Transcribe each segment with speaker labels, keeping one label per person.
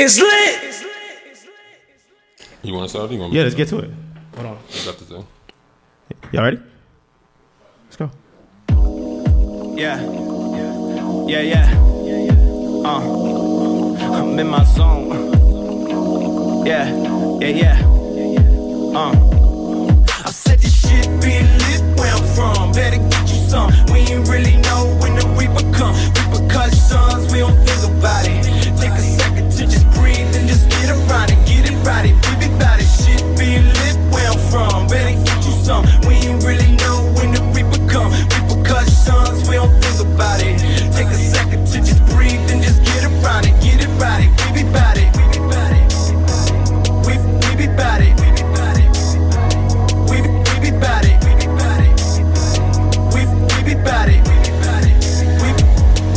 Speaker 1: It's lit.
Speaker 2: You want to start? or You want
Speaker 3: Yeah, let's get to it.
Speaker 2: to start the thing?
Speaker 3: Y'all ready? Let's go.
Speaker 4: Yeah. Yeah, yeah. Uh, I'm in my zone. Yeah, yeah, yeah. Uh. I said this shit be lit where I'm from. Better get you some. We ain't really know when the reaper come. Repercussions, we don't think about it. Take a second to just breathe and just get around it. Get it right, it, be big about it. Shit be lit where I'm from. Better get you some. We ain't really know when the reaper come. Repercussions, we don't think about it. Take a second to just breathe and just get around it. Get it right, it, be big about it. We be about it. We we be about it. We be about it. We we be bout it. We be bout it. We we be bout it. We be bout it. We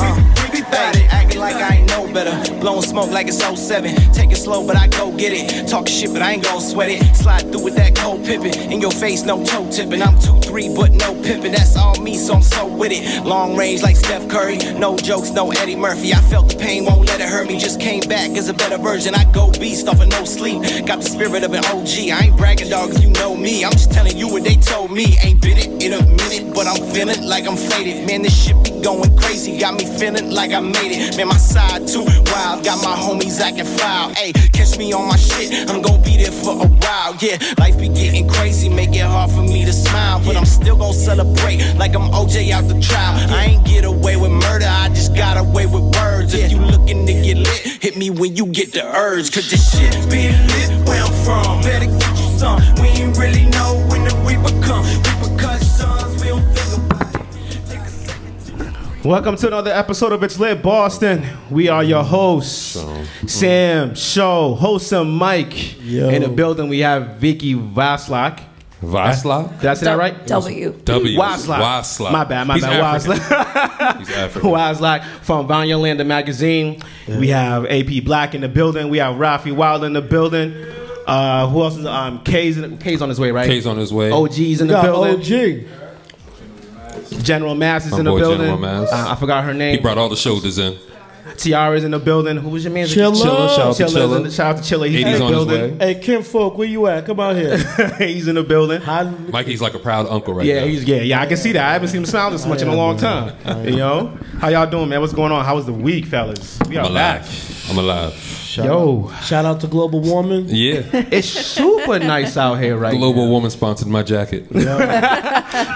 Speaker 4: uh, we be bout it. Acting like I ain't know better. Blowing smoke like it's 07. Take it slow, but I go get it. Talk shit, but I ain't gon' sweat it. Slide through with that cold pippin. In your face, no toe tipping. I'm 2 3, but no pippin. That's all me, so I'm so with it. Long range like Steph Curry. No jokes, no Eddie Murphy. I felt the pain, won't let it hurt me. Just came back as a better version. I go beast off of no sleep. Got the spirit of an OG. I ain't bragging, dog, if you know me. I'm just telling you what they told me. Ain't been it in a minute, but I'm feeling like I'm faded. Man, this shit be going crazy. Got me feeling like I made it. Man, my side too wild. Got my homies acting foul. Hey, catch me on my shit. I'm gonna be there for a while. Yeah, life be getting crazy. Make it hard for me to smile. But I'm still gonna celebrate like I'm OJ out the trial. I ain't get away with murder. I just got away with words. If you looking to get lit, hit me when you get the urge. Cause this shit be lit where I'm from. Better get you some. We ain't really know when the reaper come. Repercussions, we don't think about it. Take a second to
Speaker 3: Welcome to another episode of It's Lit Boston. We are your hosts, Sam Show, wholesome Mike.
Speaker 5: Yo.
Speaker 3: In the building, we have Vicky Vaslak.
Speaker 2: Vaslav?
Speaker 3: Did I say that right?
Speaker 1: W.
Speaker 2: W.
Speaker 3: Waslak.
Speaker 2: Waslak.
Speaker 3: My bad, my
Speaker 2: He's
Speaker 3: bad.
Speaker 2: African.
Speaker 3: Waslak.
Speaker 2: He's African.
Speaker 3: Waslak from Vanya Lander magazine. We have AP Black in the building. We have Rafi Wild in the building. Uh, who else is um K's, in, K's on his way, right?
Speaker 2: K's on his way.
Speaker 3: OG's in the
Speaker 5: Got
Speaker 3: building.
Speaker 5: OG.
Speaker 3: General Mass is
Speaker 2: My
Speaker 3: in the
Speaker 2: boy
Speaker 3: building.
Speaker 2: General Mass.
Speaker 3: Uh, I forgot her name.
Speaker 2: He brought all the shoulders in.
Speaker 3: Tiara's in the building. Who was your man?
Speaker 5: Chilla. Chilla,
Speaker 3: Chilla's
Speaker 2: shout out to Chilla.
Speaker 3: in the- Shout out to Chilla. He's in
Speaker 2: 80's
Speaker 3: the
Speaker 2: on his
Speaker 3: building.
Speaker 5: Hey, Kim Folk, where you at? Come out here.
Speaker 3: he's in the building.
Speaker 5: I,
Speaker 2: Mikey's like a proud uncle right
Speaker 3: Yeah,
Speaker 2: now.
Speaker 3: he's yeah, yeah. I can see that. I haven't seen him smile this much in a long time. You know, how y'all doing, man? What's going on? How was the week, fellas? We
Speaker 2: I'm
Speaker 3: are back.
Speaker 2: alive. I'm alive.
Speaker 5: shout
Speaker 3: Yo.
Speaker 5: Out, shout out to global warming.
Speaker 2: Yeah.
Speaker 3: It's super nice out here, right?
Speaker 2: Global woman sponsored my jacket.
Speaker 3: now.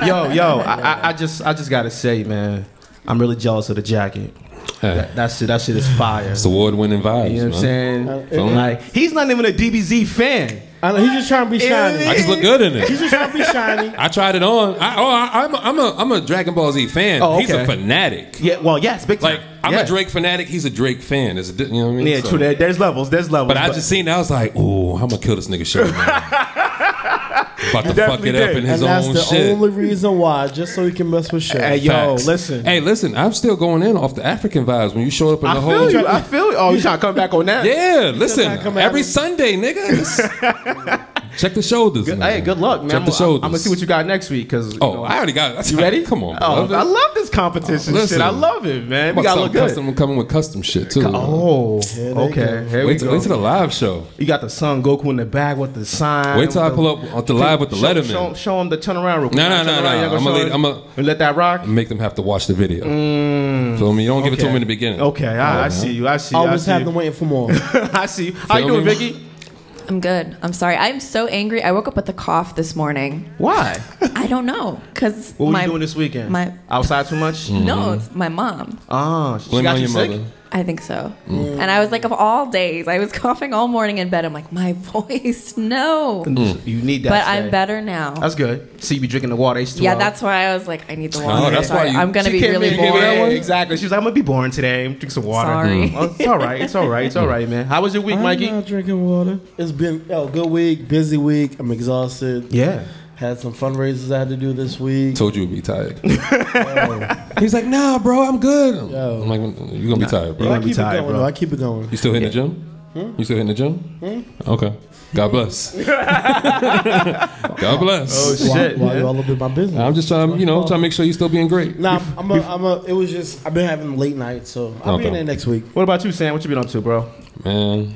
Speaker 3: Yo, Oh, yo, I, I, I just, I just gotta say, man, I'm really jealous of the jacket.
Speaker 2: Hey,
Speaker 3: That shit, that shit is fire.
Speaker 2: it's award winning vibes.
Speaker 3: You know what I'm
Speaker 2: man.
Speaker 3: saying?
Speaker 2: Don't-
Speaker 3: Like, he's not even a DBZ fan.
Speaker 5: I know, he's just trying to be shiny.
Speaker 2: I just look good in
Speaker 5: He's
Speaker 2: it.
Speaker 5: just trying to be shiny.
Speaker 2: I tried it on. I, oh, I, I'm, a, I'm, a, I'm a Dragon Ball Z fan.
Speaker 3: Oh,
Speaker 2: He's a
Speaker 3: okay.
Speaker 2: fanatic.
Speaker 3: Yeah, well, yes, big time.
Speaker 2: Like, I'm
Speaker 3: yeah.
Speaker 2: a Drake fanatic. He's a Drake fan. Is it, you know what I mean?
Speaker 3: Yeah,
Speaker 2: So-
Speaker 3: true. There, there's levels. There's levels.
Speaker 2: But I just seen that. I was like, ooh, I'm going to kill this nigga shit. man. About to fuck
Speaker 3: definitely
Speaker 2: it up
Speaker 3: did.
Speaker 2: in
Speaker 5: And
Speaker 2: his
Speaker 5: that's
Speaker 2: own
Speaker 5: the
Speaker 2: shit.
Speaker 5: only reason why, just so he can mess with shit.
Speaker 3: Hey, yo,
Speaker 2: Facts.
Speaker 3: listen.
Speaker 2: Hey, listen. I'm still going in off the African vibes when you showed up in
Speaker 3: I
Speaker 2: the
Speaker 3: feel
Speaker 2: whole.
Speaker 3: you. I feel you. Oh, you trying to come back on that?
Speaker 2: Yeah, listen.
Speaker 5: not coming
Speaker 2: Every
Speaker 5: out of-
Speaker 2: Sunday, nigga. Just- Check the shoulders.
Speaker 3: Good-
Speaker 2: man.
Speaker 3: Hey, good luck, man.
Speaker 2: Check
Speaker 3: I'm,
Speaker 2: the shoulders.
Speaker 3: I'm gonna see what you got next week. Cause you
Speaker 2: Oh,
Speaker 3: know,
Speaker 2: I already got it.
Speaker 3: you ready?
Speaker 2: Come on,
Speaker 3: Oh,
Speaker 2: brother. Oh,
Speaker 3: I love this competition
Speaker 2: Listen.
Speaker 3: shit. I love it, man. We
Speaker 2: Fuck
Speaker 3: gotta
Speaker 2: something
Speaker 3: look good.
Speaker 2: Custom, I'm coming with custom shit too.
Speaker 3: Oh,
Speaker 5: Here they
Speaker 3: okay.
Speaker 5: go.
Speaker 3: Here we
Speaker 2: wait, till,
Speaker 3: go.
Speaker 2: wait till the live show.
Speaker 3: you got the son Goku in the bag with the sign.
Speaker 2: Wait till I
Speaker 3: with
Speaker 2: pull up on the live with the
Speaker 3: show,
Speaker 2: Letterman.
Speaker 3: Show, show him the turnaround real quick.
Speaker 2: No, no, no,
Speaker 3: Turn
Speaker 2: no.
Speaker 3: around, y'all gonna
Speaker 2: I'ma
Speaker 3: show
Speaker 2: lead-
Speaker 3: it?
Speaker 2: I'ma-
Speaker 3: And let that rock. Mm.
Speaker 2: Make them have to watch the video. Feel me? You don't give it to them in the beginning.
Speaker 3: Hmm. Okay, I, I see you. I see you. I
Speaker 5: Always
Speaker 3: see
Speaker 5: have them
Speaker 3: you.
Speaker 5: waiting for more.
Speaker 3: I see you. How you
Speaker 2: Feel
Speaker 3: doing,
Speaker 2: me?
Speaker 3: Vicky?
Speaker 1: I'm good. I'm sorry. I'm so angry. I woke up with a cough this morning.
Speaker 3: Why?
Speaker 1: I don't know because
Speaker 3: What were
Speaker 1: my
Speaker 3: you doing this weekend?
Speaker 1: my-
Speaker 3: Outside too much? Mm-hmm.
Speaker 1: no, it's my mom.
Speaker 3: Ah, she
Speaker 2: Blame
Speaker 3: got
Speaker 2: on
Speaker 3: you
Speaker 2: your
Speaker 3: sick? Mm.
Speaker 2: mother.
Speaker 1: I think so. And I was like, of all days, I was coughing all morning in bed. I'm like, my voice, no.
Speaker 3: You need
Speaker 1: Mm.
Speaker 3: that.
Speaker 1: But
Speaker 3: today.
Speaker 1: I'm better now.
Speaker 3: That's good. See, you be drinking the water. H2O.
Speaker 1: yeah, that's why I was like, I need
Speaker 3: Oh,
Speaker 1: the water.
Speaker 2: Oh, that's why
Speaker 1: Sorry,
Speaker 2: you-
Speaker 1: I'm gonna
Speaker 3: She
Speaker 1: be
Speaker 3: came
Speaker 1: really
Speaker 3: in- yeah,
Speaker 1: bored.
Speaker 3: Exactly. She was like, I'm gonna be boring today. Drink some water.
Speaker 1: Sorry.
Speaker 3: Well, it's all right. It's all right. It's all right, man. How was your week,
Speaker 5: I'm
Speaker 3: Mikey?
Speaker 5: not drinking water. It's been a good week, busy week. I'm exhausted.
Speaker 3: Yeah.
Speaker 5: Had some fundraisers I had to do this week.
Speaker 2: Told you you'd be tired. He's like, nah, bro, I'm good. I'm-
Speaker 5: Yo.
Speaker 2: I'm like, you're gonna be tired, bro.
Speaker 3: Yeah.
Speaker 5: I
Speaker 3: I'm
Speaker 5: keep
Speaker 3: tired,
Speaker 5: it going.
Speaker 3: bro.
Speaker 5: though. I keep it going. Hmm?
Speaker 2: You still hitting the gym? You still hitting the gym? Okay. God bless. God bless.
Speaker 3: Oh,
Speaker 5: Why,
Speaker 3: shit,
Speaker 5: why you
Speaker 3: man.
Speaker 5: all up in my business?
Speaker 2: I'm just trying, to, you know, trying to make sure you're still being great.
Speaker 5: Nah, I'm a, I'm a, it was just I've been having late nights, so I'll be in
Speaker 2: Okay.
Speaker 5: there next week.
Speaker 3: What about you, Sam? What you been up to, bro?
Speaker 2: Man,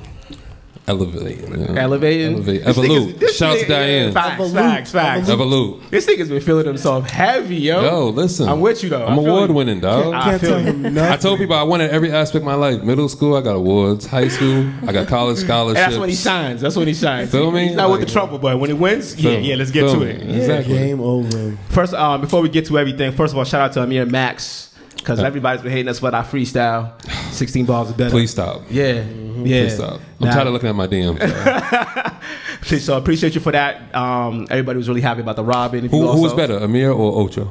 Speaker 2: Elevate.
Speaker 3: Elevating?
Speaker 2: Elevate.
Speaker 3: This nigga's-
Speaker 2: Evolute.
Speaker 3: this
Speaker 2: Shout
Speaker 3: nigga-
Speaker 2: to Diane.
Speaker 3: Facts,
Speaker 5: Evolute.
Speaker 3: facts, facts.
Speaker 5: Evolute.
Speaker 2: Evolute.
Speaker 3: This nigga's been feeling himself heavy, yo.
Speaker 2: Yo, listen.
Speaker 3: I'm with you, though. I
Speaker 2: I'm
Speaker 3: feel you.
Speaker 2: award winning, dog.
Speaker 3: I
Speaker 5: Can't
Speaker 3: feel
Speaker 5: tell
Speaker 3: you.
Speaker 5: him nothing.
Speaker 2: I told people I won at every aspect of my life. Middle school, I got awards. High school, I got college scholarships.
Speaker 3: And that's when he shines. That's when he shines.
Speaker 2: Feel me?
Speaker 3: He's not with
Speaker 2: Like-
Speaker 3: the trouble, but when it wins, yeah,
Speaker 2: Feel-
Speaker 3: yeah, let's get
Speaker 2: feel
Speaker 3: to
Speaker 2: me.
Speaker 3: it.
Speaker 2: Exactly.
Speaker 5: Game over.
Speaker 3: First, um, before we get to everything, first of all, shout out to Amir and Max
Speaker 2: Uh,
Speaker 3: because everybody's been hating us for our freestyle, sixteen balls of better.
Speaker 2: Please stop.
Speaker 3: yeah, yeah.
Speaker 2: Please stop. I'm
Speaker 3: Nah.
Speaker 2: tired of looking at my DMs. dog.
Speaker 3: Please, so appreciate you for that. Um, everybody was really happy about the Robin. If you
Speaker 2: Who,
Speaker 3: also-
Speaker 2: who's better, Amir or Ocho?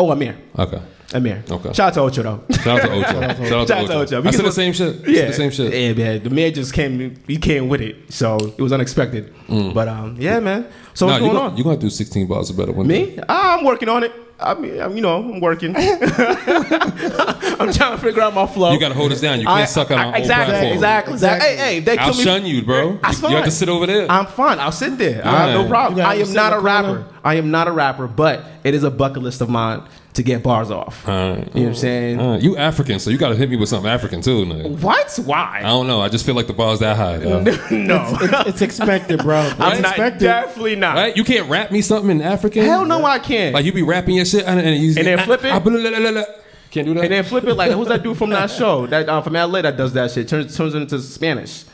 Speaker 3: Oh, Amir,
Speaker 2: Okay.
Speaker 3: Amir.
Speaker 2: Okay.
Speaker 3: Shout out to Ocho though.
Speaker 2: Shout out to Ocho. Shout out to Ocho.
Speaker 3: We
Speaker 2: I
Speaker 3: can
Speaker 2: said the
Speaker 3: look-
Speaker 2: same shit. I
Speaker 3: Yeah,
Speaker 2: said the same shit.
Speaker 3: Yeah, man. The man just came. He came with it, so it was unexpected.
Speaker 2: Mm.
Speaker 3: But um, yeah, man. So
Speaker 2: Nah,
Speaker 3: what's
Speaker 2: you
Speaker 3: going
Speaker 2: gonna,
Speaker 3: on?
Speaker 2: you gonna do 16 bars or better one day.
Speaker 3: Me? Ah, I'm working on it. I mean, I'm, you know, I'm working. I'm trying to figure out my flow.
Speaker 2: You gotta hold us down. You can't suck on our own
Speaker 3: exactly,
Speaker 2: platform.
Speaker 3: exactly, exactly. Hey, hey, if they
Speaker 2: I'll
Speaker 3: kill me,
Speaker 2: shun you, bro.
Speaker 3: That's
Speaker 2: You have to
Speaker 3: fine.
Speaker 2: sit over there.
Speaker 3: I'm fine. I'll sit there. I have Uh, no
Speaker 2: Alright.
Speaker 3: problem.
Speaker 5: You
Speaker 3: I
Speaker 5: gotta
Speaker 3: am
Speaker 5: sit
Speaker 3: not
Speaker 5: in
Speaker 3: a
Speaker 5: the corner.
Speaker 3: rapper. I am not a rapper, but it is a bucket list of mine to get bars off.
Speaker 2: Alright.
Speaker 3: You know what I'm saying? Oh,
Speaker 2: Alright. You African, so you gotta hit me with something African too. Nigga.
Speaker 3: What?
Speaker 2: I
Speaker 3: Why?
Speaker 2: don't know. I just feel like the bar's that high. dog.
Speaker 3: No.
Speaker 5: It's, it's expected, bro. It's
Speaker 3: I'm not,
Speaker 5: expected.
Speaker 3: definitely not.
Speaker 2: Right? You can't rap me something in African.
Speaker 3: Hell no, I can't.
Speaker 2: Like you be rapping your shit and, and, you,
Speaker 3: And then
Speaker 2: I-
Speaker 3: flip it?
Speaker 2: I- blah, blah, blah, blah, blah. Can't do that.
Speaker 3: and then flip it like who's that dude from that show that uh, from LA that does that shit turns turns it into Spanish.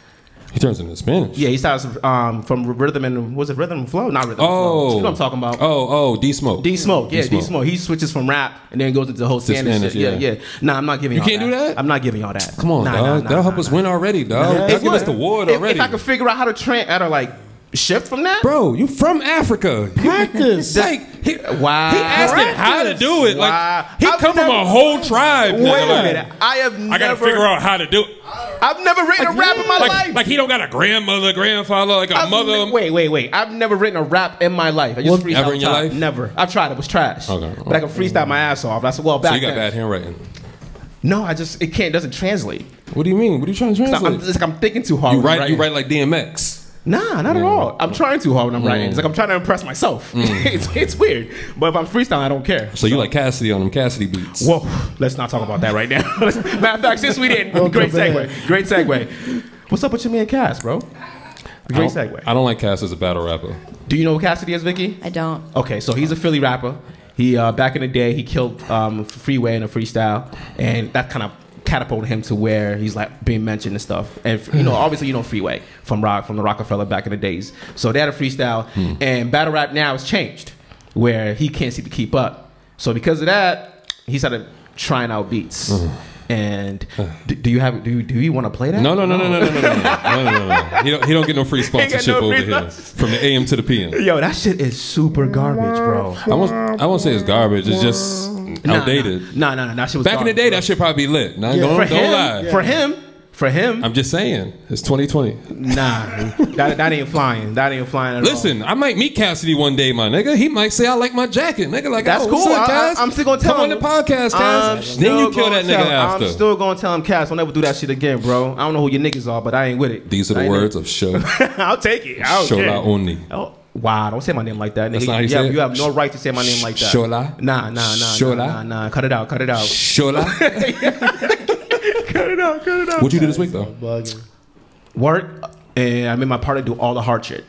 Speaker 2: he turns into Spanish.
Speaker 3: Yeah, he starts um, from rhythm and was it rhythm and flow? Not rhythm. and flow.
Speaker 2: Oh.
Speaker 3: you know what I'm talking about.
Speaker 2: Oh, oh, D Smoke.
Speaker 3: D Smoke, yeah, D
Speaker 2: D-Smoke.
Speaker 3: Smoke. He switches from rap and then goes into the whole Spanish,
Speaker 2: Spanish,
Speaker 3: shit. Yeah.
Speaker 2: yeah.
Speaker 3: yeah, Nah, I'm not giving. You all
Speaker 2: can't do that?
Speaker 3: I'm not giving all that.
Speaker 2: Come on,
Speaker 3: nah,
Speaker 2: dog.
Speaker 3: nah, nah,
Speaker 2: That'll
Speaker 3: nah,
Speaker 2: help us
Speaker 3: nah.
Speaker 2: win already, dog.
Speaker 5: Yeah.
Speaker 2: That'll
Speaker 3: If-
Speaker 2: give us the award
Speaker 3: if,
Speaker 2: already.
Speaker 3: If I could figure out how to tra- how to like shift from that,
Speaker 2: Bro, you from Africa. You-
Speaker 5: Practice.
Speaker 2: Like, he,
Speaker 3: Wow.
Speaker 2: He asked him how to do it. Like,
Speaker 3: Wow.
Speaker 2: he
Speaker 3: I've
Speaker 2: come from
Speaker 3: never-
Speaker 2: a whole tribe.
Speaker 3: Wait
Speaker 2: nigga.
Speaker 3: a
Speaker 2: Like,
Speaker 3: minute. I have never.
Speaker 2: I gotta figure out how to do it.
Speaker 3: I've never written a rap in my
Speaker 2: Like,
Speaker 3: life.
Speaker 2: like he don't got a grandmother, grandfather, like a
Speaker 3: I've
Speaker 2: mother.
Speaker 3: ne- wait, wait, wait. I've never written a rap in my life. I just
Speaker 2: Well,
Speaker 3: freestyle.
Speaker 2: ever in your
Speaker 3: top.
Speaker 2: life?
Speaker 3: Never. I've tried. It was trash.
Speaker 2: Okay.
Speaker 3: But I can freestyle my ass off. That's well back
Speaker 2: So you got
Speaker 3: then.
Speaker 2: bad handwriting.
Speaker 3: No, I just it can't doesn't translate.
Speaker 2: What do you mean? What are you trying to
Speaker 3: It's like, I'm,
Speaker 2: translate?
Speaker 3: it's like I'm thinking too hard.
Speaker 2: you
Speaker 3: when I'm
Speaker 2: write, you
Speaker 3: writing.
Speaker 2: write like DMX.
Speaker 3: Nah, not at all. I'm trying too hard when I'm writing. It's like I'm trying to impress myself. it's, it's weird. But if I'm freestyling, I don't care.
Speaker 2: So you like Cassidy on them Cassidy beats.
Speaker 3: Whoa, let's not talk about that right now. Matter of fact, since we did, not great
Speaker 5: come
Speaker 3: segue. Great segue. What's up with your man Cass, bro?
Speaker 2: I
Speaker 3: Great
Speaker 2: don't-
Speaker 3: segue.
Speaker 2: I don't like Cass as a battle rapper.
Speaker 3: Do you know who Cassidy is, Vicky?
Speaker 1: I don't.
Speaker 3: Okay, so he's a Philly rapper. He uh, back in the day he killed um, Freeway in a freestyle, and that kind of catapulted him to where he's like being mentioned and stuff. And you
Speaker 1: Hmm.
Speaker 3: know, obviously you know Freeway from Rock from the Rockefeller back in the days. So they had a freestyle,
Speaker 2: Hmm.
Speaker 3: and battle rap now has changed, where he can't seem to keep up. So because of that, he started trying out beats.
Speaker 2: Hmm.
Speaker 3: And do, do you have do you, do you want to play that?
Speaker 2: No, no, no, no, no, no, no, no, no, no, no, no. He don't, he don't get no free sponsorship
Speaker 3: no
Speaker 2: over
Speaker 3: free
Speaker 2: here
Speaker 3: sponsors.
Speaker 2: from the AM to the PM.
Speaker 3: Yo, that shit is super garbage, bro.
Speaker 2: I won't, I won't say it's garbage. It's just outdated.
Speaker 3: No, no, no, that shit was
Speaker 2: Back in the
Speaker 3: garbage,
Speaker 2: day,
Speaker 3: bro.
Speaker 2: that shit probably lit. Nah, don't
Speaker 3: for
Speaker 2: don't
Speaker 3: him,
Speaker 2: lie.
Speaker 3: for him, for him,
Speaker 2: I'm just saying, it's 2020.
Speaker 3: nah, that, that ain't flying. That ain't flying at all.
Speaker 2: Listen, I might meet Cassidy one day, my nigga. He might say I like my jacket, nigga. Like
Speaker 3: That's
Speaker 2: oh,
Speaker 3: cool.
Speaker 2: What's up,
Speaker 3: I,
Speaker 2: Cass?
Speaker 3: am still gonna tell
Speaker 2: Come
Speaker 3: him
Speaker 2: on the podcast,
Speaker 3: I'm
Speaker 2: Cass. Then
Speaker 3: still
Speaker 2: you kill that
Speaker 3: gonna
Speaker 2: nigga
Speaker 3: tell him-
Speaker 2: after.
Speaker 3: I'm still gonna tell him, Cass, don't ever do that shit again, bro. I don't know who your niggas are, but I ain't with it.
Speaker 2: These are
Speaker 3: I
Speaker 2: the
Speaker 3: ain't-
Speaker 2: words of show.
Speaker 3: I'll take it. I don't care.
Speaker 2: Shola only.
Speaker 3: Oh, wow, don't say my name like that.
Speaker 2: That's
Speaker 3: nigga.
Speaker 2: not how you
Speaker 3: yeah,
Speaker 2: say it?
Speaker 3: you have no right to say my name like that.
Speaker 2: Shola?
Speaker 3: Nah, nah, nah,
Speaker 2: Shola?
Speaker 3: nah, nah, nah. Cut it out. Cut it out.
Speaker 2: Shola.
Speaker 3: cut it out. Cut it out.
Speaker 2: what you do this week though?
Speaker 5: Bugging.
Speaker 3: Work, and I made my partner do all the hard shit.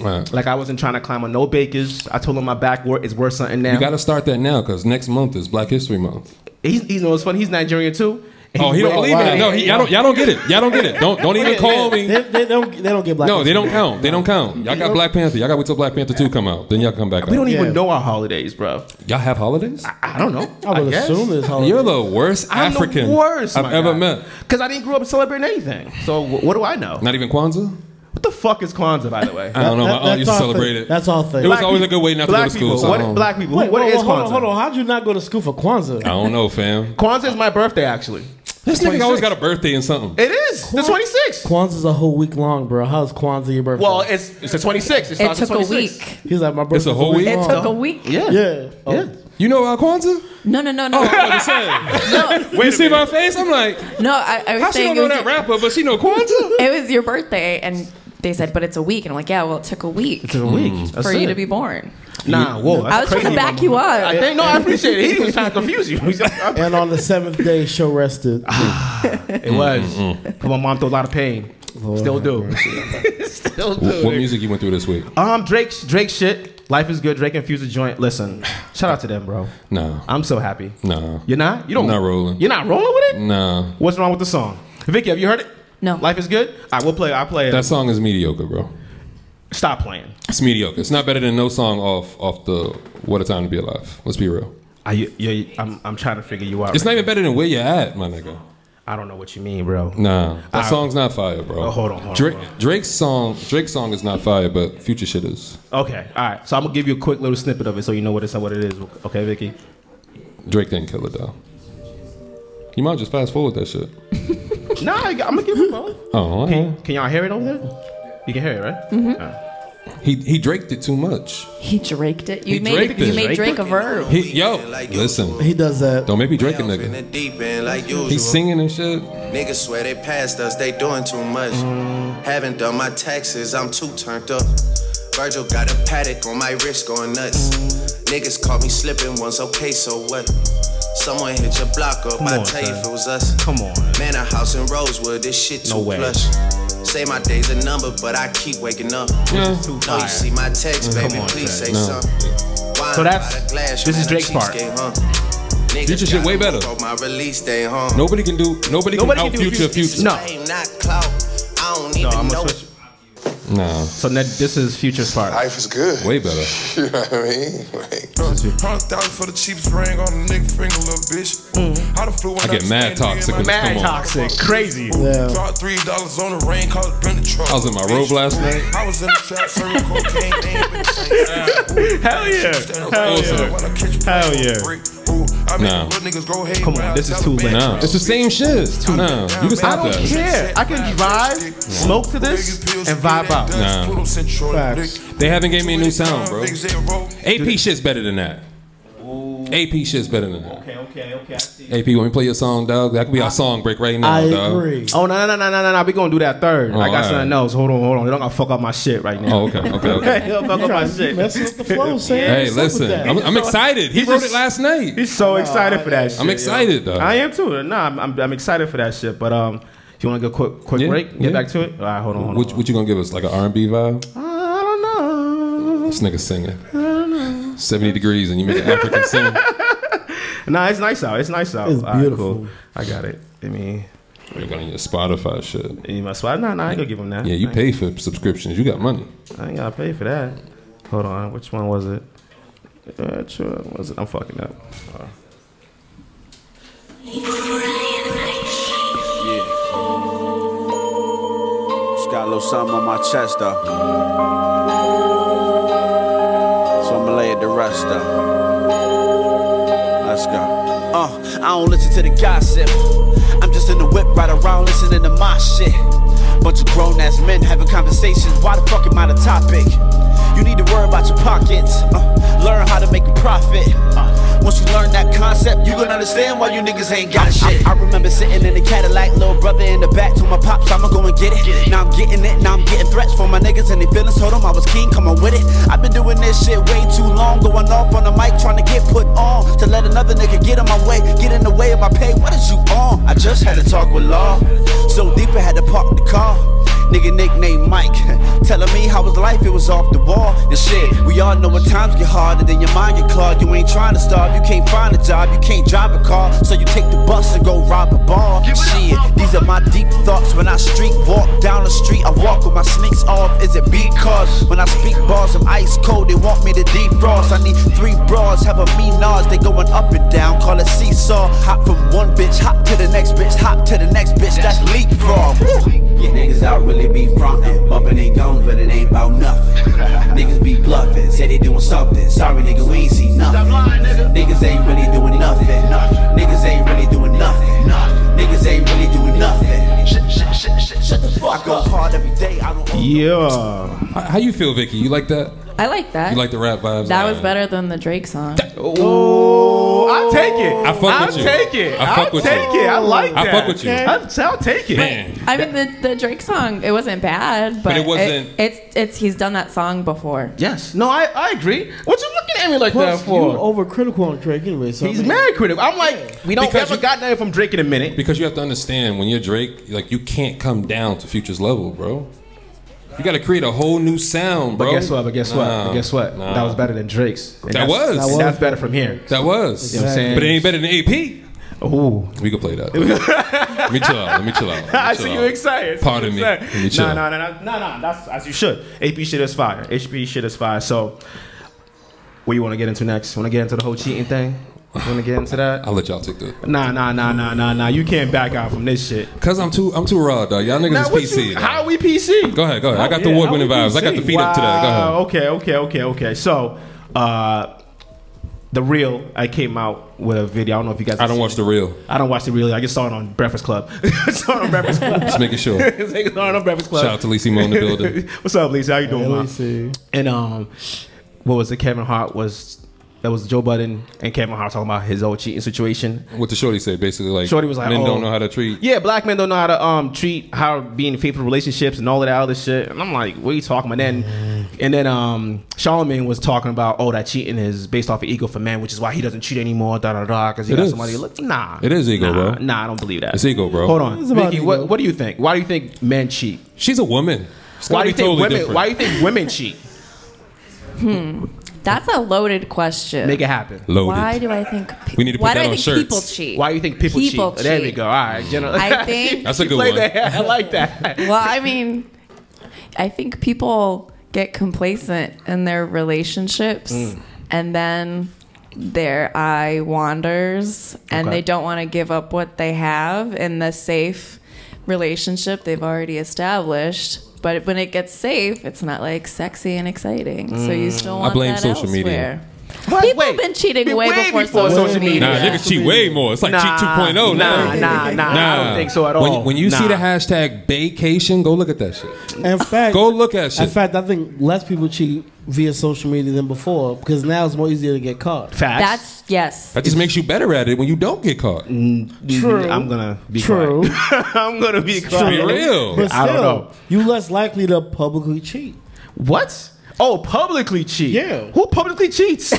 Speaker 2: All right.
Speaker 3: Like I wasn't trying to climb on no bakers. I told him my back work is worth something now.
Speaker 2: You gotta start that now because next month is Black History Month.
Speaker 3: He's, he's you know, it's funny. He's Nigerian too. And
Speaker 2: Oh, he don't
Speaker 3: went-
Speaker 2: believe in it.
Speaker 5: wow.
Speaker 2: No, he, y'all don't. Y'all don't get it. Y'all don't get it. Don't don't even call me.
Speaker 5: They, they don't. They don't get black.
Speaker 2: No, they don't count. They don't count. Y'all got Black Panther. Y'all got wait till Black Panther two come out. Then y'all come back.
Speaker 3: We don't
Speaker 2: out.
Speaker 3: even
Speaker 5: Yeah.
Speaker 3: know our holidays, bro.
Speaker 2: Y'all have holidays.
Speaker 3: I don't know.
Speaker 5: I would assume it's holiday.
Speaker 2: You're the worst
Speaker 3: I'm
Speaker 2: African
Speaker 3: the worst
Speaker 2: I've ever met.
Speaker 3: Because I didn't grow up celebrating anything. So wh- what do I know?
Speaker 2: Not even Kwanzaa.
Speaker 3: What the fuck is Kwanzaa, by the way?
Speaker 2: I don't know. My
Speaker 5: That-
Speaker 2: aunt used to
Speaker 5: that's all
Speaker 2: celebrate
Speaker 5: thing.
Speaker 2: it.
Speaker 5: That's all thing.
Speaker 2: It was
Speaker 3: Black
Speaker 2: always a
Speaker 3: people-
Speaker 2: good way not to go
Speaker 3: black
Speaker 2: to school.
Speaker 3: people.
Speaker 2: so I
Speaker 3: What,
Speaker 2: don't-
Speaker 3: black people.
Speaker 5: Wait,
Speaker 3: what
Speaker 5: hold,
Speaker 3: is
Speaker 5: on, hold on,
Speaker 3: Kwanzaa?
Speaker 5: hold on. How'd you not go to school for Kwanzaa?
Speaker 2: I don't know, fam.
Speaker 3: Kwanzaa is my birthday, actually.
Speaker 2: This nigga always got a birthday and something.
Speaker 3: It is the 26th.
Speaker 5: Kwanzaa's a whole week long, bro. How's Kwanzaa your birthday?
Speaker 3: Well, it's it's the 26th. It,
Speaker 1: It
Speaker 3: starts
Speaker 1: took
Speaker 3: the
Speaker 1: a
Speaker 3: 26th.
Speaker 1: week.
Speaker 5: he's like my birthday.
Speaker 2: a whole week?
Speaker 1: It
Speaker 2: It
Speaker 1: took a week.
Speaker 3: Yeah.
Speaker 5: Yeah. Oh.
Speaker 3: Yeah.
Speaker 2: You know about Kwanzaa?
Speaker 1: No, no, no,
Speaker 2: Oh,
Speaker 1: no.
Speaker 2: Wait you see my face? I'm like,
Speaker 1: No, I, I was
Speaker 2: how she
Speaker 1: saying
Speaker 2: don't
Speaker 1: it
Speaker 2: know
Speaker 1: was,
Speaker 2: that rapper, but she know Kwanzaa?
Speaker 1: it was your birthday, and they said, but it's a week. And I'm like, yeah, well, it took a week Mm.
Speaker 3: It took a week. That's
Speaker 1: for you
Speaker 3: it.
Speaker 1: to be born.
Speaker 3: Nah,
Speaker 1: I was
Speaker 3: whoa. that's
Speaker 1: trying to
Speaker 3: crazy.
Speaker 1: back you
Speaker 3: I
Speaker 1: up.
Speaker 3: think, no, I appreciate it. He was trying to confuse you. it
Speaker 5: And on the seventh day, show rested.
Speaker 2: Mm,
Speaker 3: was. But my mom threw a lot of pain. Still do. Still
Speaker 2: Wh-
Speaker 3: do.
Speaker 2: What music you went through this week?
Speaker 3: Um, Drake's Drake shit. Life is good. Drake infused a joint. Listen, shout out to them, bro.
Speaker 2: No.
Speaker 3: I'm so happy.
Speaker 2: No.
Speaker 3: You're not. You don't.
Speaker 2: Not rolling.
Speaker 3: You're not rolling with it.
Speaker 2: No.
Speaker 3: What's wrong with the song? Vicky, have you heard it?
Speaker 1: No.
Speaker 3: Life is good. I will play. I play it.
Speaker 2: That song is mediocre, bro.
Speaker 3: Stop playing.
Speaker 2: It's mediocre. It's not better than no song off off the What a Time to Be Alive. Let's be real.
Speaker 3: I, you, you, I'm, I'm trying to figure you out.
Speaker 2: It's
Speaker 3: right
Speaker 2: not even better than Where You At, my nigga.
Speaker 3: now. I don't know what you mean, bro.
Speaker 2: Nah, that
Speaker 3: Alright.
Speaker 2: song's not fire, bro.
Speaker 3: Oh, hold on, hold on,
Speaker 2: Drake,
Speaker 3: hold on.
Speaker 2: Drake's song, Drake's song is not fire, but Future shit is.
Speaker 3: Okay. All right. So I'm gonna give you a quick little snippet of it, so you know what it's what it is. Okay, Vicky.
Speaker 2: Drake didn't kill it though. You might just fast forward that shit.
Speaker 3: Nah, I, I'm gonna give you both.
Speaker 2: Oh,
Speaker 3: Can, can y'all hear it over there? You can hear it, right? Alright.
Speaker 2: he he Draked it too much.
Speaker 1: He draked it. You
Speaker 2: He
Speaker 1: made it,
Speaker 2: draked
Speaker 1: you
Speaker 2: it.
Speaker 1: made Drake a verb.
Speaker 2: He yo, listen,
Speaker 5: He does that.
Speaker 2: don't make me drink a
Speaker 6: Off in
Speaker 2: nigga.
Speaker 6: the deep end like usual.
Speaker 2: He's singing and shit.
Speaker 6: Niggas swear they passed us, they doing too much. Haven't done my taxes, I'm too turned up. Virgil got a paddock on my wrist going nuts. Niggas caught me slipping once, okay, so what? Someone hit your block up,
Speaker 3: Come
Speaker 6: I
Speaker 3: on,
Speaker 6: tell you
Speaker 3: son.
Speaker 6: if it was us.
Speaker 3: Come on.
Speaker 6: Man, a house in Rosewood, this shit too
Speaker 3: No way.
Speaker 6: plush. Say my day's a number, but I keep waking up.
Speaker 2: Yeah.
Speaker 6: No,
Speaker 3: fire.
Speaker 6: you see my text, baby,
Speaker 3: on,
Speaker 6: please
Speaker 3: son.
Speaker 6: say
Speaker 2: No.
Speaker 6: something. Wine
Speaker 3: So that's-
Speaker 6: by the glass,
Speaker 3: this is
Speaker 6: man, a
Speaker 3: Drake's part.
Speaker 6: cheapskate, huh?
Speaker 2: Future shit
Speaker 6: gotta
Speaker 2: way better.
Speaker 6: move up My release day, huh?
Speaker 2: Nobody can do.
Speaker 3: Nobody
Speaker 2: Nobody, can
Speaker 3: can
Speaker 2: out
Speaker 3: do
Speaker 2: future
Speaker 3: Future.
Speaker 2: future.
Speaker 3: No.
Speaker 6: Fame, not clout. I don't
Speaker 3: No,
Speaker 6: even
Speaker 3: I'm
Speaker 6: know.
Speaker 3: gonna switch.
Speaker 2: Nah,
Speaker 3: So now this is Future's part.
Speaker 7: Life is good.
Speaker 2: way better.
Speaker 7: You know what I mean? Like,
Speaker 8: Hundred thousand for the cheapest ring on a nigga finger, little bitch. How the flu?
Speaker 2: Mm-hmm. I get mad toxic when
Speaker 3: Mad
Speaker 2: Come on.
Speaker 3: toxic, crazy.
Speaker 5: Yeah.
Speaker 8: Dropped three dollars on the rain, called it been the truck.
Speaker 2: I was in my robe last night.
Speaker 8: I was in the trap, serving cocaine. they ain't been changed.
Speaker 3: Hell yeah. Hell
Speaker 2: Awesome.
Speaker 3: yeah.
Speaker 8: When I catch
Speaker 3: Hell
Speaker 8: plays on
Speaker 3: yeah.
Speaker 8: the brick, ooh, I make
Speaker 2: Nah.
Speaker 8: little niggas go hate
Speaker 3: Come on,
Speaker 8: when I
Speaker 3: this is too
Speaker 8: tell a bitch,
Speaker 3: late.
Speaker 2: Nah, it's the same shit. It's too nah, you can
Speaker 3: I
Speaker 2: stop
Speaker 3: don't
Speaker 2: that.
Speaker 3: care. I can drive, smoke to this, and vibe out.
Speaker 2: Nah.
Speaker 5: Facts.
Speaker 2: They haven't gave me a new sound, bro. AP shit's better than that. AP shit's better than that.
Speaker 3: Okay, okay, okay. I see.
Speaker 2: AP, when we play your song, dog, that could be our song break right now,
Speaker 5: I
Speaker 2: dog.
Speaker 5: agree.
Speaker 3: Oh no no no no no no! We gonna do that third. I got
Speaker 2: alright.
Speaker 3: something else. Hold on, hold on. They don't gonna fuck up my shit right now.
Speaker 2: Oh, okay, okay, okay.
Speaker 3: He'll fuck up my
Speaker 5: You
Speaker 3: shit.
Speaker 5: Messing with the flow, Sam.
Speaker 2: Hey,
Speaker 5: What's up with
Speaker 2: listen,
Speaker 5: that?
Speaker 2: I'm, I'm excited. He
Speaker 3: He
Speaker 2: wrote
Speaker 3: just-
Speaker 2: it last night.
Speaker 3: He's so excited for that shit.
Speaker 2: I'm
Speaker 3: yo.
Speaker 2: excited, though.
Speaker 3: I am too. Nah, I'm, I'm, I'm excited for that shit. But um, you want to go quick quick
Speaker 2: Yeah,
Speaker 3: break? Get
Speaker 2: yeah.
Speaker 3: back to it. All right, hold on. Hold
Speaker 2: What,
Speaker 3: on.
Speaker 2: what you gonna give us? Like an R&B vibe?
Speaker 3: I don't know.
Speaker 2: This nigga singing. 70 degrees and you make an African sing.
Speaker 3: Nah, it's nice out. It's nice out.
Speaker 5: It's
Speaker 3: All right,
Speaker 5: beautiful.
Speaker 3: cool. I got it. I mean,
Speaker 2: You're gonna your Spotify shit.
Speaker 3: you must. Nah, nah, I ain't gonna give him that.
Speaker 2: Yeah, you
Speaker 3: I ain't-
Speaker 2: pay for subscriptions. You got money.
Speaker 3: I ain't gotta pay for that. Hold on, Uh, which one was it? Uh, Which one was it? I'm fucking up. Sorry.
Speaker 9: Just got a little something on my chest though. So I'ma lay it to rest though. Let's go. Uh, I don't listen to the gossip. I'm just in the whip right around listening to my shit. Bunch of grown ass men having conversations. Why the fuck am I the topic? You need to worry about your pockets. Uh, learn how to make a profit. Uh, once you learn that concept, you gonna understand why you niggas ain't got shit. I, I remember sitting in the Cadillac, little brother in the back, told my pops I'ma go and get it. Now I'm getting it, now I'm getting threats from my niggas and they feelings. Told them I was king, come on with it. I've been doing this shit way too long, going off on the mic, trying to get put on. To let another nigga get in my way, get in the way of my pay. What is you on? I just had to talk with Law. So deep I had to park the car. Nigga nicknamed Mike, telling me how his life, it was off the wall. And shit, we all know when times get harder, then your mind get clogged. You ain't trying to starve, you can't find a job, you can't drive a car. So you take the bus and go rob a bar. Shit, these are my deep thoughts when I street walk down the street. I walk with my sneaks off. Is it because when I speak bars, I'm ice cold? They want me to defrost. I need three bras, have a mean Nas. They going up and down, call it seesaw. Hop from one bitch, hop to the next bitch, hop to the next bitch. That's leapfrog. Yeah, niggas out really be frontin', bumpin' they guns, but it ain't about nothing. niggas be bluffin', say they doing something. Sorry, nigga, we ain't see nothing. Niggas ain't really doing nothing. Niggas ain't really doing nothing. Niggas ain't really doing nothing. Shut the fuck up. hard every day. I
Speaker 3: Yeah.
Speaker 2: How, how you feel, Vicky? You like that?
Speaker 1: I like that.
Speaker 2: You like the rap vibes?
Speaker 1: that was
Speaker 2: Alright.
Speaker 1: better than the Drake song.
Speaker 3: Oh, I'll take it.
Speaker 2: I fuck
Speaker 3: I'll
Speaker 2: with you.
Speaker 3: take it.
Speaker 2: I fuck
Speaker 3: I'll
Speaker 2: with
Speaker 3: take
Speaker 2: you.
Speaker 3: it. I like
Speaker 2: I
Speaker 3: that.
Speaker 2: fuck with you.
Speaker 3: I'll, I'll take it.
Speaker 2: Man.
Speaker 1: I mean, the, the Drake song, it wasn't bad, but,
Speaker 2: it wasn't-
Speaker 1: it's it's he's done that song before.
Speaker 3: Yes. No, I, I agree. What you looking at me like
Speaker 5: Plus,
Speaker 3: that
Speaker 5: you
Speaker 3: for?
Speaker 5: overcritical on Drake anyway. So I
Speaker 3: He's
Speaker 5: mean,
Speaker 3: mad critical. I'm like, we don't
Speaker 2: Because
Speaker 3: ever
Speaker 2: you-
Speaker 3: got nothing from Drake in a minute.
Speaker 2: Because you have to understand when you're Drake, like you can't come down to Future's level, bro. You got to create a whole new sound,
Speaker 3: But
Speaker 2: bro.
Speaker 3: guess what? But guess what?
Speaker 2: Nah,
Speaker 3: But guess what?
Speaker 2: nah.
Speaker 3: That was better than Drake's. And
Speaker 2: That
Speaker 3: that's-
Speaker 2: was.
Speaker 3: and
Speaker 2: That was.
Speaker 3: That's better from here.
Speaker 2: That was.
Speaker 3: You know what I'm saying?
Speaker 2: But it ain't better than AP.
Speaker 3: Ooh.
Speaker 2: We could play that. Let me chill out. Let me chill out. Let me
Speaker 3: I
Speaker 2: chill
Speaker 3: see
Speaker 2: out.
Speaker 3: you excited.
Speaker 2: Pardon me.
Speaker 3: No,
Speaker 2: Let me chill.
Speaker 3: no, no, no, no, no. That's as you should. AP shit is fire. HP shit is fire. So, what you want to get into next? Want to get into the whole cheating thing? Want to get into that?
Speaker 2: I'll let y'all take the.
Speaker 3: Nah, nah, nah, nah, nah, nah. You can't back out from this shit.
Speaker 2: Cause I'm too, I'm too raw, dog. Y'all niggas
Speaker 3: Now, what
Speaker 2: is PC.
Speaker 3: you-
Speaker 2: dog.
Speaker 3: how we PC?
Speaker 2: Go ahead, go ahead. I got the
Speaker 3: Oh, yeah,
Speaker 2: wood winning
Speaker 3: how we
Speaker 2: vibes. I got the
Speaker 3: PC?
Speaker 2: feed up to that. Go ahead.
Speaker 3: Wow. Okay, okay, okay, okay. So, uh, the real I came out with a video. I don't know if you guys.
Speaker 2: I don't watch the real.
Speaker 3: I don't watch the real. I just saw it on Breakfast Club. saw it on Breakfast Club.
Speaker 2: Just making sure.
Speaker 3: Niggas aren't on Breakfast Club.
Speaker 2: Shout out to Lisi Mo in the building.
Speaker 3: What's up, Lisa? How you doing,
Speaker 5: Let
Speaker 3: mom?
Speaker 5: me see.
Speaker 3: And um, what was it? Kevin Hart was that was Joe Budden and Kevin Hart talking about his old cheating situation.
Speaker 2: What the shorty said, basically, like
Speaker 3: Shorty was like,
Speaker 2: men
Speaker 3: oh,
Speaker 2: don't know how to treat.
Speaker 3: Yeah, black men don't know how to um treat how being faithful relationships and all of that other shit. And I'm like, what are you talking about? And then and then um Charlemagne was talking about oh that cheating is based off of ego for men, which is why he doesn't cheat anymore. Da da da, because he
Speaker 2: It
Speaker 3: got
Speaker 2: is.
Speaker 3: somebody. Look, nah,
Speaker 2: It is ego,
Speaker 3: nah,
Speaker 2: bro.
Speaker 3: Nah, I don't believe that.
Speaker 2: It's ego, bro.
Speaker 3: Hold on,
Speaker 5: It's about
Speaker 3: Vicky,
Speaker 5: ego.
Speaker 3: what, what do you think? Why do you think men cheat?
Speaker 2: She's a woman. It's
Speaker 3: Why
Speaker 2: gotta
Speaker 3: do you think
Speaker 2: be totally
Speaker 3: women?
Speaker 2: different.
Speaker 3: Why do you think women cheat?
Speaker 1: Hmm. That's a loaded question.
Speaker 3: Make it happen.
Speaker 2: Loaded.
Speaker 1: Why do I think pe-
Speaker 2: We need to put
Speaker 1: why do
Speaker 2: that on
Speaker 1: I think
Speaker 2: shirts.
Speaker 1: people cheat?
Speaker 3: Why do you think people,
Speaker 1: People
Speaker 3: cheat? There we
Speaker 1: cheat.
Speaker 3: go. All right, general.
Speaker 1: I think-
Speaker 2: That's a
Speaker 3: You
Speaker 2: good
Speaker 3: played
Speaker 2: one.
Speaker 3: that. I like that.
Speaker 1: Well, I mean, I think people get complacent in their relationships and then their eye wanders and
Speaker 3: Okay.
Speaker 1: they don't want to give up what they have in the safe relationship they've already established. But when it gets safe, it's not like sexy and exciting. So
Speaker 2: Mm.
Speaker 1: you still want
Speaker 2: blame
Speaker 1: that
Speaker 2: social media.
Speaker 1: elsewhere.
Speaker 3: What?
Speaker 1: People
Speaker 3: Wait.
Speaker 1: have been cheating way, before, social media.
Speaker 2: Nah, niggas cheat way more. It's like cheat 2.0.
Speaker 3: Nah, nah,
Speaker 2: now.
Speaker 3: nah, nah. I don't think so at all.
Speaker 2: When, you- when you
Speaker 3: Nah.
Speaker 2: see the hashtag vacation, go look at that shit.
Speaker 5: In fact,
Speaker 2: Go look at
Speaker 5: In
Speaker 2: shit.
Speaker 5: fact, I think less people cheat via social media than before because now it's more easier to get caught.
Speaker 3: facts,
Speaker 1: That's yes.
Speaker 2: That just makes you better at it when you don't get caught.
Speaker 5: True.
Speaker 3: I'm gonna be
Speaker 5: True.
Speaker 3: quiet. I'm gonna be quiet.
Speaker 2: Be real.
Speaker 5: But
Speaker 3: I don't know.
Speaker 5: still, you less likely to publicly cheat.
Speaker 3: What? Oh, publicly cheat.
Speaker 5: Yeah.
Speaker 3: Who publicly cheats?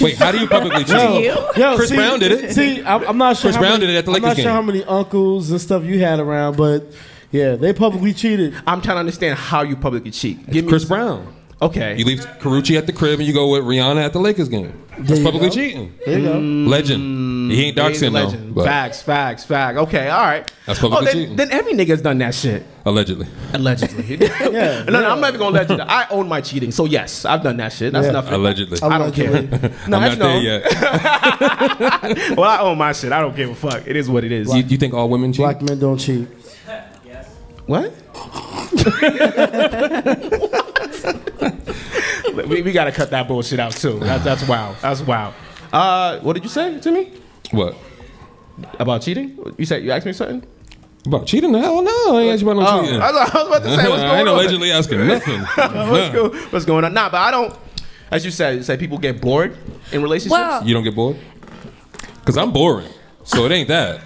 Speaker 2: Wait, how do you publicly cheat?
Speaker 1: No. You?
Speaker 5: Yo,
Speaker 2: Chris
Speaker 5: see-
Speaker 2: Brown did it.
Speaker 5: See, I'm, I'm not sure.
Speaker 2: Chris
Speaker 5: how
Speaker 2: Brown
Speaker 5: many-
Speaker 2: did it at the
Speaker 5: I'm not
Speaker 2: Lakers
Speaker 5: sure
Speaker 2: game.
Speaker 5: how many uncles and stuff you had around, but yeah, they publicly cheated.
Speaker 3: I'm trying to understand how you publicly cheat. Give me
Speaker 2: Chris Brown.
Speaker 3: Okay.
Speaker 2: You leave Carucci at the crib and you go with Rihanna at the Lakers game. That's
Speaker 5: you
Speaker 2: publicly
Speaker 5: go.
Speaker 2: cheating.
Speaker 5: There you go.
Speaker 2: Legend. He ain't dark
Speaker 3: He's a
Speaker 2: skin though.
Speaker 3: Mm, legend.
Speaker 2: but
Speaker 3: Facts, facts, facts. Okay, all right.
Speaker 2: That's publicly
Speaker 3: oh, then,
Speaker 2: cheating.
Speaker 3: then every nigga's done that shit.
Speaker 2: Allegedly.
Speaker 3: Allegedly. no, no, I'm not even gonna legend. I own my cheating, so yes, I've done that shit. That's
Speaker 5: Yeah.
Speaker 3: nothing.
Speaker 2: Allegedly.
Speaker 3: I don't care. No, that's
Speaker 2: I'm not
Speaker 3: no.
Speaker 2: there yet.
Speaker 3: Well, I own my shit. I don't give a fuck. It is what it is.
Speaker 2: you, you think all women cheat?
Speaker 5: Black men don't cheat.
Speaker 3: What? we, we gotta cut that bullshit out too. That, that's wow. That's wow. Uh, what did you say to me
Speaker 2: What?
Speaker 3: about cheating? You said you asked me something.
Speaker 2: About cheating? Hell no. I ain't asking about no
Speaker 3: Oh,
Speaker 2: cheating.
Speaker 3: I, was, I was about to say what's
Speaker 2: I
Speaker 3: going
Speaker 2: ain't
Speaker 3: on.
Speaker 2: allegedly asking nothing.
Speaker 3: what's,
Speaker 2: Nah.
Speaker 3: go, what's going on? Nah, but I don't. As you said, you said people get bored in relationships.
Speaker 1: Well,
Speaker 2: You don't get bored? Because I'm boring. So it ain't that.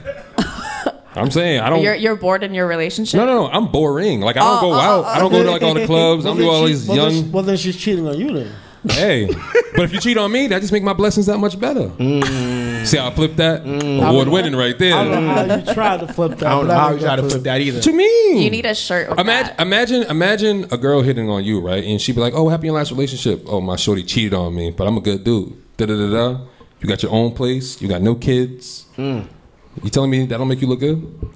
Speaker 2: I'm saying I don't.
Speaker 1: you're you're bored in your relationship.
Speaker 2: no, no, no. I'm boring. Like I
Speaker 1: Oh,
Speaker 2: don't go
Speaker 1: oh,
Speaker 2: out.
Speaker 1: oh.
Speaker 2: I don't go to like all the clubs. I don't do all these
Speaker 5: well, then she-
Speaker 2: young.
Speaker 5: well, then she's cheating on you then.
Speaker 2: Hey, but if you cheat on me, that just make my blessings that much better. See how I flipped that award winning right there.
Speaker 5: I don't know how you tried to flip that.
Speaker 3: I don't
Speaker 5: but
Speaker 3: know how
Speaker 5: think
Speaker 3: you try to
Speaker 5: that's
Speaker 3: flip that either.
Speaker 2: What you mean?
Speaker 1: You need a shirt. With
Speaker 2: Imagine,
Speaker 1: that.
Speaker 2: imagine, imagine a girl hitting on you, right? And she be like, "Oh, happy in last relationship. Oh, my shorty cheated on me, but I'm a good dude." Da da da da. You got your own place. You got no kids. You telling me that don't make you look good,
Speaker 3: Hmm.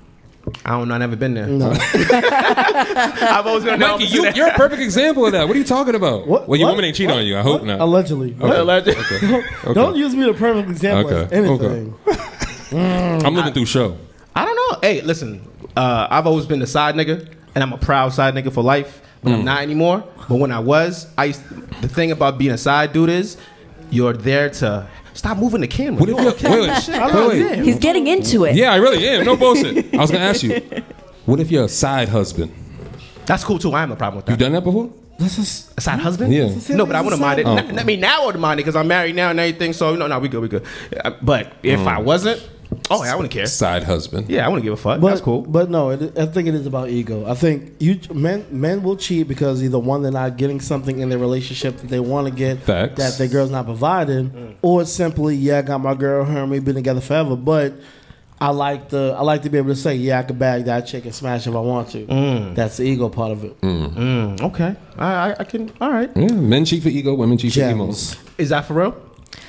Speaker 3: I don't know. I've never been there. I've always been
Speaker 2: Mikey? You, you're a perfect example of that. What are you talking about?
Speaker 5: What-
Speaker 2: well, your
Speaker 5: what?
Speaker 2: woman ain't cheat on you. I hope not.
Speaker 5: Allegedly.
Speaker 3: Alleged.
Speaker 5: Don't use me the perfect example of
Speaker 2: Okay.
Speaker 5: anything. Mm.
Speaker 2: I'm living through show.
Speaker 3: Mm. I don't know. Hey, listen, uh, I've always been the side nigga, and I'm a proud side nigga for life. But
Speaker 2: Mm.
Speaker 3: I'm not anymore. But when I was, I used, the thing about being a side dude is you're there to stop moving the camera.
Speaker 2: What if you're wait, wait, wait, wait.
Speaker 1: He's getting into it.
Speaker 2: Yeah, I really am. No bullshit. I was gonna ask you, what if you're a side husband?
Speaker 3: That's cool too. I am a problem with
Speaker 2: You
Speaker 3: that.
Speaker 2: done that before?
Speaker 5: This is
Speaker 3: Aside husband?
Speaker 2: Yeah.
Speaker 3: No, but I wouldn't mind it.
Speaker 2: Oh.
Speaker 3: N- I mean, now I wouldn't mind it because I'm married now and everything. So no, no, we good, we good. Uh, But if
Speaker 2: Mm.
Speaker 3: I wasn't, oh, yeah, I wouldn't care.
Speaker 2: Side husband.
Speaker 3: Yeah, I wouldn't give a fuck.
Speaker 5: but,
Speaker 3: That's cool.
Speaker 5: But no, it, I think it is about ego. I think you men men will cheat because either one they're not getting something in their relationship that they want to get
Speaker 2: Facts.
Speaker 5: that their girl's not providing, or it's simply yeah, I got my girl, her and we been together forever, but. I like the I like to be able to say yeah I could bag that chick and smash if I want to. That's the ego part of it.
Speaker 3: Mm, okay, I, I, I can. All right.
Speaker 2: Mm. Yeah, men cheat for ego, women cheat for emo.
Speaker 5: Gems.
Speaker 3: Is that for real?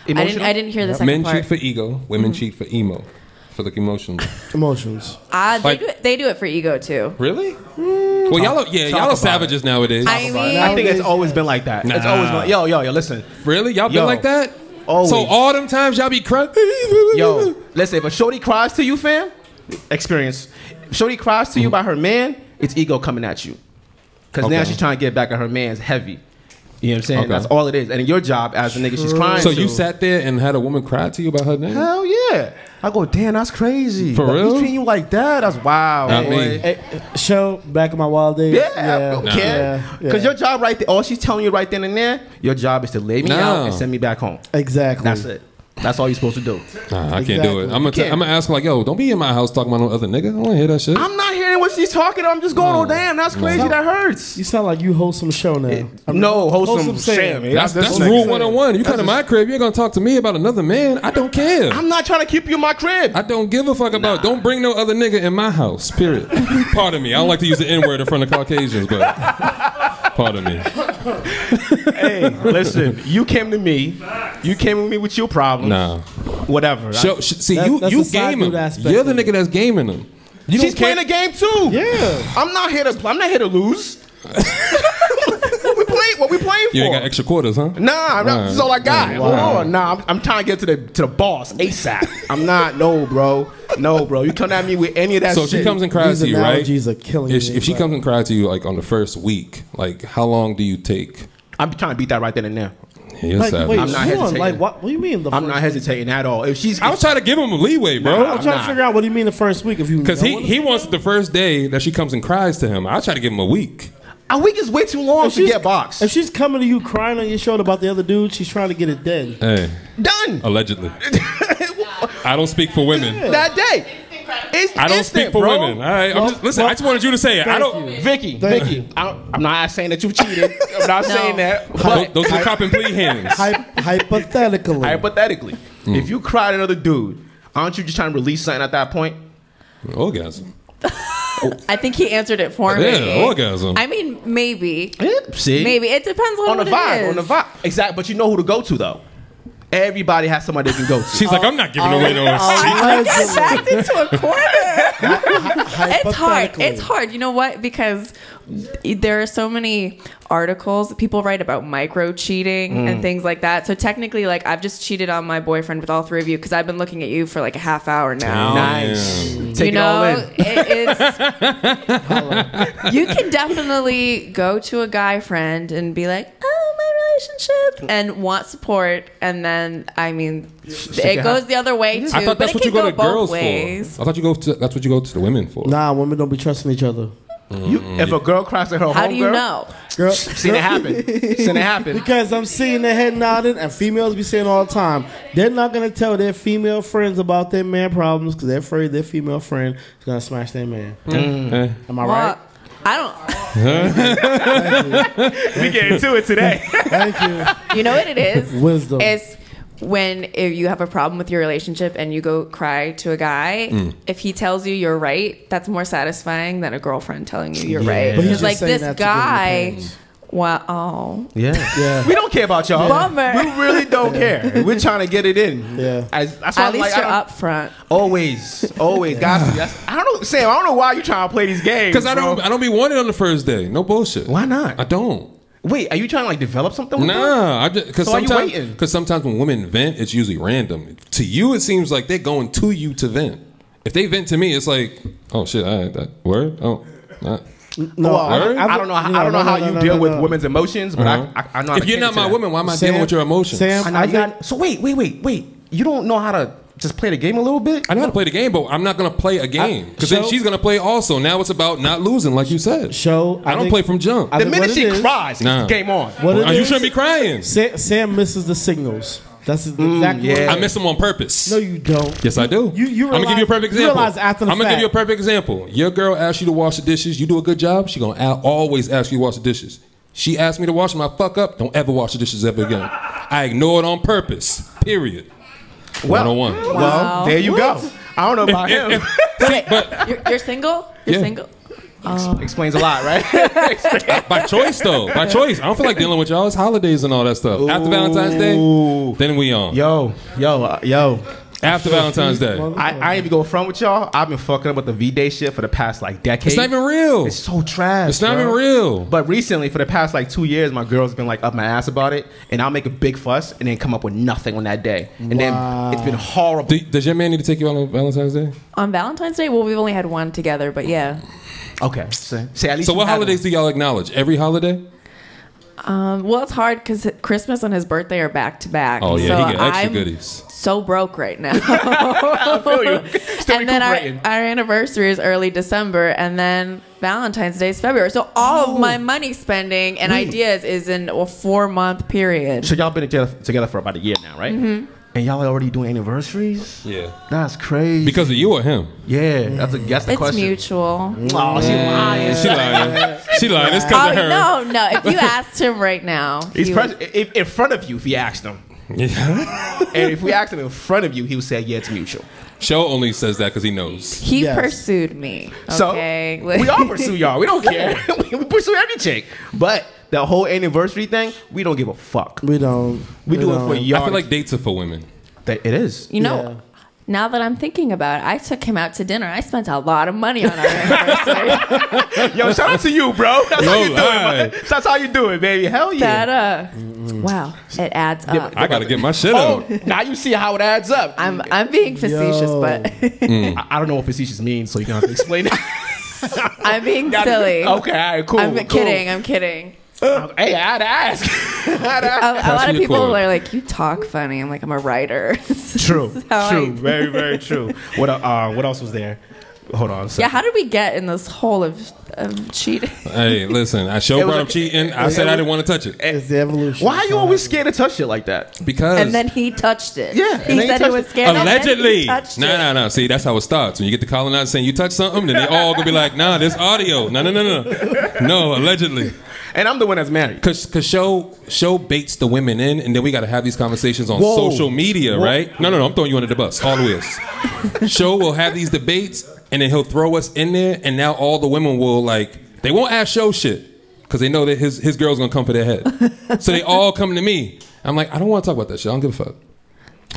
Speaker 1: I didn't. I didn't hear the second
Speaker 2: Men
Speaker 1: part. Mm-hmm.
Speaker 2: cheat for ego, women cheat for emo. For like emotional.
Speaker 5: Emotions.
Speaker 1: Ah, they,
Speaker 2: Like-
Speaker 1: do it, they do it for ego too.
Speaker 2: really? well, y'all are, yeah,
Speaker 3: Mm. talk
Speaker 2: y'all
Speaker 3: about
Speaker 2: are savages nowadays.
Speaker 1: I mean,
Speaker 3: I think it's always been like that. It's
Speaker 2: Nah.
Speaker 3: always been, yo, yo, yo. Listen,
Speaker 2: really? Y'all been
Speaker 3: Yo.
Speaker 2: like that?
Speaker 3: Always.
Speaker 2: So all them times y'all be crying.
Speaker 3: yo, listen. If a shorty cries to you, fam, experience. If shorty cries to you by her man, it's ego coming at you. Because now
Speaker 2: Mm-hmm. Okay.
Speaker 3: she's trying to get back at her man's heavy. You know what I'm saying?
Speaker 2: Okay.
Speaker 3: That's all it is. And your job as a nigga, she's crying.
Speaker 2: So
Speaker 3: to-
Speaker 2: you sat there and had a woman cry to you about her name?
Speaker 3: Hell yeah. I go, damn, that's crazy.
Speaker 2: For
Speaker 3: Like,
Speaker 2: real?
Speaker 3: He's treating you like that. That's wild.
Speaker 2: Not
Speaker 3: boy.
Speaker 2: me.
Speaker 5: Hey, show back in my wild days.
Speaker 3: Yeah, I don't care.
Speaker 5: yeah, yeah.
Speaker 3: Because your job right there, all she's telling you right then and there, your job is to lay me
Speaker 2: No.
Speaker 3: out and send me back home.
Speaker 5: Exactly.
Speaker 3: That's it. That's all you're supposed to do.
Speaker 2: Nah, I can't do
Speaker 5: Exactly.
Speaker 2: it. I'm gonna,
Speaker 3: can't.
Speaker 2: I'm gonna ask her like, yo, don't be in my house talking about no other nigga. I don't wanna hear that shit.
Speaker 3: I'm not hearing what she's talking. I'm just going, oh, damn, that's crazy. That hurts.
Speaker 5: You sound like you wholesome show now. I mean,
Speaker 3: no, wholesome,
Speaker 5: Sam.
Speaker 3: Sam. man.
Speaker 2: that's that's,
Speaker 3: what I'm
Speaker 2: rule
Speaker 3: saying.
Speaker 2: 101. You come to my crib, you're gonna talk to me about another man. I don't care.
Speaker 3: I'm not trying to keep you in my crib.
Speaker 2: I don't give a fuck about. Don't bring no other nigga in my house. Period. pardon me. I don't like to use the N word in front of Caucasians, but pardon me.
Speaker 3: hey, listen, you came to me. You came to me with your problems.
Speaker 2: Nah.
Speaker 3: Whatever.
Speaker 2: Show, sh- see,
Speaker 5: That's-
Speaker 2: you
Speaker 5: that's
Speaker 2: you
Speaker 5: a side
Speaker 2: game him.
Speaker 5: dude aspect
Speaker 2: You're the
Speaker 5: of it.
Speaker 2: nigga that's gaming him. You
Speaker 3: She's
Speaker 2: don't
Speaker 3: playing
Speaker 2: care.
Speaker 3: a game too.
Speaker 5: Yeah.
Speaker 3: I'm not here to. I'm not here to lose. what we play? What we playing for?
Speaker 2: You ain't got extra quarters, huh?
Speaker 3: Nah, I'm not, this is all I
Speaker 5: Oh,
Speaker 3: got. Hold on. Nah, I'm, I'm trying to get to the to the boss ASAP. I'm not. No, bro. No, bro. You come at me with any of that
Speaker 2: So if
Speaker 3: shit.
Speaker 2: she comes and cries
Speaker 5: These
Speaker 2: to you, right?
Speaker 5: analogies are killing
Speaker 2: If, she-
Speaker 5: me,
Speaker 2: if she
Speaker 5: but-
Speaker 2: comes and cries to you, like on the first week, like how long do you take?
Speaker 3: I'm trying to beat that right then and there.
Speaker 2: Yeah, you're
Speaker 5: Like, wait,
Speaker 2: savage.
Speaker 3: I'm not
Speaker 5: hold on.
Speaker 3: hesitating.
Speaker 5: Like, what, what do you mean? The
Speaker 3: I'm
Speaker 5: first
Speaker 3: not hesitating at all. If she's,
Speaker 2: I was trying to give him a leeway,
Speaker 5: Bro, I'm,
Speaker 2: bro.
Speaker 5: trying
Speaker 3: nah.
Speaker 5: to figure out what do you mean the first week if you
Speaker 2: Because
Speaker 5: know
Speaker 2: he,
Speaker 5: what-
Speaker 2: he wants it the first day that she comes and cries to him. I try to give him a week.
Speaker 3: a week is way too long to
Speaker 5: she's-
Speaker 3: get boxed.
Speaker 5: If she's coming to you crying on your shoulder about the other dude, she's trying to get it then.
Speaker 2: Hey,
Speaker 3: Done
Speaker 2: allegedly. I don't speak for women.
Speaker 3: that day. It's
Speaker 2: I don't
Speaker 3: instant,
Speaker 2: speak for
Speaker 3: bro.
Speaker 2: women. All right. I'm just, listen, I just wanted you to say it. I don't.
Speaker 3: Vicky, Vicky, I don't, I'm not saying that you cheated. I'm not saying that.
Speaker 2: Those,
Speaker 3: But
Speaker 2: those are cop and plea hands. Hmm.
Speaker 5: Hy- hypothetically,
Speaker 3: hypothetically, if you cried at another dude, aren't you just trying to release something at that point?
Speaker 2: Orgasm.
Speaker 1: I think he answered it for
Speaker 2: Yeah,
Speaker 1: me.
Speaker 2: orgasm.
Speaker 1: I mean, maybe,
Speaker 3: See,
Speaker 1: maybe it depends on,
Speaker 3: on the
Speaker 1: what it
Speaker 3: vibe,
Speaker 1: is.
Speaker 3: on the vibe. Exactly, but you know who to go to though. Everybody has somebody they can go to.
Speaker 2: She's like, I'm not giving away no.
Speaker 1: Get backed into a corner. it's hard.
Speaker 5: Hypothetically.
Speaker 1: It's hard. You know what? Because there are so many articles people write about micro cheating
Speaker 3: Mm.
Speaker 1: and things like that. So technically, like I've just cheated on my boyfriend with all three of you because I've been looking at you for like a half hour now.
Speaker 3: nice.
Speaker 1: You
Speaker 3: Take it all
Speaker 1: know,
Speaker 3: in.
Speaker 1: it, it's you can definitely go to a guy friend and be like, "Oh, my relationship," and want support, and then I mean,
Speaker 3: it
Speaker 1: it goes the other way too.
Speaker 2: I thought
Speaker 1: but
Speaker 2: that's
Speaker 1: it
Speaker 2: what
Speaker 1: can
Speaker 2: you go, to
Speaker 1: both
Speaker 2: girls
Speaker 1: ways.
Speaker 2: for. I thought you go to that's what you go to the women for.
Speaker 5: nah, women don't be trusting each other.
Speaker 3: You, if a girl cries at her
Speaker 1: How
Speaker 3: homegirl,
Speaker 1: do you know?
Speaker 5: Girl,
Speaker 3: Seen it happen. Seen it happen.
Speaker 5: Because I'm seeing the head nodding, and females be saying all the time, they're not gonna tell their female friends about their man problems because they're afraid their female friend is gonna smash their man.
Speaker 2: Mm.
Speaker 3: Mm.
Speaker 5: Am I right?
Speaker 1: Well, I don't.
Speaker 3: We get into it today.
Speaker 5: Thank you.
Speaker 1: You know what it is?
Speaker 5: Wisdom.
Speaker 1: It's when if you have a problem with your relationship and you go cry to a guy,
Speaker 5: Mm.
Speaker 1: if he tells you you're right, that's more satisfying than a girlfriend telling you you're right.
Speaker 5: But he's
Speaker 1: Because
Speaker 5: just
Speaker 1: like
Speaker 5: saying
Speaker 1: this
Speaker 5: that to get in the
Speaker 1: guy,
Speaker 5: pants.
Speaker 1: wow, oh,
Speaker 3: yeah.
Speaker 5: Yeah.
Speaker 3: We don't care about y'all.
Speaker 1: Bummer.
Speaker 3: We really don't care. We're trying to get it in.
Speaker 5: Yeah.
Speaker 3: As, that's why
Speaker 1: at
Speaker 3: I'm
Speaker 1: least
Speaker 3: like, I
Speaker 1: you're
Speaker 3: don't-
Speaker 1: upfront.
Speaker 3: Always, always, guys. that's- I don't know, Sam. I don't know why you trying to play these games.
Speaker 2: Because I don't,
Speaker 3: bro.
Speaker 2: I don't be wanted on the first day. No bullshit.
Speaker 3: Why not?
Speaker 2: I don't.
Speaker 3: Wait, are you trying to like develop something? With them?
Speaker 2: Nah, I just because
Speaker 3: So why you
Speaker 2: sometimes
Speaker 3: waiting?
Speaker 2: because sometimes when women vent, it's usually random. To you, it seems like they're going to you to vent. If they vent to me, it's like, oh shit, I that word. Oh, uh,
Speaker 5: No,
Speaker 3: Well, I,
Speaker 2: Word?
Speaker 5: I've-
Speaker 3: I don't know. How,
Speaker 5: no,
Speaker 3: I don't know
Speaker 5: no,
Speaker 3: how
Speaker 5: no,
Speaker 3: you
Speaker 5: no,
Speaker 3: deal
Speaker 5: no,
Speaker 3: with
Speaker 5: no.
Speaker 3: women's emotions, but I, I, I know. how to
Speaker 2: Uh-huh. if you're
Speaker 3: cater
Speaker 2: not
Speaker 3: to
Speaker 2: my
Speaker 3: that.
Speaker 2: woman, why am I dealing with your emotions?
Speaker 5: Sam,
Speaker 3: I
Speaker 5: I,
Speaker 3: know you
Speaker 5: think,
Speaker 2: got-
Speaker 3: so wait, wait, wait, wait. You don't know how to just play the game a little bit?
Speaker 2: I know how to play the game, but I'm not gonna play a game because then
Speaker 5: so-
Speaker 2: she's gonna play also. Now it's about not losing, like you said.
Speaker 5: So,
Speaker 2: I,
Speaker 5: I
Speaker 2: don't
Speaker 5: think-
Speaker 2: play from jump.
Speaker 5: I
Speaker 3: The
Speaker 5: think
Speaker 3: minute
Speaker 5: what
Speaker 3: she
Speaker 5: it is-
Speaker 3: cries,
Speaker 2: Nah.
Speaker 3: it's game on.
Speaker 5: What it
Speaker 2: Oh, you
Speaker 5: is-
Speaker 2: shouldn't be crying.
Speaker 5: Sam, Sam misses the signals. That's exactly
Speaker 3: Mm, yeah.
Speaker 5: what
Speaker 2: I
Speaker 5: it is.
Speaker 2: miss them on purpose.
Speaker 5: No, you don't.
Speaker 2: Yes, I do.
Speaker 5: You- you
Speaker 2: I'm gonna give you
Speaker 5: realize-
Speaker 2: a perfect
Speaker 5: you
Speaker 2: example.
Speaker 5: realize after the
Speaker 2: I'm gonna
Speaker 5: fact.
Speaker 2: give you a perfect example. Your girl asks you to wash the dishes. You do a good job. She gonna al- always ask you to wash the dishes. She asked me to wash them. I fuck up. Don't ever wash the dishes ever again. I ignore it on purpose. Period. One on one.
Speaker 1: Wow.
Speaker 3: Well, there you go. I don't know about him.
Speaker 1: You're, you're single? You're
Speaker 2: Yeah.
Speaker 1: single? Oh.
Speaker 3: Explains a lot, right?
Speaker 2: By choice though. By choice. I don't feel like dealing with y'all. It's holidays and all that stuff. After Valentine's
Speaker 3: Ooh.
Speaker 2: Day, then we on.
Speaker 3: yo, yo, uh, yo.
Speaker 2: After Valentine's Day.
Speaker 3: I, I ain't even go front with y'all. I've been fucking up with the V Day shit for the past like decade.
Speaker 2: It's not even real.
Speaker 3: It's so trash.
Speaker 2: It's not
Speaker 3: bro.
Speaker 2: even real.
Speaker 3: But recently, for the past like two years, my girl's been like up my ass about it, and I'll make a big fuss and then come up with nothing on that day, and
Speaker 5: Wow.
Speaker 3: then it's been horrible.
Speaker 2: Do- does your man need to take you out on Valentine's Day?
Speaker 1: On Valentine's Day? Well, we've only had one together, but yeah.
Speaker 3: okay, so, see, at least
Speaker 2: So
Speaker 3: you
Speaker 2: what
Speaker 3: have
Speaker 2: holidays
Speaker 3: one.
Speaker 2: do y'all acknowledge? Every holiday?
Speaker 1: Um, well, it's hard because Christmas and his birthday are back to back.
Speaker 2: Oh yeah,
Speaker 1: so
Speaker 2: he got extra
Speaker 1: I'm
Speaker 2: goodies.
Speaker 1: so broke right now.
Speaker 3: Still
Speaker 1: and then our,
Speaker 3: recuperating.
Speaker 1: our anniversary is early December, and then Valentine's Day is February. So all of
Speaker 2: Oh.
Speaker 1: my money spending and ideas is in a four month period.
Speaker 3: So y'all been together, together for about a year now, right?
Speaker 1: Mm-hmm.
Speaker 3: And y'all already doing anniversaries?
Speaker 2: Yeah.
Speaker 3: That's crazy.
Speaker 2: Because of you or him?
Speaker 3: yeah, that's a that's the
Speaker 1: It's
Speaker 3: question.
Speaker 1: mutual.
Speaker 3: Aw, Oh, she lying.
Speaker 2: Mm. She lying. She lying. It's
Speaker 1: Oh
Speaker 2: because of her.
Speaker 1: no, no! If you asked him right now,
Speaker 3: He's
Speaker 1: he
Speaker 3: pres-
Speaker 1: would-
Speaker 3: if, in front of you if he asked him. and if we asked him in front of you, he would say, yeah, it's mutual.
Speaker 2: Show only says that because he knows.
Speaker 1: he
Speaker 5: Yes.
Speaker 1: pursued me. Okay,
Speaker 3: So we all pursue y'all. We don't care. we pursue every chick. But the whole anniversary thing, we don't give a fuck.
Speaker 5: We don't.
Speaker 3: We do it
Speaker 5: don't.
Speaker 3: for
Speaker 2: I
Speaker 3: y'all.
Speaker 2: feel like dates are for women.
Speaker 3: that it is.
Speaker 1: You know, now that I'm thinking about it, I took him out to dinner. I spent a lot of money on our anniversary.
Speaker 3: Yo, shout out to you, bro. That's how you do
Speaker 2: Yo,
Speaker 3: it. man.
Speaker 2: alright.
Speaker 3: That's how you do it, baby. Hell yeah.
Speaker 1: that uh, wow, it adds up.
Speaker 2: I gotta get my shit
Speaker 3: Oh,
Speaker 2: up.
Speaker 3: now you see how it adds up.
Speaker 1: I'm I'm being facetious,
Speaker 5: Yo.
Speaker 1: but
Speaker 2: Mm.
Speaker 3: I, I don't know what facetious means, so you're gonna have to explain it.
Speaker 1: I'm being silly.
Speaker 3: Okay, all right, cool.
Speaker 1: I'm
Speaker 3: cool.
Speaker 1: kidding. I'm kidding.
Speaker 3: Hey, I had to ask. I had to
Speaker 1: A,
Speaker 3: ask.
Speaker 1: a lot of
Speaker 2: your
Speaker 1: people
Speaker 2: cord.
Speaker 1: are like, "You talk funny." I'm like, "I'm a writer."
Speaker 3: True. True.
Speaker 1: how I-
Speaker 3: very, very true. What uh, uh, what else was there? Hold on. So.
Speaker 1: yeah. How did we get in this hole of, of cheating?
Speaker 2: hey, listen. I showed
Speaker 3: It was
Speaker 2: brought up
Speaker 3: like-
Speaker 2: cheating. I said I didn't want to touch it
Speaker 5: It's the evolution.
Speaker 3: Why are you always scared to touch shit like that?
Speaker 2: because
Speaker 1: And then he touched it.
Speaker 3: Yeah, and then
Speaker 1: He
Speaker 3: he
Speaker 1: said he
Speaker 3: touched
Speaker 1: was
Speaker 3: it.
Speaker 1: scared. and then he
Speaker 2: allegedly. No,
Speaker 1: touched it.
Speaker 2: no, no. See, that's how it starts. When you get the colonizer saying you touch something, then they all gonna be like, Nah, this audio. No, no, no, no. No, allegedly.
Speaker 3: And I'm the one that's married.
Speaker 2: Cause, cause show show baits the women in, and then we got to have these conversations on
Speaker 3: Whoa.
Speaker 2: social media, right? No, no, no. I'm throwing you under the bus. All the wheels. show will have these debates, and then he'll throw us in there, and now all the women will like they won't ask show shit because they know that his his girl's gonna come for their head. so they all come to me. I'm like, I don't want to talk about that shit. I don't give a fuck.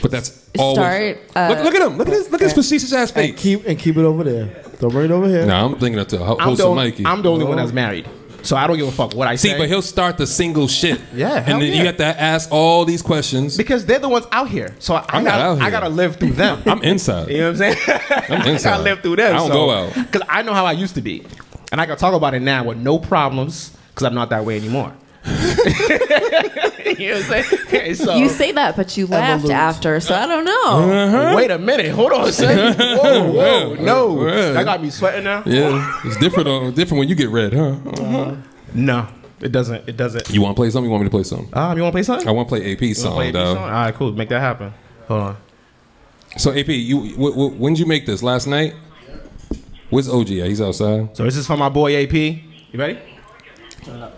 Speaker 2: But that's always
Speaker 1: Start, uh,
Speaker 2: look, look at him. Look at his look at his facetious ass
Speaker 5: And
Speaker 2: face.
Speaker 5: keep and keep it over there. Don't bring it over here.
Speaker 2: Nah, I'm thinking of the ho-
Speaker 3: I'm
Speaker 2: host
Speaker 3: the,
Speaker 2: of
Speaker 3: only,
Speaker 2: Mikey.
Speaker 3: I'm the only one that's married. So I don't give a fuck what I
Speaker 2: See,
Speaker 3: say.
Speaker 2: but he'll start the single shit.
Speaker 3: Yeah, hell
Speaker 2: and then
Speaker 3: yeah.
Speaker 2: you have to ask all these questions.
Speaker 3: because they're the ones out here. So I, I
Speaker 2: I'm not
Speaker 3: gotta,
Speaker 2: out
Speaker 3: I
Speaker 2: here.
Speaker 3: gotta live through them.
Speaker 2: I'm inside.
Speaker 3: you know what I'm saying?
Speaker 2: I'm
Speaker 3: I
Speaker 2: inside.
Speaker 3: gotta live through them.
Speaker 2: I don't
Speaker 3: so,
Speaker 2: go out.
Speaker 3: Because I know how I used to be. And I can talk about it now with no problems because I'm not that way anymore. you know what I'm saying? So,
Speaker 1: You say that, but you laughed
Speaker 5: Evolute.
Speaker 1: after, so I don't
Speaker 3: Oh.
Speaker 1: know.
Speaker 3: wait a minute. Hold on, son. Whoa, whoa,
Speaker 2: Uh-huh. Yeah,
Speaker 3: no.
Speaker 2: yeah.
Speaker 3: That got me sweating now?
Speaker 2: Yeah, it's different. On, different when you get red, huh?
Speaker 3: No, Uh-huh. it doesn't. It doesn't.
Speaker 2: Uh-huh. You want to play something? You want me to play something?
Speaker 3: Um, you want to play something?
Speaker 2: I want to play AP
Speaker 3: You wanna
Speaker 2: song,
Speaker 3: play a beat
Speaker 2: though.
Speaker 3: song? All right, cool. Make that happen. Hold on.
Speaker 2: So AP, you w- w- when did you make this? Last night. Where's OG? At? He's outside.
Speaker 3: So this is for my boy AP. You ready?
Speaker 2: I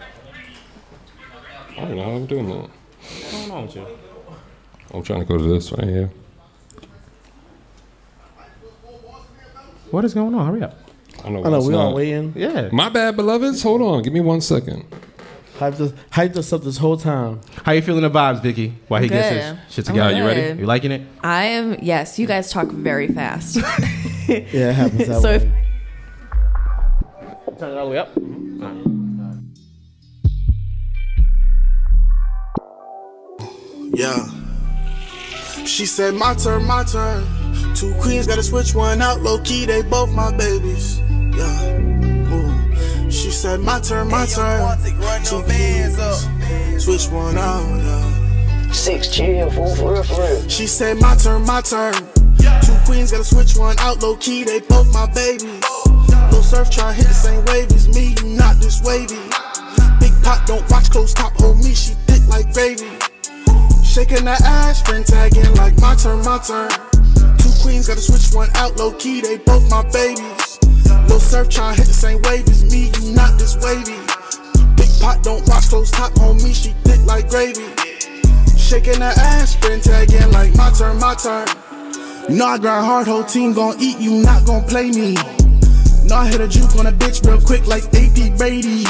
Speaker 2: don't know how I'm doing that.
Speaker 3: What's wrong with you?
Speaker 2: I'm trying to go to this right here.
Speaker 3: What is going on? Hurry up.
Speaker 2: I don't know.
Speaker 5: I know
Speaker 2: what's
Speaker 5: we all
Speaker 2: not.
Speaker 5: waiting.
Speaker 3: Yeah.
Speaker 2: My bad, beloveds. Hold on. Give me one second.
Speaker 5: Hyped us, hyped us up this whole time.
Speaker 3: How you feeling the vibes, Vicky? While he
Speaker 1: I'm
Speaker 3: gets
Speaker 1: good.
Speaker 3: his shit
Speaker 1: I'm
Speaker 3: together.
Speaker 2: Nah, you ready?
Speaker 1: good.
Speaker 3: You liking it?
Speaker 1: I am. Yes, you guys talk very fast.
Speaker 5: Yeah, it happens. That
Speaker 1: so
Speaker 5: way.
Speaker 1: if
Speaker 3: Turn it all the way up.
Speaker 10: Yeah. She said, My turn, my turn. Two queens gotta switch one out. Low key, they both my babies. Yeah. Ooh. She said, My turn, my turn. Two queens, switch one out. Yeah.
Speaker 11: Six chill, fool, for real, for real.
Speaker 10: She said, My turn, my turn. queens, gotta switch one out. Low key, they both my babies. Lil surf try hit the same wave as me, you not this wavy. Big pot, don't watch close top, hold me, she thick like gravy. Shaking that ass, friend tagging like my turn, my turn. Two queens gotta switch one out, low key, they both my babies. Lil Surf tryna hit the same wave as me, you not this wavy. Big pot, don't watch close top on me, she thick like gravy. Shaking that ass, friend tagging like my turn, my turn. You know I grind hard, whole team gon' eat, you not gon' play me. Know I hit a juke on a bitch real quick like AP Brady.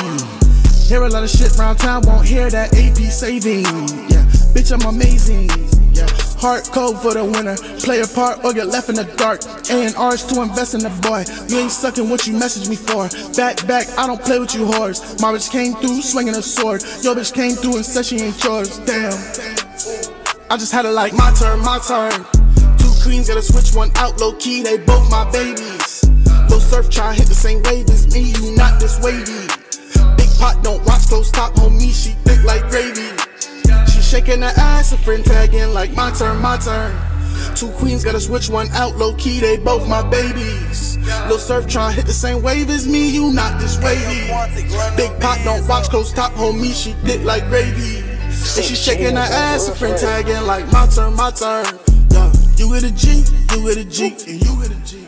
Speaker 10: Hear a lot of shit round town, won't hear that AP saving. Yeah, bitch, I'm amazing. Yeah, hard cold for the winner. Play a part or get left in the dark. A&R's to invest in the boy. You ain't sucking what you messaged me for. Back, back, I don't play with you whores. My bitch came through swinging a sword. Yo, bitch came through and said she ain't yours. Damn. I just had it like my turn, my turn. Two queens gotta switch one out low key, they both my babies. Lil Surf try hit the same wave as me, you not this wavy. Big pot, don't watch, don't stop, homie. She thick like gravy. She shaking her ass, a friend tagging like my turn, my turn. Two queens gotta switch one out, low key, they both my babies. Lil Surf tryna hit the same wave as me, you not this wavy. Big pot, don't watch, don't stop, homie. She thick like gravy. And she shaking her ass, a friend tagging like my turn, my turn. Yeah, you with a G, you with a G, and you with a G.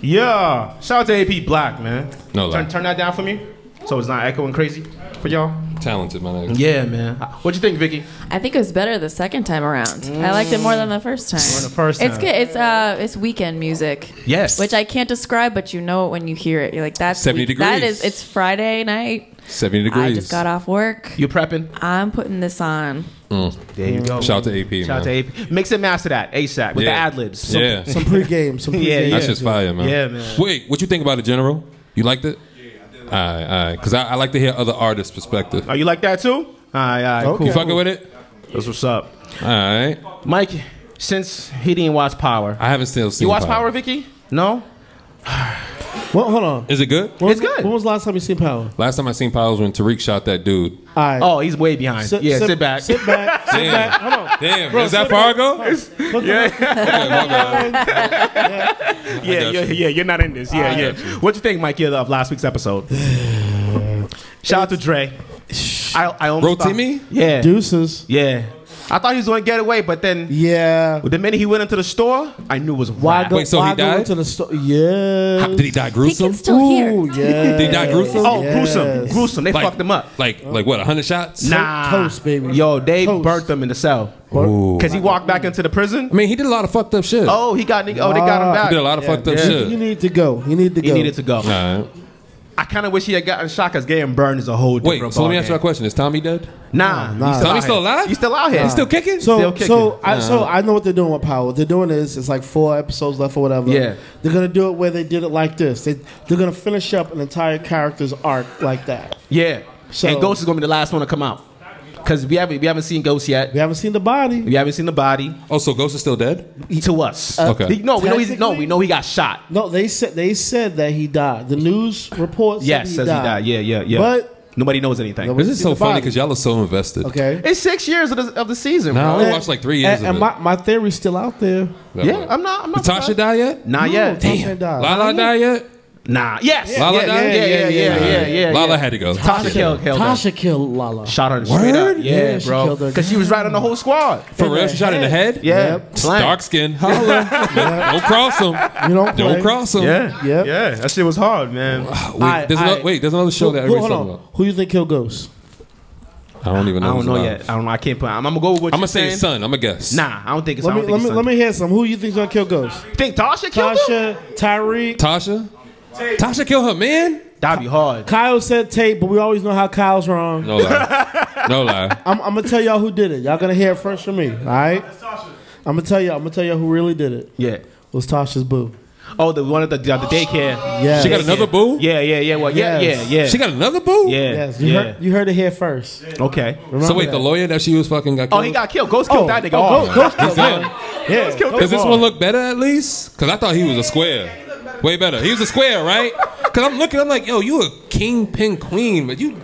Speaker 3: Yeah. Shout out to AP Black, man.
Speaker 2: No lie.
Speaker 3: turn, turn that down for me, so it's not echoing crazy for y'all.
Speaker 2: Talented, my nigga.
Speaker 3: Yeah, man. What you think, Vicky?
Speaker 1: I think it was better the second time around. I liked it more than the first time.
Speaker 3: More the first
Speaker 1: It's
Speaker 3: time.
Speaker 1: good. It's uh, it's weekend music.
Speaker 3: Yes.
Speaker 1: Which I can't describe, but you know it when you hear it. You're like, that's
Speaker 2: 70
Speaker 1: week- That
Speaker 2: degrees.
Speaker 1: is. It's Friday night.
Speaker 2: 70 degrees.
Speaker 1: I just got off work.
Speaker 3: You prepping?
Speaker 1: I'm putting this on.
Speaker 3: There you go.
Speaker 2: Mm. Shout out to AP,
Speaker 3: Shout out
Speaker 2: man.
Speaker 3: to AP. Mix and master that ASAP with the
Speaker 2: Yeah.
Speaker 3: ad libs.
Speaker 2: yeah.
Speaker 5: Some pregame, some pregame.
Speaker 3: Yeah, yeah.
Speaker 2: That's just fire, man.
Speaker 3: Yeah, man.
Speaker 2: Wait, what you think about it, General? You liked it? Yeah, I did. All right, all right. Because I, I like to hear other artists' perspective.
Speaker 3: Are Oh, you like that too? All right, all right,
Speaker 5: Okay.
Speaker 2: You
Speaker 3: cool.
Speaker 2: fucking with it?
Speaker 3: That's what's up,
Speaker 2: All right.
Speaker 3: Mike. Since he didn't watch Power,
Speaker 2: I haven't still seen
Speaker 3: you watch Power, Vicky? No.
Speaker 5: Well, hold on.
Speaker 2: Is it good?
Speaker 5: When was-
Speaker 3: It's good.
Speaker 5: When was the last time you seen Power?
Speaker 2: Last time I seen Power was when Tariq shot that dude.
Speaker 5: All right.
Speaker 3: Oh, he's way behind. yeah, sit, back.
Speaker 5: Sit back. Sit
Speaker 2: Damn.
Speaker 5: back. Hold on.
Speaker 2: Damn,
Speaker 5: Bro,
Speaker 2: is that
Speaker 5: sit back.
Speaker 2: Fargo?
Speaker 5: Look yeah.
Speaker 3: yeah,
Speaker 2: got
Speaker 3: yeah,
Speaker 2: you.
Speaker 3: yeah. You're not in this. Yeah, yeah. What'd you think, Mike, yeah, of last week's episode? Shout out to Dre. I, I almost
Speaker 2: Bro,
Speaker 3: thought-
Speaker 2: Timmy?
Speaker 3: Yeah,
Speaker 5: Deuces.
Speaker 3: yeah. I thought he was going to get away, but then
Speaker 5: Yeah.
Speaker 3: the minute he went into the store, I knew it was
Speaker 5: Why
Speaker 3: why.
Speaker 5: go?
Speaker 2: Wait, so he
Speaker 5: why go
Speaker 2: died?
Speaker 5: into the store? Yeah.
Speaker 2: Did he die
Speaker 1: He can
Speaker 2: gruesome?
Speaker 1: still
Speaker 5: Ooh,
Speaker 1: hear.
Speaker 5: yeah.
Speaker 2: Did he die gruesome?
Speaker 3: Oh,
Speaker 5: Yes.
Speaker 3: gruesome, gruesome. They fucked him up.
Speaker 2: Like, like what, 100 shots?
Speaker 3: Nah,
Speaker 5: toast, baby.
Speaker 3: Yo, they
Speaker 5: Toast.
Speaker 3: burnt him in the cell
Speaker 2: Ooh.
Speaker 3: because he walked back into the prison.
Speaker 2: I mean, he did a lot of fucked up shit.
Speaker 3: Oh, he got. Oh, they got him
Speaker 5: Wow.
Speaker 2: He did a
Speaker 3: back.
Speaker 2: lot of fucked up
Speaker 3: yeah.
Speaker 5: You
Speaker 2: shit.
Speaker 5: need to go. You need to
Speaker 3: He
Speaker 5: go.
Speaker 3: needed to go.
Speaker 2: All right.
Speaker 3: I kind of wish he had gotten shot because getting burned is a whole different.
Speaker 2: Wait, so let me ask you a
Speaker 3: ballgame.
Speaker 2: question. Is Tommy dead?
Speaker 3: Nah,
Speaker 5: Nah,
Speaker 3: he's
Speaker 5: nah.
Speaker 3: still
Speaker 2: Tommy's
Speaker 3: out
Speaker 2: still
Speaker 3: here.
Speaker 2: alive?
Speaker 3: He's still out here.
Speaker 2: He's still kicking?
Speaker 3: Oh,
Speaker 2: Uh-huh.
Speaker 3: Still
Speaker 5: So,
Speaker 3: kicking. Uh-huh.
Speaker 5: so, I, so I know what they're doing with Power. They're doing is it's like four episodes left or whatever.
Speaker 3: Yeah.
Speaker 5: they're gonna do it where they did it like this. They they're gonna finish up an entire character's arc like that.
Speaker 3: Yeah.
Speaker 5: So-
Speaker 3: and Ghost is gonna be the last one to come out because we haven't we haven't seen Ghost yet.
Speaker 5: We haven't seen the body.
Speaker 3: We haven't seen the body
Speaker 2: Oh, so Ghost is still dead?
Speaker 3: to us.
Speaker 2: Okay.
Speaker 3: He- no, we know he's no,
Speaker 5: Technically-
Speaker 3: we know he got shot.
Speaker 5: No, they said they said that he died. The news report said
Speaker 3: Yes,
Speaker 5: he
Speaker 3: says
Speaker 5: died.
Speaker 3: he died. Yeah, yeah, yeah.
Speaker 5: But-
Speaker 3: nobody knows anything.
Speaker 5: Nobody-
Speaker 2: This is
Speaker 5: See
Speaker 2: so
Speaker 5: the
Speaker 2: funny
Speaker 5: body.
Speaker 2: because y'all are so invested.
Speaker 5: Okay.
Speaker 3: it's six years of the, of the season.
Speaker 2: Nah, I
Speaker 3: bro.
Speaker 2: only watched like three years
Speaker 5: and and
Speaker 2: of it.
Speaker 5: my, my theory's still out there.
Speaker 2: That
Speaker 3: Yeah,
Speaker 2: one.
Speaker 3: I'm not. I'm not.
Speaker 2: Tasha
Speaker 3: surprised.
Speaker 2: die yet?
Speaker 3: Not yet.
Speaker 5: Tasha Damn. died.
Speaker 2: Lala die yet?
Speaker 3: Nah. Yes.
Speaker 2: Lala
Speaker 3: yeah,
Speaker 2: died?
Speaker 3: Yeah, yeah, yeah, yeah, yeah, yeah.
Speaker 2: Lala had to go.
Speaker 3: Tasha killed. killed her.
Speaker 5: Tasha killed Lala.
Speaker 3: Shot her straight up.
Speaker 2: Word?
Speaker 3: Yeah,
Speaker 5: Yeah, she
Speaker 3: bro.
Speaker 5: killed her.
Speaker 3: Because she was right on the whole squad.
Speaker 2: For real? She shot in the head?
Speaker 3: Yeah. Blank.
Speaker 2: Dark skin. Holla. Don't cross him.
Speaker 5: You don't play.
Speaker 2: Don't cross him.
Speaker 3: Yeah.
Speaker 5: Yep.
Speaker 3: Yeah. That shit was hard, man.
Speaker 2: Wait,
Speaker 5: Aight,
Speaker 2: there's another,
Speaker 5: aight.
Speaker 2: wait, there's another show
Speaker 5: Who,
Speaker 2: that
Speaker 5: who,
Speaker 2: everybody's
Speaker 5: hold
Speaker 2: talking
Speaker 5: on.
Speaker 2: about.
Speaker 5: Who you think killed Ghost?
Speaker 2: I don't even
Speaker 3: I
Speaker 2: know.
Speaker 3: don't know yet. I don't know. I can't put. I'm, I'm gonna go with what
Speaker 2: I'm
Speaker 3: you're
Speaker 2: gonna say
Speaker 3: saying.
Speaker 2: his son. I'm gonna guess.
Speaker 3: Nah, I don't think it's.
Speaker 5: Let
Speaker 3: I
Speaker 5: me
Speaker 3: don't
Speaker 5: let me
Speaker 3: think
Speaker 5: let
Speaker 3: it's
Speaker 5: me hear some. Who you think's gonna kill Ghost?
Speaker 3: son. Think Tasha killed him?
Speaker 5: Tasha, Tyreek.
Speaker 2: Tasha. Tasha killed her man.
Speaker 3: That'd be hard.
Speaker 5: Kyle said tape, but we always know how Kyle's wrong.
Speaker 2: No lie. No lie.
Speaker 5: I'm, I'm gonna tell y'all who did it. Y'all gonna hear it first from me. All right. I'm gonna tell y'all. I'm gonna tell y'all who really did it.
Speaker 3: Yeah.
Speaker 5: It was Tasha's boo.
Speaker 3: Oh, the one at the, the, the daycare.
Speaker 5: Yes.
Speaker 2: She got another boo.
Speaker 3: Yeah, yeah, yeah. Well, yeah,
Speaker 5: Yes.
Speaker 3: yeah, yeah.
Speaker 2: She got another boo.
Speaker 3: yeah.
Speaker 5: Yes. You,
Speaker 3: yeah.
Speaker 5: Heard, you heard it here first.
Speaker 3: okay.
Speaker 2: So
Speaker 5: Remember
Speaker 2: wait,
Speaker 5: that.
Speaker 2: the lawyer that she was fucking got
Speaker 3: Oh,
Speaker 2: killed.
Speaker 3: he got killed. Ghost killed that nigga.
Speaker 5: oh,
Speaker 3: off.
Speaker 5: Ghost, Ghost killed
Speaker 2: He's dead.
Speaker 5: him. Yeah. Ghost
Speaker 3: killed
Speaker 2: Does this one look better at least? Cause I thought he was a square. Way better. He was a square, right? Cause I'm looking. I'm like, yo, you a kingpin queen, but you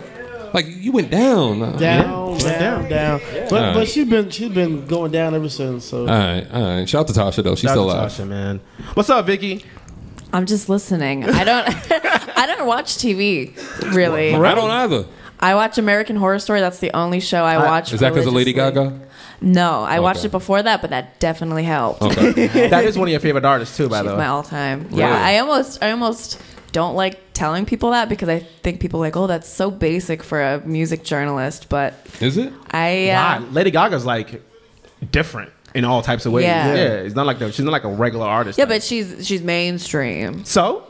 Speaker 2: Like you went down. Uh,
Speaker 5: Down, down, down. But
Speaker 2: All right.
Speaker 5: but she's been she's been going down ever since. So
Speaker 2: All right, all right. Shout out to Tasha though. She's
Speaker 3: Shout
Speaker 2: still
Speaker 3: out
Speaker 2: alive.
Speaker 3: to Tasha, man. What's up, Vicky?
Speaker 1: I'm just listening. I don't. I don't watch TV really.
Speaker 2: I don't either.
Speaker 1: I watch American Horror Story. That's the only show I watch.
Speaker 2: Is that because of Lady
Speaker 1: religiously.
Speaker 2: Gaga?
Speaker 1: No, I watched
Speaker 2: Okay.
Speaker 1: it before that, but that definitely helped.
Speaker 2: Okay.
Speaker 3: that is one of your favorite artists too, by
Speaker 1: She's
Speaker 3: the
Speaker 1: my
Speaker 3: way.
Speaker 1: all-time. Yeah, I almost, I almost don't like telling people that because I think people are like, oh, that's so basic for a music journalist. But
Speaker 2: Is it?
Speaker 1: I,
Speaker 3: Wow,
Speaker 1: uh,
Speaker 3: Lady Gaga's like different in all types of ways.
Speaker 1: Yeah.
Speaker 3: Yeah,
Speaker 1: Yeah.
Speaker 3: it's not like the, she's not like a regular artist.
Speaker 1: yeah, but she's she's mainstream.
Speaker 3: so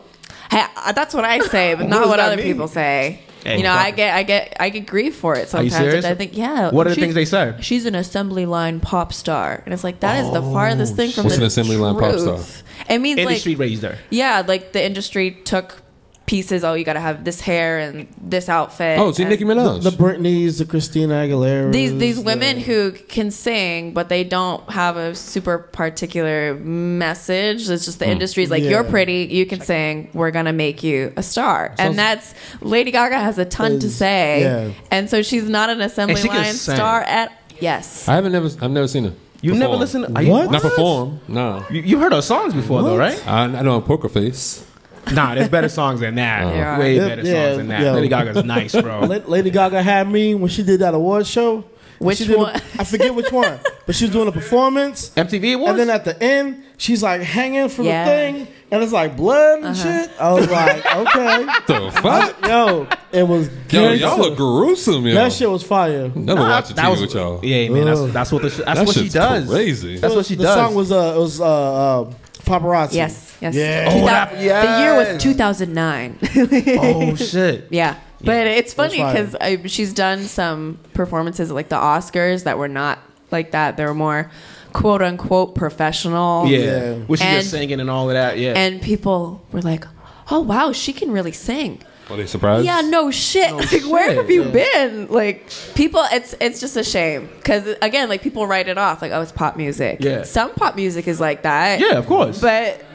Speaker 1: Hey, I- that's what I say, but
Speaker 3: What
Speaker 1: not
Speaker 3: does
Speaker 1: what
Speaker 3: that
Speaker 1: other
Speaker 3: mean?
Speaker 1: people say.
Speaker 3: Hey,
Speaker 1: you know,
Speaker 3: fuck.
Speaker 1: I get, I get, I get grief for it
Speaker 3: Are you
Speaker 1: sometimes.
Speaker 3: serious?
Speaker 1: I think, yeah.
Speaker 3: What are the
Speaker 1: she's-
Speaker 3: things they say?
Speaker 1: She's an assembly line pop star, and it's like that is the farthest thing from
Speaker 2: What's
Speaker 1: the
Speaker 2: Oh, an assembly line pop star?
Speaker 1: truth. It means
Speaker 3: industry
Speaker 1: like
Speaker 3: raised her.
Speaker 1: yeah, like the industry took pieces. Oh, you got to have this hair and this outfit.
Speaker 2: Oh, see
Speaker 1: and-
Speaker 2: Nicki Minaj.
Speaker 5: the Britneys, the Christina Aguilera.
Speaker 1: these these women who can sing but they don't have a super particular message it's just the industry's like
Speaker 5: Yeah.
Speaker 1: you're pretty you can sing we're gonna make you a star and that's lady gaga has a ton to
Speaker 5: Is-
Speaker 1: say
Speaker 5: yeah.
Speaker 1: and so she's not an assembly
Speaker 3: she can
Speaker 1: line
Speaker 3: sing.
Speaker 1: star at yes
Speaker 2: I haven't never. I've never seen her.
Speaker 3: You
Speaker 2: perform.
Speaker 3: never listened. Are
Speaker 5: What?
Speaker 2: Not perform. No.
Speaker 3: You, you heard her songs before though, right?
Speaker 2: I, I know Poker Face. Uh-huh.
Speaker 3: Nah, there's better songs than that.
Speaker 1: Yeah.
Speaker 3: Way
Speaker 5: Yeah,
Speaker 3: better
Speaker 5: yeah,
Speaker 3: songs than that.
Speaker 5: yo.
Speaker 3: Lady Gaga's nice, bro.
Speaker 5: La- Lady Gaga had me when she did that award show.
Speaker 1: Which
Speaker 5: she did a-
Speaker 1: one?
Speaker 5: I forget which one, but she was doing a performance.
Speaker 3: MTV Awards.
Speaker 5: And then at the end, she's like hanging from
Speaker 1: Yeah. Uh-huh.
Speaker 5: the thing, and it's like blood and shit. I was like, okay,
Speaker 2: The fuck?
Speaker 5: yo, it was
Speaker 2: Yo,
Speaker 5: good.
Speaker 2: y'all are gruesome. Yo.
Speaker 5: That shit was fire.
Speaker 2: Never watch a
Speaker 3: that
Speaker 2: TV
Speaker 3: was
Speaker 2: with y'all.
Speaker 3: Yeah, man.
Speaker 5: Ugh.
Speaker 3: That's, that's what the, sh- that's
Speaker 2: That
Speaker 3: what she
Speaker 2: shit's
Speaker 3: does.
Speaker 2: crazy.
Speaker 3: That's what she
Speaker 5: the
Speaker 3: does.
Speaker 5: song was uh, it was uh, uh, paparazzi.
Speaker 1: yes yes
Speaker 5: Yeah.
Speaker 1: Two
Speaker 5: Oh,
Speaker 1: thou-
Speaker 3: that-
Speaker 1: the year
Speaker 3: yes.
Speaker 1: was 2009
Speaker 3: oh shit.
Speaker 1: Yeah. But it's funny
Speaker 5: fire.
Speaker 1: because she's done some performances at, like the Oscars that were not like that. They were more quote unquote professional.
Speaker 3: Yeah.
Speaker 5: Yeah.
Speaker 3: Which she
Speaker 1: Oh, And-
Speaker 3: just singing and all of that. Yeah.
Speaker 1: And people were like, oh, wow, she can really sing.
Speaker 2: Are they surprised?
Speaker 1: Yeah, no shit. like, where
Speaker 3: shit,
Speaker 1: have you been? Like, people, it's it's just a shame because again, like people write it off, like, oh, it's pop music.
Speaker 3: Yeah.
Speaker 1: some pop music is like that.
Speaker 3: yeah, of course.
Speaker 1: but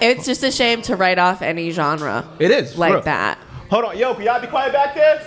Speaker 1: it's just a shame to write off any genre
Speaker 3: it is for
Speaker 1: like
Speaker 3: real.
Speaker 1: that.
Speaker 3: Hold on, yo, can y'all be quiet back there?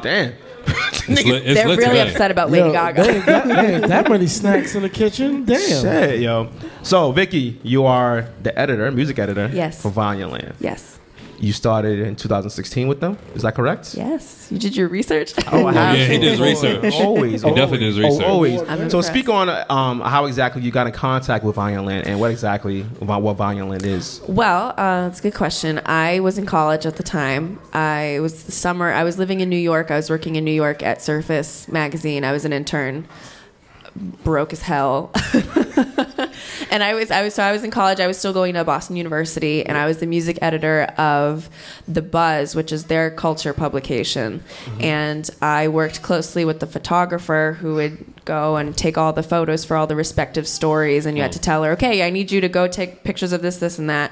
Speaker 3: Damn.
Speaker 2: It's lit, it's
Speaker 1: They're
Speaker 2: lit
Speaker 1: really
Speaker 2: today.
Speaker 1: upset about
Speaker 5: Yo,
Speaker 1: Lady Gaga.
Speaker 5: They ain't got, they ain't that many snacks in the kitchen. Damn.
Speaker 3: Shit, yo. So, Vicky, you are the editor, music editor
Speaker 1: Yes.
Speaker 3: for Vanya Land.
Speaker 1: Yes.
Speaker 3: You started in 2016 with them. Is that correct?
Speaker 1: Yes. You did your research?
Speaker 3: Oh, I have
Speaker 2: Yeah, he
Speaker 3: to.
Speaker 2: did his research.
Speaker 3: Always.
Speaker 2: He definitely did his research.
Speaker 3: oh, Always.
Speaker 1: I'm
Speaker 3: So
Speaker 1: impressed.
Speaker 3: speak on uh, um, how exactly you got in contact with Vanya Land and what exactly about what Vanya Land is.
Speaker 1: well, uh, that's a good question. I was in college at the time. I it was the summer. I was living in New York. I was working in New York at Surface Magazine. I was an intern. Broke as hell. and I was I was so I was in college. I was still going to Boston University, and I was the music editor of the Buzz, which is their culture publication. And I worked closely with the photographer who would go and take all the photos for all the respective stories, and you had to tell her, okay, I need you to go take pictures of this, this, and that.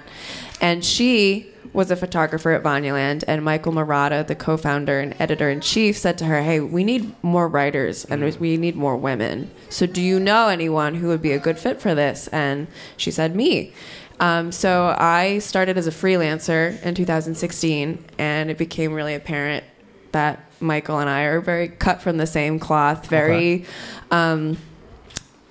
Speaker 1: And she was a photographer at Vanyaland, and Michael Murata, the co-founder and editor in chief, said to her, "Hey, we need more writers, and we need more women. So, do you know anyone who would be a good fit for this?" And she said, "Me." Um, so I started as a freelancer in 2016, and it became really apparent that Michael and I are very cut from the same cloth, very um,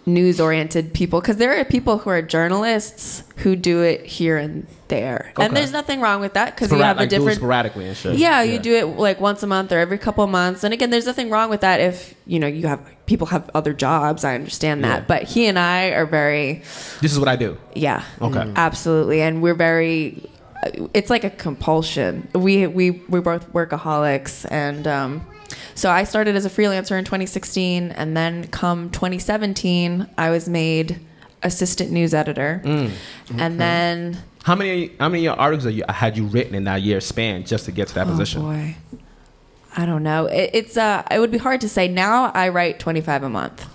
Speaker 1: news oriented people because there are people who are journalists who do it here and there and
Speaker 3: Okay.
Speaker 1: there's nothing wrong with that because you
Speaker 3: Sporad-
Speaker 1: have
Speaker 3: like
Speaker 1: a
Speaker 3: do it
Speaker 1: different
Speaker 3: sporadically and shit.
Speaker 1: yeah, you do it like once a month or every couple of months. And again, there's nothing wrong with that if, you know, you have people have other jobs. I understand that.
Speaker 3: Yeah.
Speaker 1: But he and I are very
Speaker 3: This is what I do.
Speaker 1: yeah.
Speaker 3: Okay. Mm.
Speaker 1: Absolutely. And we're very it's like a compulsion. We we we're both workaholics and um so I started as a freelancer in 2016 and then come 2017 I was made assistant news editor. And then
Speaker 3: Mm. How many how many articles are you, had you written in that year span just to get to that position?
Speaker 1: Oh boy. I don't know. It, it's uh, it would be hard to say. Now I write twenty five a month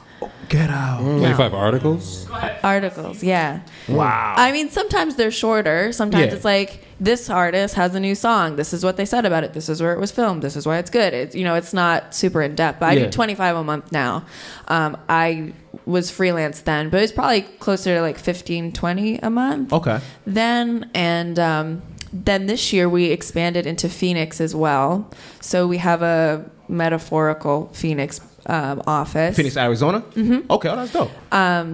Speaker 3: Get out.
Speaker 2: 25 articles?
Speaker 1: articles. Yeah,
Speaker 3: Wow.
Speaker 1: I mean sometimes they're shorter. Sometimes
Speaker 3: Yeah.
Speaker 1: it's like this artist has a new song. This is what they said about it. This is where it was filmed. This is why it's good. It's you know it's not super in depth. But I
Speaker 3: Yeah.
Speaker 1: do twenty five a month now. Um, I was freelance then, but it was probably closer to like 15, 20 a month.
Speaker 3: okay.
Speaker 1: then and um, Then this year we expanded into Phoenix as well. So we have a metaphorical Phoenix um, office.
Speaker 3: Phoenix, Arizona. Mm-hmm. Okay, oh, that's dope.
Speaker 1: Um,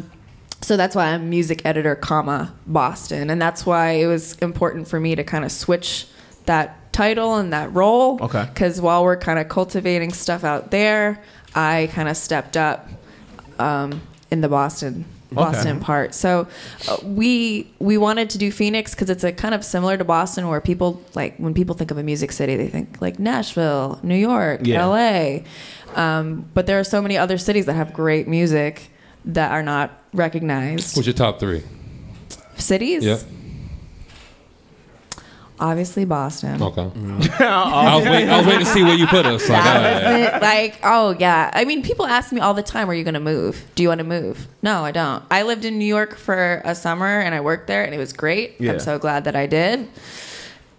Speaker 1: So that's why I'm music editor, comma Boston, and that's why it was important for me to kind of switch that title and that role.
Speaker 3: Okay.
Speaker 1: Because while we're kind of cultivating stuff out there, I kind of stepped up um, in the Boston. Boston part. So uh, we we wanted to do Phoenix because it's a kind of similar to Boston, where people like when people think of a music city, they think like Nashville, New York,
Speaker 3: Yeah.
Speaker 1: L.A. Um, but there are so many other cities that have great music that are not recognized.
Speaker 2: What's your top three?
Speaker 1: cities?
Speaker 2: Yeah.
Speaker 1: Obviously Boston.
Speaker 2: Okay.
Speaker 3: Mm.
Speaker 2: Mm. I, was wait, I was waiting to see where you put us. Like, all right.
Speaker 1: That was it. Like, oh yeah. I mean, people ask me all the time, "Are you going to move? Do you want to move?" No, I don't. I lived in New York for a summer, and I worked there, and it was great.
Speaker 3: Yeah.
Speaker 1: I'm so glad that I did.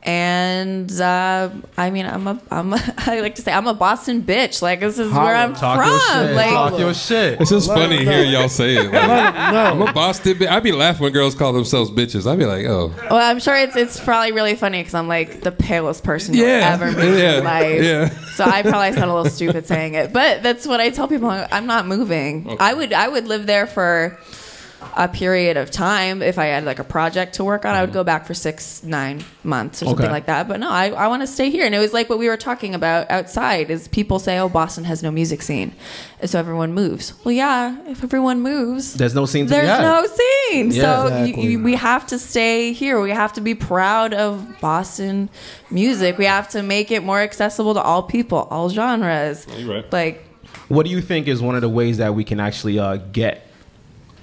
Speaker 1: And uh, I mean, I'm a, I'm a, I like to say, I'm a Boston bitch. Like, this is where I'm
Speaker 3: Talk
Speaker 1: from.
Speaker 3: your shit. Talk
Speaker 1: Like,
Speaker 3: your shit.
Speaker 2: It's just funny hearing y'all say it. Like, I'm a Boston. bi- I be laughing when girls call themselves bitches. I be like, oh,
Speaker 1: well, I'm sure it's it's probably really funny because I'm like the palest person you'll
Speaker 2: Yeah.
Speaker 1: ever meet in
Speaker 2: Yeah.
Speaker 1: your life.
Speaker 2: Yeah.
Speaker 1: So I probably sound a little stupid saying it, but that's what I tell people. I'm not moving. I would I would live there for a period of time if I had like a project to work on. I would
Speaker 2: Mm-hmm.
Speaker 1: go back for six nine months or something
Speaker 3: Okay.
Speaker 1: like that. But no, I I want to stay here. And it was like what we were talking about outside is people say, oh, Boston has no music scene, and so everyone moves. Well, yeah, if everyone moves,
Speaker 3: There's no scene to be
Speaker 1: there's
Speaker 3: had.
Speaker 1: no scene.
Speaker 3: Yeah.
Speaker 1: so you- you, we have to stay here. We have to be proud of Boston music. We have to make it more accessible to all people, all genres.
Speaker 2: you're right.
Speaker 1: Like
Speaker 3: What do you think is one of the ways that we can actually uh, get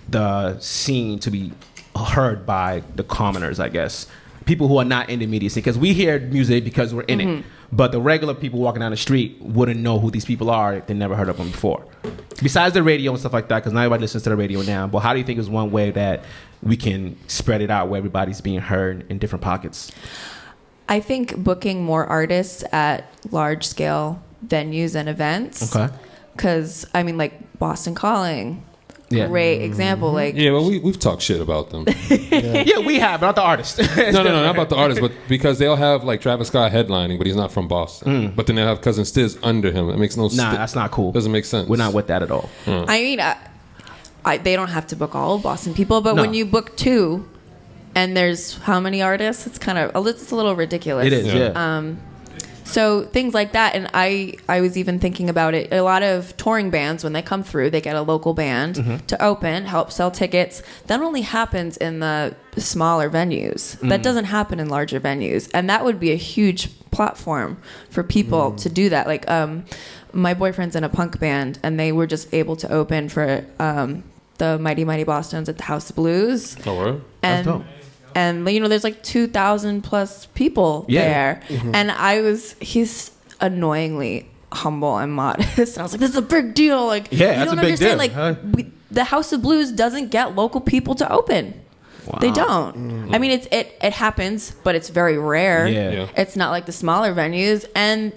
Speaker 3: the scene to be heard by the commoners, I guess? People who are not in the media scene, because we hear music because we're in
Speaker 1: Mm-hmm.
Speaker 3: it, but the regular people walking down the street wouldn't know who these people are if they never heard of them before. Besides the radio and stuff like that, because not everybody listens to the radio now. But how do you think is one way that we can spread it out where everybody's being heard in different pockets?
Speaker 1: I think booking more artists at large scale venues and events.
Speaker 3: Okay.
Speaker 1: Because I mean, like Boston Calling,
Speaker 3: Yeah.
Speaker 1: great example. Like
Speaker 2: Mm-hmm. yeah. Well, we we've talked shit about them.
Speaker 3: Yeah, we have, but not the artist.
Speaker 2: No, no, no, not about the artists, but because they'll have like Travis Scott headlining, but he's not from Boston. But then they'll have cousin Stiz under him. It makes no sense.
Speaker 3: Mm. nah, that's not cool.
Speaker 2: Doesn't make sense. Mm.
Speaker 3: We're not with that at all.
Speaker 1: I mean, I, I, they don't have to book all of Boston people, but
Speaker 3: No.
Speaker 1: when you book two, and there's how many artists? It's kind of it's a little ridiculous. Um,
Speaker 3: It is,
Speaker 2: Yeah.
Speaker 3: yeah.
Speaker 1: So things like that, and I I was even thinking about it. A lot of touring bands when they come through, they get a local band
Speaker 3: Mm-hmm.
Speaker 1: to open, help sell tickets. That only happens in the smaller venues. That
Speaker 3: Mm.
Speaker 1: doesn't happen in larger venues, and that would be a huge platform for people to do that. Like um, my boyfriend's in a punk band, and they were just able to open for um, the Mighty Mighty Boston's at the House of Blues
Speaker 2: Oh, word?
Speaker 1: and
Speaker 3: dope.
Speaker 1: and you know there's like 2000 plus people
Speaker 3: Yeah.
Speaker 1: there and i was he's annoyingly humble and modest and i was like this is a big deal like
Speaker 3: Yeah,
Speaker 1: you
Speaker 3: that's
Speaker 1: don't
Speaker 3: a big
Speaker 1: understand
Speaker 3: deal,
Speaker 1: like
Speaker 3: huh?
Speaker 1: we, the house of blues doesn't get local people to open They don't. I mean, it's it it happens, but it's very rare.
Speaker 3: Yeah. Yeah.
Speaker 1: It's not like the smaller venues, and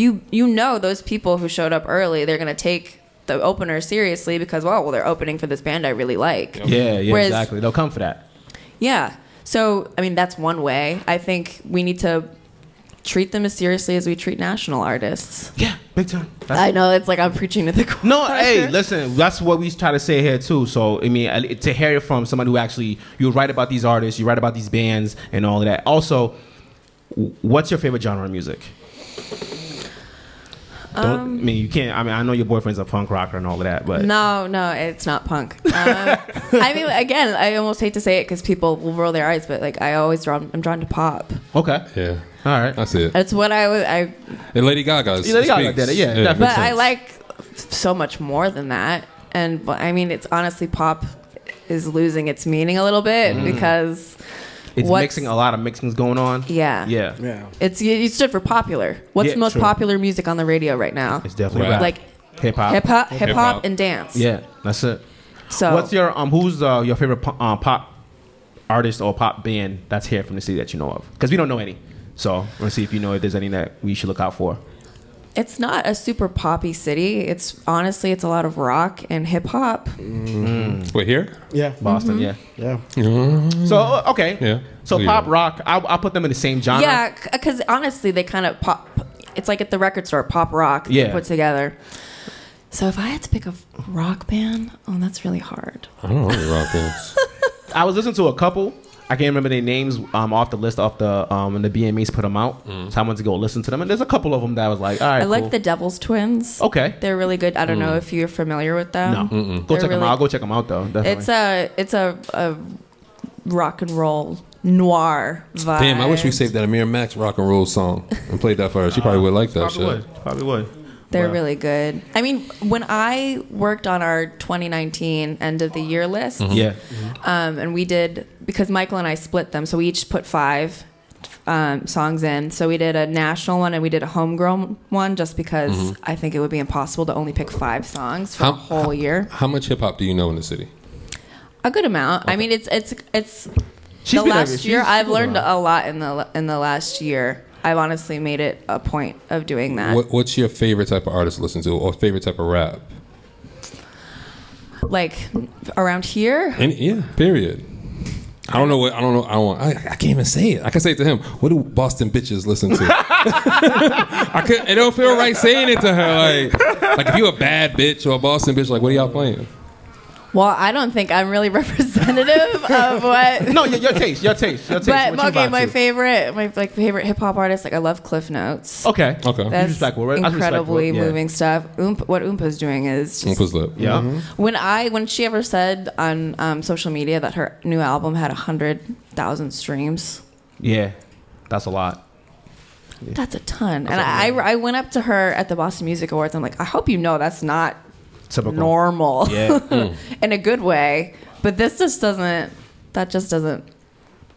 Speaker 1: you you know those people who showed up early, they're gonna take the opener seriously because oh, well, well, they're opening for this band I really like.
Speaker 3: Yeah, yeah,
Speaker 1: Whereas-
Speaker 3: exactly. They'll come for that.
Speaker 1: Yeah. So, I mean, that's one way. I think we need to treat them as seriously as we treat national artists.
Speaker 3: Yeah, big time.
Speaker 1: I know it's like I'm preaching to the choir.
Speaker 3: no, hey, listen, that's what we try to say here too. So, I mean, I- to hear it from somebody who actually you write about these artists, you write about these bands, and all of that. Also, w- what's your favorite genre of music? Don't, I mean, you can't. I mean, I know your boyfriend's a punk rocker and all of that, but
Speaker 1: No, no, it's not punk. Um, I mean, again, I almost hate to say it because people will roll their eyes, but like I always drawn, I'm drawn to pop.
Speaker 3: okay,
Speaker 2: Yeah.
Speaker 3: all right.
Speaker 2: That's it.
Speaker 1: That's what I was. I
Speaker 2: And Lady Gaga. is-
Speaker 3: Yeah, Lady Gaga
Speaker 2: speaks.
Speaker 3: did Uh, it, yeah, definitely.
Speaker 1: but I
Speaker 3: sense.
Speaker 1: like so much more than that. And but, I mean, it's honestly pop is losing its meaning a little bit
Speaker 3: Mm.
Speaker 1: because
Speaker 3: It's
Speaker 1: what's-
Speaker 3: mixing a lot of mixings going on.
Speaker 1: yeah,
Speaker 3: yeah,
Speaker 5: Yeah.
Speaker 1: It's you you stood for popular. What's
Speaker 3: Yeah,
Speaker 1: the most
Speaker 3: true.
Speaker 1: popular music on the radio right now?
Speaker 3: It's definitely
Speaker 2: Right.
Speaker 3: rap.
Speaker 1: like
Speaker 3: hip hop.
Speaker 1: hip hop, hip
Speaker 2: Hip-hop.
Speaker 1: hop, and dance.
Speaker 3: Yeah, that's it.
Speaker 1: So
Speaker 3: What's your um? Who's uh, your favorite po- um, pop artist or pop band that's here from the city that you know of? Because we don't know any, so let's see if you know if there's any that we should look out for.
Speaker 1: it's not a super poppy city. It's honestly, it's a lot of rock and hip hop.
Speaker 2: Wait here?
Speaker 5: Yeah.
Speaker 3: Boston,
Speaker 2: Mm-hmm.
Speaker 3: yeah.
Speaker 1: Mm-hmm.
Speaker 5: Yeah.
Speaker 3: So uh, okay,
Speaker 2: Yeah.
Speaker 3: So
Speaker 2: Yeah.
Speaker 3: pop rock, I'll, I'll put them in the same genre.
Speaker 1: Yeah, because honestly, they kind of pop. It's like at the record store, pop rock they
Speaker 3: Yeah.
Speaker 1: put together. So if I had to pick a rock band, oh, that's really hard.
Speaker 2: I don't know any rock bands.
Speaker 3: I was listening to a couple. I can't remember their names um, off the list off the um, when the BMEs put them out. So I went to go listen to them, and there's a couple of them that I was like, all right,
Speaker 1: I like
Speaker 3: cool.
Speaker 1: the Devil's Twins.
Speaker 3: okay. Mm.
Speaker 1: They're really good. I don't know if you're familiar with them.
Speaker 3: No, go
Speaker 1: They're
Speaker 3: check them
Speaker 1: really-
Speaker 3: out. I'll go check them out though. Definitely.
Speaker 1: It's a it's a, a rock and roll noir vibe.
Speaker 2: Damn, I wish we saved that Amir Max rock and roll song and played that for her. She probably would like
Speaker 3: probably
Speaker 2: that shit.
Speaker 3: would. Probably would.
Speaker 1: They're
Speaker 3: Wow.
Speaker 1: really good. I mean, when I worked on our 2019 end of the year list,
Speaker 2: Mm-hmm.
Speaker 3: Yeah.
Speaker 1: um, and we did because Michael and I split them, so we each put five um, songs in. So we did a national one and we did a homegrown one, just because I think it would be impossible to only pick five songs for
Speaker 2: Mm-hmm. How-
Speaker 1: a whole year.
Speaker 2: How much hip hop do you know in the city?
Speaker 1: A good amount. I mean, it's it's it's
Speaker 3: She's
Speaker 1: the
Speaker 3: been
Speaker 1: last
Speaker 3: every-
Speaker 1: year.
Speaker 3: she's-
Speaker 1: I've
Speaker 3: she's
Speaker 1: learned a lot in the in the last year. I've honestly made it a point of doing that.
Speaker 2: What, what's your favorite type of artist to listen to or favorite type of rap?
Speaker 1: Like around here,
Speaker 2: And yeah, period. I don't know what I don't know. I don't. I, I can't even say it. I can say it to him. What do Boston bitches listen to? I could. It don't feel right saying it to her. Like, like if you a bad bitch or a Boston bitch, like what are y'all playing?
Speaker 1: well, I don't think I'm really representative of what
Speaker 3: No, your, your taste, your taste, your taste.
Speaker 1: But
Speaker 3: what you
Speaker 1: okay,
Speaker 3: vibe
Speaker 1: my
Speaker 3: to.
Speaker 1: favorite, my like favorite hip hop artist, like I love Cliff Notes.
Speaker 3: Okay.
Speaker 2: Okay.
Speaker 1: That's
Speaker 3: respectable, right? That's respectable,
Speaker 1: incredibly
Speaker 3: yeah.
Speaker 1: moving stuff. Oomp, what Oompa's doing is just, Mm-hmm.
Speaker 2: What's up?
Speaker 3: Yeah.
Speaker 1: when I when she ever said on um, social media that her new album had hundred thousand streams.
Speaker 3: Yeah. That's a lot.
Speaker 1: That's a ton, and I, I I went up to her at the Boston Music Awards. I'm like, I hope you know that's not
Speaker 3: Typical.
Speaker 1: normal,
Speaker 3: Yeah.
Speaker 2: Mm.
Speaker 1: in a good way. But this just doesn't. That just doesn't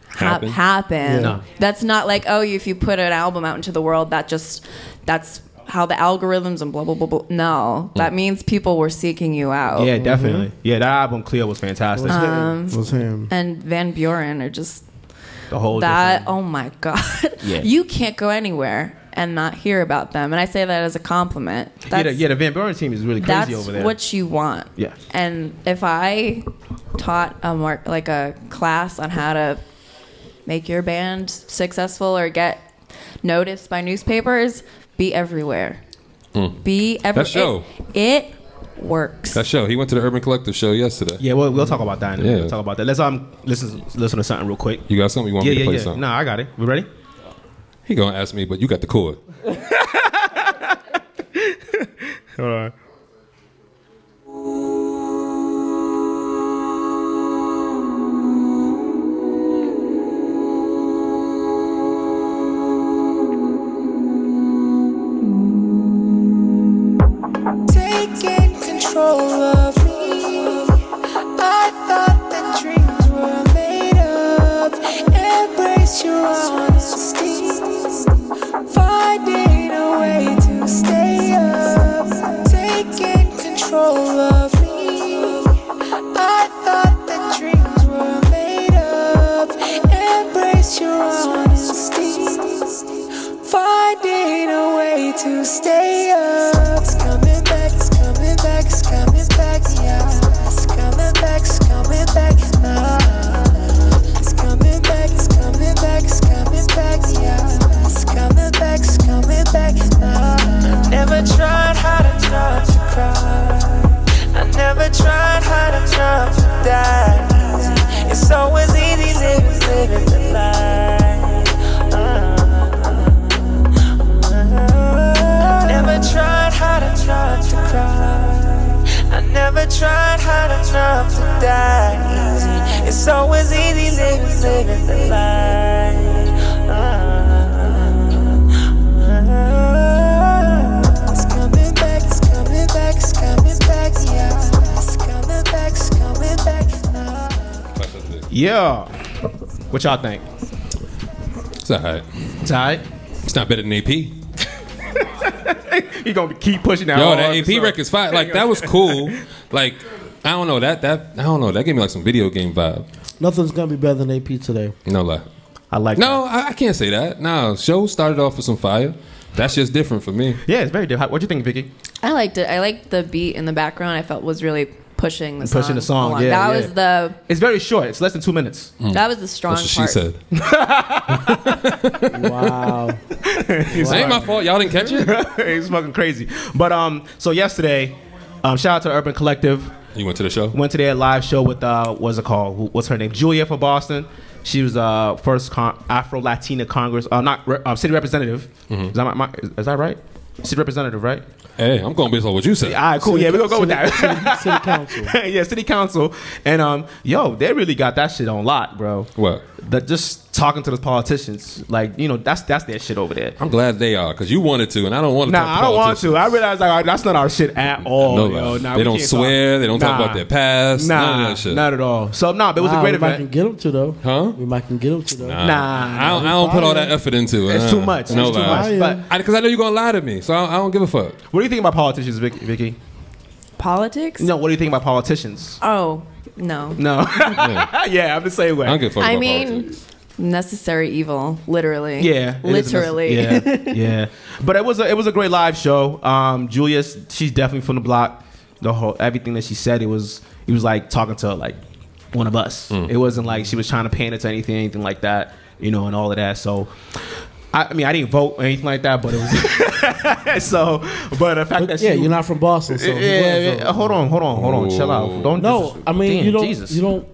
Speaker 1: hap-
Speaker 2: Happen?
Speaker 1: happen.
Speaker 3: No.
Speaker 1: That's not like oh, if you put an album out into the world, that just that's how the algorithms and blah blah blah. blah. No, that means people were seeking you out.
Speaker 3: Mm. Yeah, definitely. Yeah, that album Clear was fantastic.
Speaker 1: Um,
Speaker 5: was
Speaker 3: Mm-hmm.
Speaker 5: him.
Speaker 1: And Van Buren are just
Speaker 3: the whole
Speaker 1: that.
Speaker 3: different-
Speaker 1: Oh my god,
Speaker 3: Yeah.
Speaker 1: you can't go anywhere and not hear about them. And I say that as a compliment.
Speaker 3: yeah,
Speaker 1: That's,
Speaker 3: the, yeah, the Van Buren team is really
Speaker 1: that's
Speaker 3: crazy over there.
Speaker 1: what you want.
Speaker 3: Yeah.
Speaker 1: And if I taught a mark like a class on how to make your band successful or get noticed by newspapers, be everywhere. Be everywhere.
Speaker 2: Mm. That show.
Speaker 1: It, it works.
Speaker 2: That show. He went to the Urban Collective show yesterday.
Speaker 3: yeah, we'll, we'll talk about that. In a
Speaker 2: Yeah.
Speaker 3: minute. We'll talk about that. Let's um listen listen to something real quick.
Speaker 2: You got something? You want
Speaker 3: Yeah,
Speaker 2: me to
Speaker 3: yeah,
Speaker 2: play
Speaker 3: yeah.
Speaker 2: something?
Speaker 3: No, I got it. We ready?
Speaker 2: He gonna ask me, but you got the chord.
Speaker 3: All right.
Speaker 11: taking control of me. I thought that dreams were made up. Embrace your honesty. Finding a way to stay up. Taking control of me. I thought that dreams were made up. Embrace your honesty. Finding a way to stay up. It's coming back, it's coming back, it's coming back, yeah. It's coming back, it's coming back, nah. It's coming back, it's coming back, it's coming back, yeah. It's coming back, it's coming back, nah. I never tried hard enough to cry. I never tried hard enough to die. It's always easy living, living the lie. I never tried hard enough to cry. I never tried hard enough to die. Easy. It's always easy living, living the life. It's coming back, it's coming back, it's coming back, yeah. It's coming back, it's coming back now.
Speaker 3: Yeah. What y'all think?
Speaker 2: It's alright.
Speaker 3: It's all right.
Speaker 2: It's not better than AP.
Speaker 3: He gonna keep pushing that.
Speaker 2: Yo,
Speaker 3: whole
Speaker 2: that AP
Speaker 3: episode.
Speaker 2: record's fire. Like that was cool. Like I don't know that that I don't know that gave me like some video game vibe.
Speaker 5: Nothing's gonna be better than AP today.
Speaker 2: No lie.
Speaker 3: I like.
Speaker 2: No, I, I can't say that. No, show started off with some fire. That's just different for me.
Speaker 3: Yeah, it's very different. What do you think, Vicky?
Speaker 1: I liked it. I liked the beat in the background. I felt was really pushing the song.
Speaker 3: Pushing the song,
Speaker 1: along.
Speaker 3: yeah,
Speaker 1: that
Speaker 3: yeah.
Speaker 1: was the
Speaker 3: It's very short. It's less than two minutes.
Speaker 2: Mm.
Speaker 1: that was the strong
Speaker 2: Hmm. That's what
Speaker 1: part.
Speaker 2: she said.
Speaker 5: Wow.
Speaker 2: It ain't my fault. Y'all didn't catch it.
Speaker 3: it's fucking crazy. But um, so yesterday, um, shout out to the Urban Collective.
Speaker 2: You went to the show.
Speaker 3: Went to their live show with uh, what's it called? Who- What's her name? Julia from Boston. She was uh first con- Afro Latina Congress, uh, not re- uh, city representative. Is, that my, my, is, is that right? City representative, right?
Speaker 2: Mm-hmm. Hey, I'm going based on what you said.
Speaker 3: All right, cool. yeah, we're gonna go with that.
Speaker 5: City council.
Speaker 3: yeah, city council. And um, yo, they really got that shit on lock, bro.
Speaker 2: What?
Speaker 3: That just talking to the politicians, like you know, that's that's their shit over there.
Speaker 2: I'm glad they are because you wanted to, and I don't want to.
Speaker 3: Nah,
Speaker 2: talk
Speaker 3: I
Speaker 2: to
Speaker 3: don't want
Speaker 2: politicians.
Speaker 3: to. I realize like all right, that's not our shit at all.
Speaker 2: No,
Speaker 3: yo.
Speaker 2: no.
Speaker 3: Nah,
Speaker 2: They
Speaker 3: we
Speaker 2: don't
Speaker 3: can't
Speaker 2: swear, they don't talk about their past,
Speaker 3: Nah,
Speaker 2: none of that shit.
Speaker 3: Not at all. So no, but it was
Speaker 5: Wow,
Speaker 3: a great
Speaker 5: we might can
Speaker 3: event.
Speaker 5: get him to though.
Speaker 2: Huh?
Speaker 5: We might can get him to though.
Speaker 3: Nah,
Speaker 2: I don't, I don't put all that effort into it.
Speaker 3: it's
Speaker 2: Uh,
Speaker 3: too much.
Speaker 2: No
Speaker 3: it's too
Speaker 2: lies.
Speaker 5: lie.
Speaker 3: much. But
Speaker 2: Because I, know you're gonna lie to me, so I, I don't give a fuck.
Speaker 3: what do you think about politicians, Vicky? Vicky?
Speaker 1: Politics?
Speaker 3: No, what do you think about politicians?
Speaker 1: Oh no.
Speaker 3: No. yeah. I'm the same way.
Speaker 2: I don't give a fuck.
Speaker 1: I
Speaker 2: about
Speaker 1: mean,
Speaker 2: politics.
Speaker 1: necessary evil, literally.
Speaker 3: Yeah, it is a mess-
Speaker 1: literally.
Speaker 3: Yeah, yeah. But it was a it was a great live show. Um, Julius, she's definitely from the block. The whole everything that she said, it was it was like talking to like one of us.
Speaker 2: Mm.
Speaker 3: It wasn't like she was trying to paint it to anything, anything like that, you know, and all of that. So. I I mean, I didn't vote or anything like that, but it was so. But the fact that
Speaker 5: yeah,
Speaker 3: she,
Speaker 5: you're not from Boston, so
Speaker 3: Yeah,
Speaker 5: you
Speaker 3: yeah,
Speaker 5: wouldn't
Speaker 3: yeah.
Speaker 5: vote.
Speaker 3: hold on, hold on, hold on, chill out. Don't
Speaker 5: No,
Speaker 3: just-
Speaker 5: I mean
Speaker 3: damn,
Speaker 5: you don't.
Speaker 3: Jesus.
Speaker 5: You don't.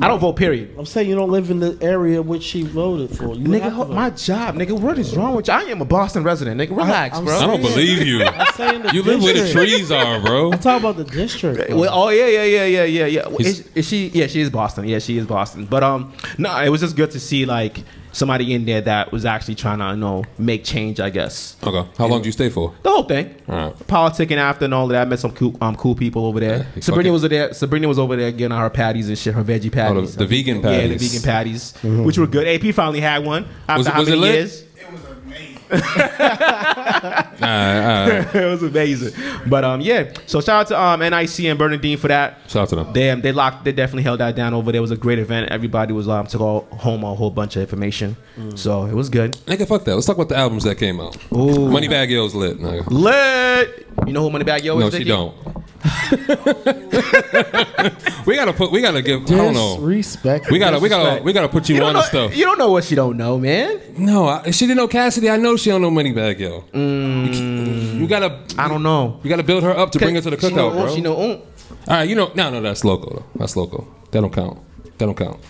Speaker 3: I don't vote. Period.
Speaker 5: I'm saying you don't live in the area which she voted for. You
Speaker 3: Nigga,
Speaker 5: have to
Speaker 3: ho-
Speaker 5: vote.
Speaker 3: my job, nigga. What is wrong with you? I am a Boston resident, nigga. Relax,
Speaker 5: I'm
Speaker 3: bro.
Speaker 2: I don't believe you.
Speaker 5: I'm saying the
Speaker 2: You live where the
Speaker 5: district.
Speaker 2: trees are, bro.
Speaker 5: I'm talking about the district. though.
Speaker 3: Well, oh yeah, yeah, yeah, yeah, yeah, yeah. Well,
Speaker 2: He's-
Speaker 3: Is, is she? Yeah, she is Boston. Yeah, she is Boston. But um, no, it was just good to see like somebody in there that was actually trying to, you know, make change. I guess
Speaker 2: Okay, how long do you stay for?
Speaker 3: the whole thing,
Speaker 2: Alright.
Speaker 3: politicking after and all of that. I met some cool, um, cool people over there.
Speaker 2: Yeah,
Speaker 3: Sabrina
Speaker 2: fucking- Oh,
Speaker 3: was there. Sabrina was over there getting her patties and shit, her veggie patties,
Speaker 2: the vegan
Speaker 3: yeah, the
Speaker 2: patties.
Speaker 3: vegan patties, which were good. AP finally had one after
Speaker 2: Was it-
Speaker 3: how
Speaker 2: was it
Speaker 3: many
Speaker 2: lit?
Speaker 3: years?
Speaker 2: All right, all right.
Speaker 3: it was amazing. But um, yeah. So shout out to um NIC and Bernadine for that.
Speaker 2: Shout out to them.
Speaker 3: Damn, they locked. They definitely held that down over there. It was a great event. Everybody was um took all home a whole bunch of information.
Speaker 2: Mm.
Speaker 3: So it was good.
Speaker 2: Nigga, fuck that. Let's talk about the albums that came out.
Speaker 3: Ooh.
Speaker 2: Moneybag Yo's lit. Nigga.
Speaker 3: Lit. You know who Moneybag Yo is?
Speaker 2: No, she
Speaker 3: Vicky?
Speaker 2: don't. we gotta put. We gotta give. I don't know.
Speaker 5: Disrespect.
Speaker 2: We gotta. We gotta. We gotta put you,
Speaker 3: You don't,
Speaker 2: on
Speaker 3: know,
Speaker 2: to stuff.
Speaker 3: you don't know what she don't know, man.
Speaker 2: No, I, if she didn't know Cassidy. I know she don't know Moneybag Yo. You, you gotta.
Speaker 3: Mm. I don't know.
Speaker 2: You gotta build her up to bring her to the
Speaker 3: She know,
Speaker 2: cookout, bro.
Speaker 3: She know, mm.
Speaker 2: All right, you know, no, no, that's local though. That's local. That don't count. That don't count.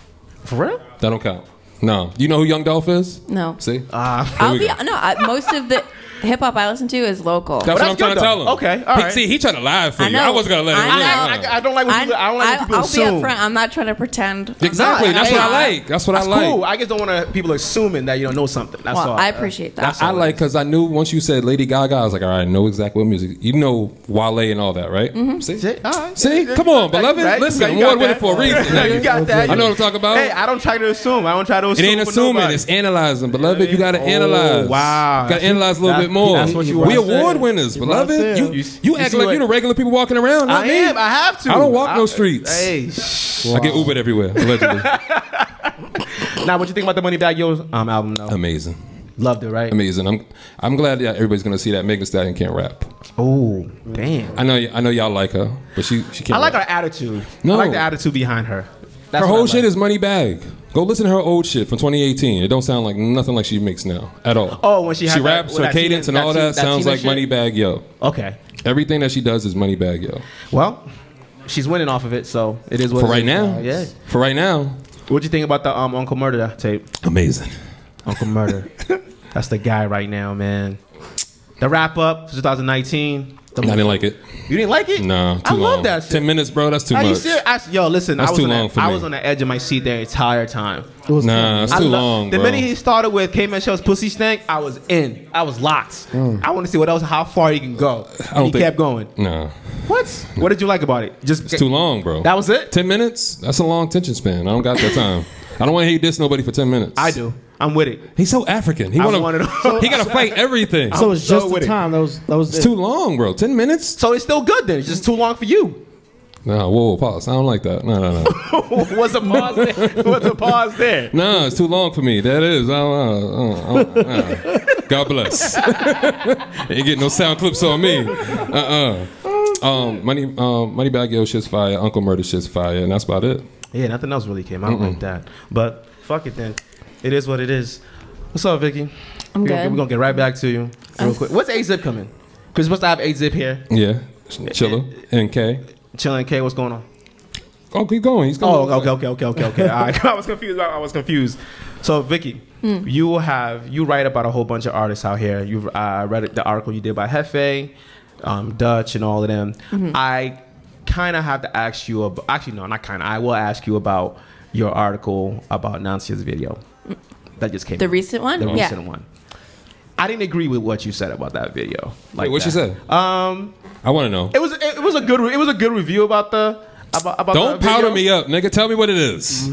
Speaker 3: for real.
Speaker 2: That don't count. No, you know who Young Dolph is?
Speaker 1: No.
Speaker 2: See,
Speaker 3: Ah.
Speaker 2: Here
Speaker 1: I'll
Speaker 2: we
Speaker 1: be
Speaker 2: go.
Speaker 1: no. I, most of the hip hop I listen to is local.
Speaker 2: that's
Speaker 3: Well,
Speaker 2: what I'm
Speaker 3: Oh, that's
Speaker 2: trying
Speaker 3: good,
Speaker 2: to tell him.
Speaker 3: though. Okay, all
Speaker 2: He-
Speaker 3: right.
Speaker 2: See, he trying to lie for
Speaker 1: I
Speaker 2: you. I
Speaker 1: know.
Speaker 2: was gonna let him.
Speaker 1: I
Speaker 2: in.
Speaker 1: know.
Speaker 3: I, I don't like. What
Speaker 1: I'm-
Speaker 3: people, I don't like what people
Speaker 1: I'll be
Speaker 3: assume.
Speaker 1: upfront. I'm not trying to pretend. I'm not-
Speaker 2: Exactly. That's what I like. That's what
Speaker 3: That's
Speaker 2: I like.
Speaker 3: cool. I just don't want to people assuming that you don't know something. That's
Speaker 1: Well,
Speaker 3: all.
Speaker 1: I appreciate that.
Speaker 3: That's
Speaker 2: I
Speaker 3: all.
Speaker 2: like because I knew once you said Lady Gaga, I was like, all right, I know exactly what music. You know Wale and all that, right? See,
Speaker 3: Mm-hmm. See, all right.
Speaker 2: See? come on, beloved.
Speaker 3: Right?
Speaker 2: Listen,
Speaker 3: You got
Speaker 2: award winning
Speaker 3: that.
Speaker 2: for a reason.
Speaker 3: you got that.
Speaker 2: I know what I'm talking about.
Speaker 3: Hey, I don't try to assume. I don't try to
Speaker 2: it
Speaker 3: assume.
Speaker 2: ain't
Speaker 3: for
Speaker 2: assuming.
Speaker 3: nobody.
Speaker 2: It's analyzing, beloved. You got to
Speaker 3: Oh,
Speaker 2: analyze.
Speaker 3: wow.
Speaker 2: Got to analyze a little
Speaker 3: That-
Speaker 2: bit more.
Speaker 3: that's what you
Speaker 2: We
Speaker 3: want to
Speaker 2: award
Speaker 3: say.
Speaker 2: winners,
Speaker 5: want to
Speaker 2: beloved.
Speaker 5: say.
Speaker 2: You,
Speaker 3: You-
Speaker 2: you,
Speaker 3: you
Speaker 2: act
Speaker 3: see
Speaker 2: like
Speaker 3: what-
Speaker 2: you're the regular people walking around. Not
Speaker 3: I
Speaker 2: me.
Speaker 3: am. I have to.
Speaker 2: I don't walk no streets.
Speaker 3: Hey, shh.
Speaker 2: I get Ubered everywhere, allegedly.
Speaker 3: now what you think about the Money Bag Yo um, album though?
Speaker 2: Amazing.
Speaker 3: Loved it, right?
Speaker 2: Amazing. I'm I'm glad that everybody's gonna see that Megan Stallion can't rap.
Speaker 3: oh, damn.
Speaker 2: I know y- I know y'all like her, but she she can't.
Speaker 3: I like
Speaker 2: rap.
Speaker 3: her attitude.
Speaker 2: No.
Speaker 3: I like the attitude behind her. That's
Speaker 2: Her
Speaker 3: what I
Speaker 2: whole
Speaker 3: like.
Speaker 2: shit is money bag. Go listen to her old shit from 2018. It don't sound like nothing like she makes now at all.
Speaker 3: Oh, when she had
Speaker 2: she
Speaker 3: that-
Speaker 2: raps,
Speaker 3: with
Speaker 2: her
Speaker 3: that
Speaker 2: cadence
Speaker 3: Tina-
Speaker 2: and all
Speaker 3: that Tina-
Speaker 2: that,
Speaker 3: that
Speaker 2: sounds
Speaker 3: Tina
Speaker 2: like
Speaker 3: shit?
Speaker 2: money bag yo.
Speaker 3: okay.
Speaker 2: Everything that she does is money bag yo.
Speaker 3: Well, she's winning off of it, so it is what
Speaker 2: For
Speaker 3: it
Speaker 2: right
Speaker 3: is.
Speaker 2: now,
Speaker 3: Yeah.
Speaker 2: For right now,
Speaker 3: What do you think about the um, Uncle Murder tape?
Speaker 2: amazing.
Speaker 3: Uncle Murder. That's the guy right now, man. The wrap up 2019. The-
Speaker 2: I didn't like it.
Speaker 3: you didn't like it?
Speaker 2: Nah, too
Speaker 3: I
Speaker 2: long.
Speaker 3: love that shit.
Speaker 2: Ten minutes, bro. That's too
Speaker 3: Are you
Speaker 2: much.
Speaker 3: serious? I, yo, listen,
Speaker 2: That's
Speaker 3: I was
Speaker 2: too
Speaker 3: on the-
Speaker 2: long for
Speaker 3: I
Speaker 2: me.
Speaker 3: was on the edge of my seat the entire time.
Speaker 5: It was
Speaker 2: Nah, it's
Speaker 3: I
Speaker 2: too
Speaker 3: lo-
Speaker 2: long,
Speaker 3: The
Speaker 2: bro.
Speaker 3: minute he started with K Man Shell's Pussy Stank, I was in. I was locked. I want to see what else, how far he can go.
Speaker 2: Mm. I don't
Speaker 3: he
Speaker 2: think-
Speaker 3: kept going.
Speaker 2: Nah,
Speaker 3: What? What did you like about it? Just
Speaker 2: it's too long, bro.
Speaker 3: That was it.
Speaker 2: ten minutes. That's a long tension span. I don't got that time. I don't want to hate this nobody for ten minutes.
Speaker 3: I do. I'm with it.
Speaker 2: He's so African. He
Speaker 3: I
Speaker 2: wanna,
Speaker 3: want it all.
Speaker 2: He gotta fight everything.
Speaker 5: So it's
Speaker 3: so
Speaker 5: just
Speaker 3: with
Speaker 5: the
Speaker 3: it.
Speaker 5: time. That was that was
Speaker 2: it's
Speaker 5: it.
Speaker 2: too long, bro. Ten minutes.
Speaker 3: So it's still good then. It's just too long for you.
Speaker 2: Nah, whoa, pause. I don't like that. No, no, no.
Speaker 3: What's a pause there? What's a pause there?
Speaker 2: nah, it's too long for me. That is. I don't, know. I don't- I don't- nah. God bless. Ain't getting no sound clips on me. Uh uh Um, money, um, money bag, yo, shit's fire. Uncle murder, shit's fire, and that's about it.
Speaker 3: Yeah, nothing else really came out like that. But fuck it then. It is what it is. What's up, Vicky?
Speaker 1: I'm
Speaker 3: we're, Gonna,
Speaker 1: good.
Speaker 3: we're gonna get right back to you real quick. What's A Zip coming? Because supposed to have A Zip here.
Speaker 2: Yeah, chiller and K.
Speaker 3: Chilling K, what's going on?
Speaker 2: Oh, keep going. He's going.
Speaker 3: Oh, okay, okay, okay, okay, okay. All right. I was confused. I I was confused. So, Vicky,
Speaker 1: Hmm.
Speaker 3: you will have you write about a whole bunch of artists out here. You've uh, read the article you did by Hefe, um, Dutch, and all of them.
Speaker 1: Mm-hmm.
Speaker 3: I kind of have to ask you about. Actually, no, not kind of. I will ask you about your article about Nancy's video that just came.
Speaker 1: The
Speaker 3: out.
Speaker 1: recent one?
Speaker 3: The
Speaker 1: Yeah.
Speaker 3: recent one. I didn't agree with what you said about that video. Like
Speaker 2: Wait, what
Speaker 3: that.
Speaker 2: she said?
Speaker 3: Um,
Speaker 2: I want to know.
Speaker 3: it was it, it was a good re- it was a good review about the about, about
Speaker 2: Don't
Speaker 3: the
Speaker 2: powder
Speaker 3: video.
Speaker 2: me up, nigga. Tell me what it is.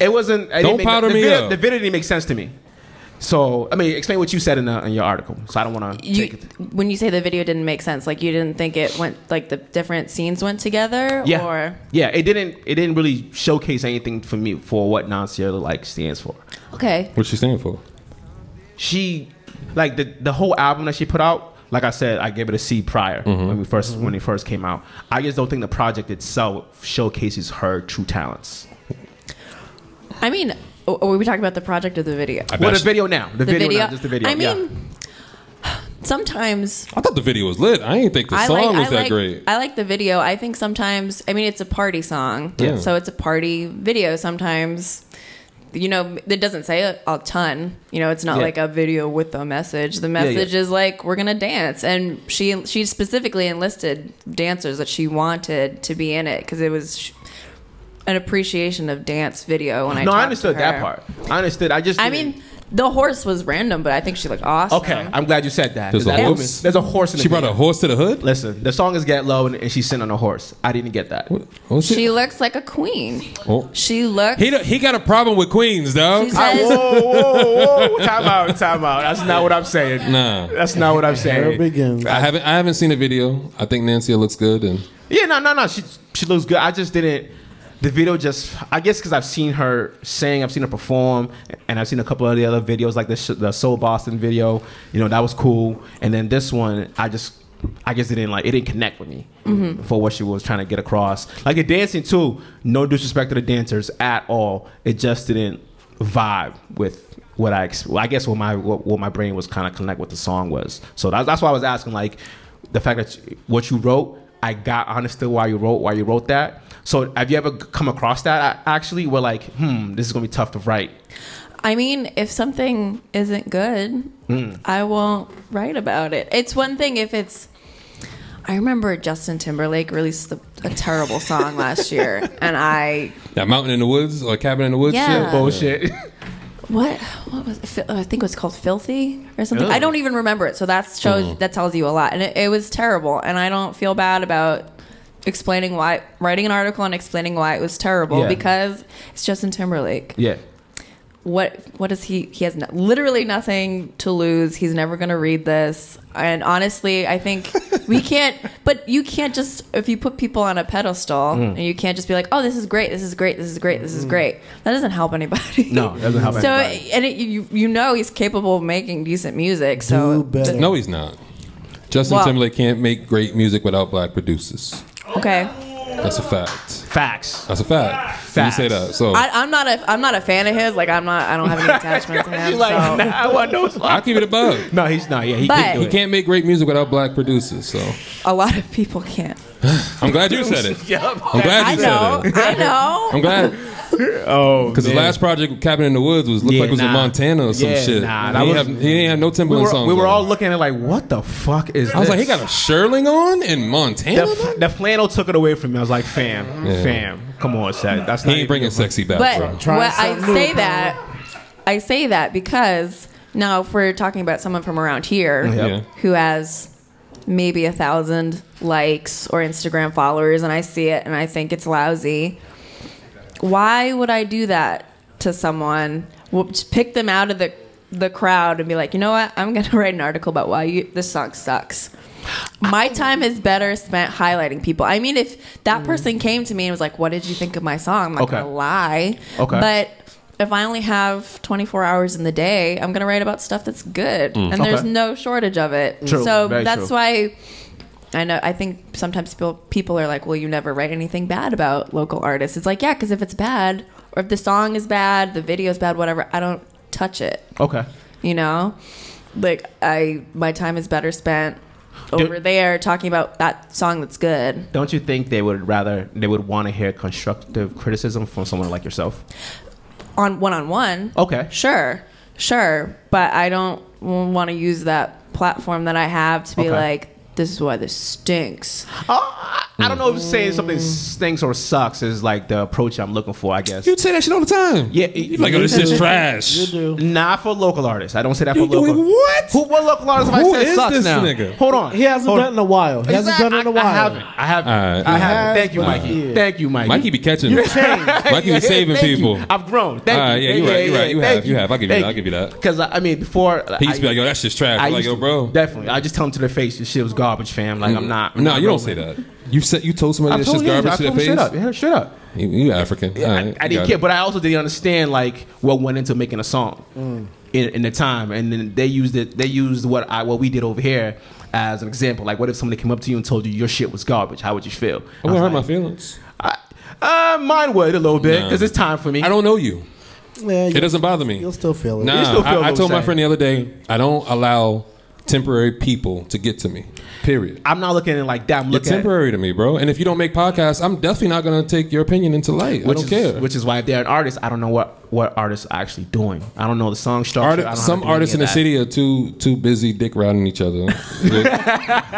Speaker 3: It wasn't. I
Speaker 2: Don't
Speaker 3: didn't make-
Speaker 2: powder
Speaker 3: the
Speaker 2: me
Speaker 3: video,
Speaker 2: up.
Speaker 3: The video didn't make sense to me. So I mean, explain what you said in, the, in your article. So I don't want to
Speaker 1: You,
Speaker 3: take it.
Speaker 1: when you say the video didn't make sense, like you didn't think it went like the different scenes went together,
Speaker 3: Yeah,
Speaker 1: or
Speaker 3: yeah. It didn't. It didn't really showcase anything for me for what Nancy like stands for.
Speaker 1: okay,
Speaker 2: What's she stand for?
Speaker 3: She like the the whole album that she put out. Like I said, I gave it a C prior
Speaker 2: Mm-hmm.
Speaker 3: when we 1st when it first came out. I just don't think the project itself showcases her true talents.
Speaker 1: I mean, o- or were we talking about the project of the video?
Speaker 2: I
Speaker 3: Well, the
Speaker 2: bet she-
Speaker 3: video now. The,
Speaker 1: the
Speaker 3: video,
Speaker 1: video,
Speaker 3: now. Just the video.
Speaker 1: I
Speaker 3: yeah.
Speaker 1: mean, sometimes
Speaker 2: I thought the video was lit. I didn't think the
Speaker 1: I
Speaker 2: song
Speaker 1: like,
Speaker 2: was
Speaker 1: I
Speaker 2: that
Speaker 1: like,
Speaker 2: great.
Speaker 1: I like the video. I think sometimes, I mean, it's a party song,
Speaker 2: Yeah.
Speaker 1: so it's a party video. Sometimes, you know, it doesn't say a, a ton. You know, it's not
Speaker 3: Yeah.
Speaker 1: like a video with a message. The
Speaker 3: yeah.
Speaker 1: message is like we're gonna dance, and she she specifically enlisted dancers that she wanted to be in it because it was. sh- an appreciation of dance video when I
Speaker 3: no,
Speaker 1: talked
Speaker 3: I
Speaker 1: to
Speaker 3: understood that
Speaker 1: her.
Speaker 3: part. I understood. I just.
Speaker 1: I
Speaker 3: didn't-
Speaker 1: mean, the horse was random, but I think she looked awesome.
Speaker 3: Okay, I'm glad you said that.
Speaker 2: There's a
Speaker 3: That
Speaker 2: horse?
Speaker 3: woman- There's a horse in the
Speaker 2: She brought a
Speaker 3: video.
Speaker 2: horse to the hood.
Speaker 3: Listen, the song is "Get Low" and, and she's sitting on a horse. I didn't get that.
Speaker 2: Oh shit.
Speaker 1: She looks like a queen.
Speaker 2: Oh.
Speaker 1: She looks.
Speaker 2: He, he got a problem with Queens, dog.
Speaker 1: she says,
Speaker 3: Ah, whoa, whoa, whoa! Time out, time out. That's not what I'm saying.
Speaker 2: Nah.
Speaker 3: That's not what I'm
Speaker 5: Here it
Speaker 3: saying.
Speaker 5: begins.
Speaker 2: I haven't I haven't seen the video. I think Nancy looks good and
Speaker 3: Yeah, no, no, no. She she looks good. I just didn't. The video just, I guess, because I've seen her sing, I've seen her perform, and I've seen a couple of the other videos, like the sh- the Soul Boston video. You know, that was cool. And then this one, I just, I guess it didn't like, it didn't connect with me for what she was trying to get across. Like the dancing too. No disrespect to the dancers at all. It just didn't vibe with what I, ex- well, I guess, what my what, what my brain was kind of connect with the song was. So that's that's why I was asking, like, the fact that you- what you wrote, I got I understood why you wrote why you wrote that. So have you ever come across that a- actually? Where like, hmm, this is gonna be tough to write.
Speaker 1: I mean, if something isn't good,
Speaker 3: Mm.
Speaker 1: I won't write about it. It's one thing if it's. I remember Justin Timberlake released the, a terrible song last year, and I
Speaker 2: that mountain in the woods or cabin in the woods
Speaker 1: Yeah.
Speaker 2: shit.
Speaker 3: Bullshit.
Speaker 1: what what was it? Fil- I think it was called Filthy or something.
Speaker 3: Ugh.
Speaker 1: I don't even remember it. So that shows that tells you a lot, and it, it was terrible. And I don't feel bad about explaining why writing an article and explaining why it was terrible
Speaker 3: Yeah.
Speaker 1: because it's Justin Timberlake.
Speaker 3: yeah.
Speaker 1: what what is he he has no, literally nothing to lose he's never going to read this and honestly i think we can't but you can't just if you put people on a pedestal
Speaker 3: Mm.
Speaker 1: and you can't just be like oh this is great this is great this is great this is great that doesn't help anybody
Speaker 3: No, it Mm. doesn't help
Speaker 1: so
Speaker 3: anybody.
Speaker 1: and it, you you know he's capable of making decent music so
Speaker 5: Do better.
Speaker 2: No, he's not. Justin
Speaker 1: Well-
Speaker 2: Timberlake can't make great music without black producers.
Speaker 1: okay
Speaker 2: That's a fact.
Speaker 3: Facts.
Speaker 2: That's a fact.
Speaker 3: Facts.
Speaker 2: You say that. So
Speaker 1: I,
Speaker 2: I,
Speaker 1: I'm not a I'm not a fan of his like I'm not I don't have any attachment to
Speaker 3: She's
Speaker 1: him
Speaker 3: like,
Speaker 1: so.
Speaker 3: nah, I want no song.
Speaker 2: keep it above.
Speaker 3: No, he's not. Yeah, he
Speaker 1: But-
Speaker 3: can't do
Speaker 2: He
Speaker 3: it.
Speaker 2: can't make great music without black producers. So
Speaker 1: a lot of people can't
Speaker 2: I'm glad you said it. I'm glad
Speaker 1: I
Speaker 2: you said
Speaker 1: know
Speaker 2: it.
Speaker 1: I know
Speaker 2: I'm glad.
Speaker 3: Oh,
Speaker 2: Because the last project, Cabin in the Woods, was looked
Speaker 3: Yeah,
Speaker 2: like it was
Speaker 3: nah.
Speaker 2: in Montana or some
Speaker 3: Yeah,
Speaker 2: shit.
Speaker 3: nah, that
Speaker 2: he, didn't
Speaker 3: was-
Speaker 2: have, he didn't have no
Speaker 3: we
Speaker 2: Timberland
Speaker 3: were,
Speaker 2: songs.
Speaker 3: we were
Speaker 2: on.
Speaker 3: all looking at it like, what the fuck is?
Speaker 2: I
Speaker 3: this?
Speaker 2: was like, he got a shirling on in Montana.
Speaker 3: The, f- the flannel took it away from me. I was like, fam,
Speaker 2: Yeah.
Speaker 3: fam, come on, Seth. That's
Speaker 2: he
Speaker 3: not
Speaker 2: ain't
Speaker 3: even
Speaker 2: bringing
Speaker 3: your-
Speaker 2: sexy back, bro.
Speaker 1: But
Speaker 5: Try
Speaker 1: what I
Speaker 5: something new,
Speaker 1: say
Speaker 5: pal.
Speaker 1: that I say that because now if we're talking about someone from around here
Speaker 2: Yeah.
Speaker 1: who has maybe a thousand likes or Instagram followers and I see it and I think it's lousy, why would I do that to someone? Well, just pick them out of the the crowd and be like, you know what? I'm gonna write an article about why you, this song sucks. My time is better spent highlighting people. I mean, if that person came to me and was like, "What did you think of my song?" I'm not
Speaker 3: Mm. Okay.
Speaker 1: gonna lie.
Speaker 3: Okay.
Speaker 1: But if I only have 24 hours in the day, I'm gonna write about stuff that's good,
Speaker 3: Mm.
Speaker 1: and there's
Speaker 3: Okay.
Speaker 1: no shortage of it.
Speaker 3: True,
Speaker 1: So
Speaker 3: very
Speaker 1: that's
Speaker 3: true.
Speaker 1: why. I know. I think sometimes people people are like, "Well, you never write anything bad about local artists." It's like, yeah, because if it's bad, or if the song is bad, the video is bad, whatever, I don't touch it.
Speaker 3: Okay.
Speaker 1: You know, like I my time is better spent over there talking about that song that's good.
Speaker 3: Don't you think they would rather they would want to hear constructive criticism from someone like yourself?
Speaker 1: on one on one.
Speaker 3: Okay.
Speaker 1: Sure, sure, but I don't want to use that platform that I have to be
Speaker 3: Okay. Ah!
Speaker 1: like, this is why this stinks.
Speaker 3: I don't know if saying something stinks or sucks is like the approach I'm looking for. I guess
Speaker 2: you say that shit all the time.
Speaker 3: Yeah,
Speaker 2: You like, oh, this shit's trash.
Speaker 5: You
Speaker 3: do. Not for local artists. I don't say that
Speaker 2: You
Speaker 3: for local.
Speaker 2: doing what?
Speaker 3: Who? What local artists have
Speaker 2: Who
Speaker 3: I said
Speaker 2: is
Speaker 3: sucks
Speaker 2: this
Speaker 3: now?
Speaker 2: nigga?
Speaker 3: Hold on.
Speaker 5: He hasn't
Speaker 3: Hold
Speaker 5: done it in a while. He hasn't
Speaker 3: Exact-
Speaker 5: done it in a
Speaker 3: I-
Speaker 5: while.
Speaker 3: I haven't. I haven't.
Speaker 2: Alright.
Speaker 3: I
Speaker 2: He
Speaker 3: haven't.
Speaker 5: has,
Speaker 3: Thank you,
Speaker 5: but-
Speaker 3: Mikey.
Speaker 5: Yeah.
Speaker 3: Thank you, Mikey.
Speaker 2: Mikey be catching.
Speaker 5: You
Speaker 2: it.
Speaker 5: changed.
Speaker 2: Mikey be saving
Speaker 3: Thank you.
Speaker 2: people.
Speaker 3: I've grown. Thank
Speaker 2: Alright,
Speaker 3: you.
Speaker 2: yeah, you're
Speaker 3: Thank
Speaker 2: right, you're right, you
Speaker 3: thank
Speaker 2: have, you have. I'll give you that, I'll give you that.
Speaker 3: Because I I mean, before
Speaker 2: He used to be
Speaker 3: I-
Speaker 2: like, yo, that shit's trash.
Speaker 3: I
Speaker 2: I'm like,
Speaker 3: used
Speaker 2: yo,
Speaker 3: to-
Speaker 2: bro.
Speaker 3: Definitely. I just tell them to their face. This shit was garbage, fam. Like I'm not. I'm
Speaker 2: No,
Speaker 3: not
Speaker 2: you don't
Speaker 3: rolling.
Speaker 2: say that. You said you told
Speaker 3: I
Speaker 2: somebody that's
Speaker 3: told
Speaker 2: just
Speaker 3: him,
Speaker 2: garbage
Speaker 3: I
Speaker 2: to their
Speaker 3: told him,
Speaker 2: face.
Speaker 3: Shut up. Yeah, shut up.
Speaker 2: You, you African.
Speaker 3: Yeah,
Speaker 2: Alright,
Speaker 3: I, I
Speaker 2: you
Speaker 3: didn't
Speaker 2: got
Speaker 3: care,
Speaker 2: it.
Speaker 3: but I also didn't understand like what went into making a song in, in the time, and then they used it. They used what I what we did over here as an example. Like, what if somebody came up to you and told you your shit was garbage? How would you feel?
Speaker 2: I wouldn't hurt my feelings.
Speaker 3: Uh, mine would a little bit because
Speaker 2: Nah.
Speaker 3: it's time for me.
Speaker 2: I don't know you.
Speaker 5: Yeah,
Speaker 2: It doesn't bother me.
Speaker 5: You'll still feel it.
Speaker 2: Nah,
Speaker 3: You still feel
Speaker 2: I, I
Speaker 3: those
Speaker 2: told my
Speaker 3: same.
Speaker 2: friend the other day, I don't allow temporary people to get to me. Period.
Speaker 3: I'm not looking at it like that. I'm
Speaker 2: You're
Speaker 3: looking at
Speaker 2: temporary to me, bro. And if you don't make podcasts, I'm definitely not gonna take your opinion into light. I
Speaker 3: which
Speaker 2: don't
Speaker 3: is,
Speaker 2: care.
Speaker 3: Which is why if they're an artist, I don't know what what artists are actually doing. I don't know the song structure.
Speaker 2: Arti-
Speaker 3: I don't know how
Speaker 2: some
Speaker 3: to do any
Speaker 2: artists
Speaker 3: of
Speaker 2: in the
Speaker 3: that.
Speaker 2: city are too too busy dick riding each other. They're,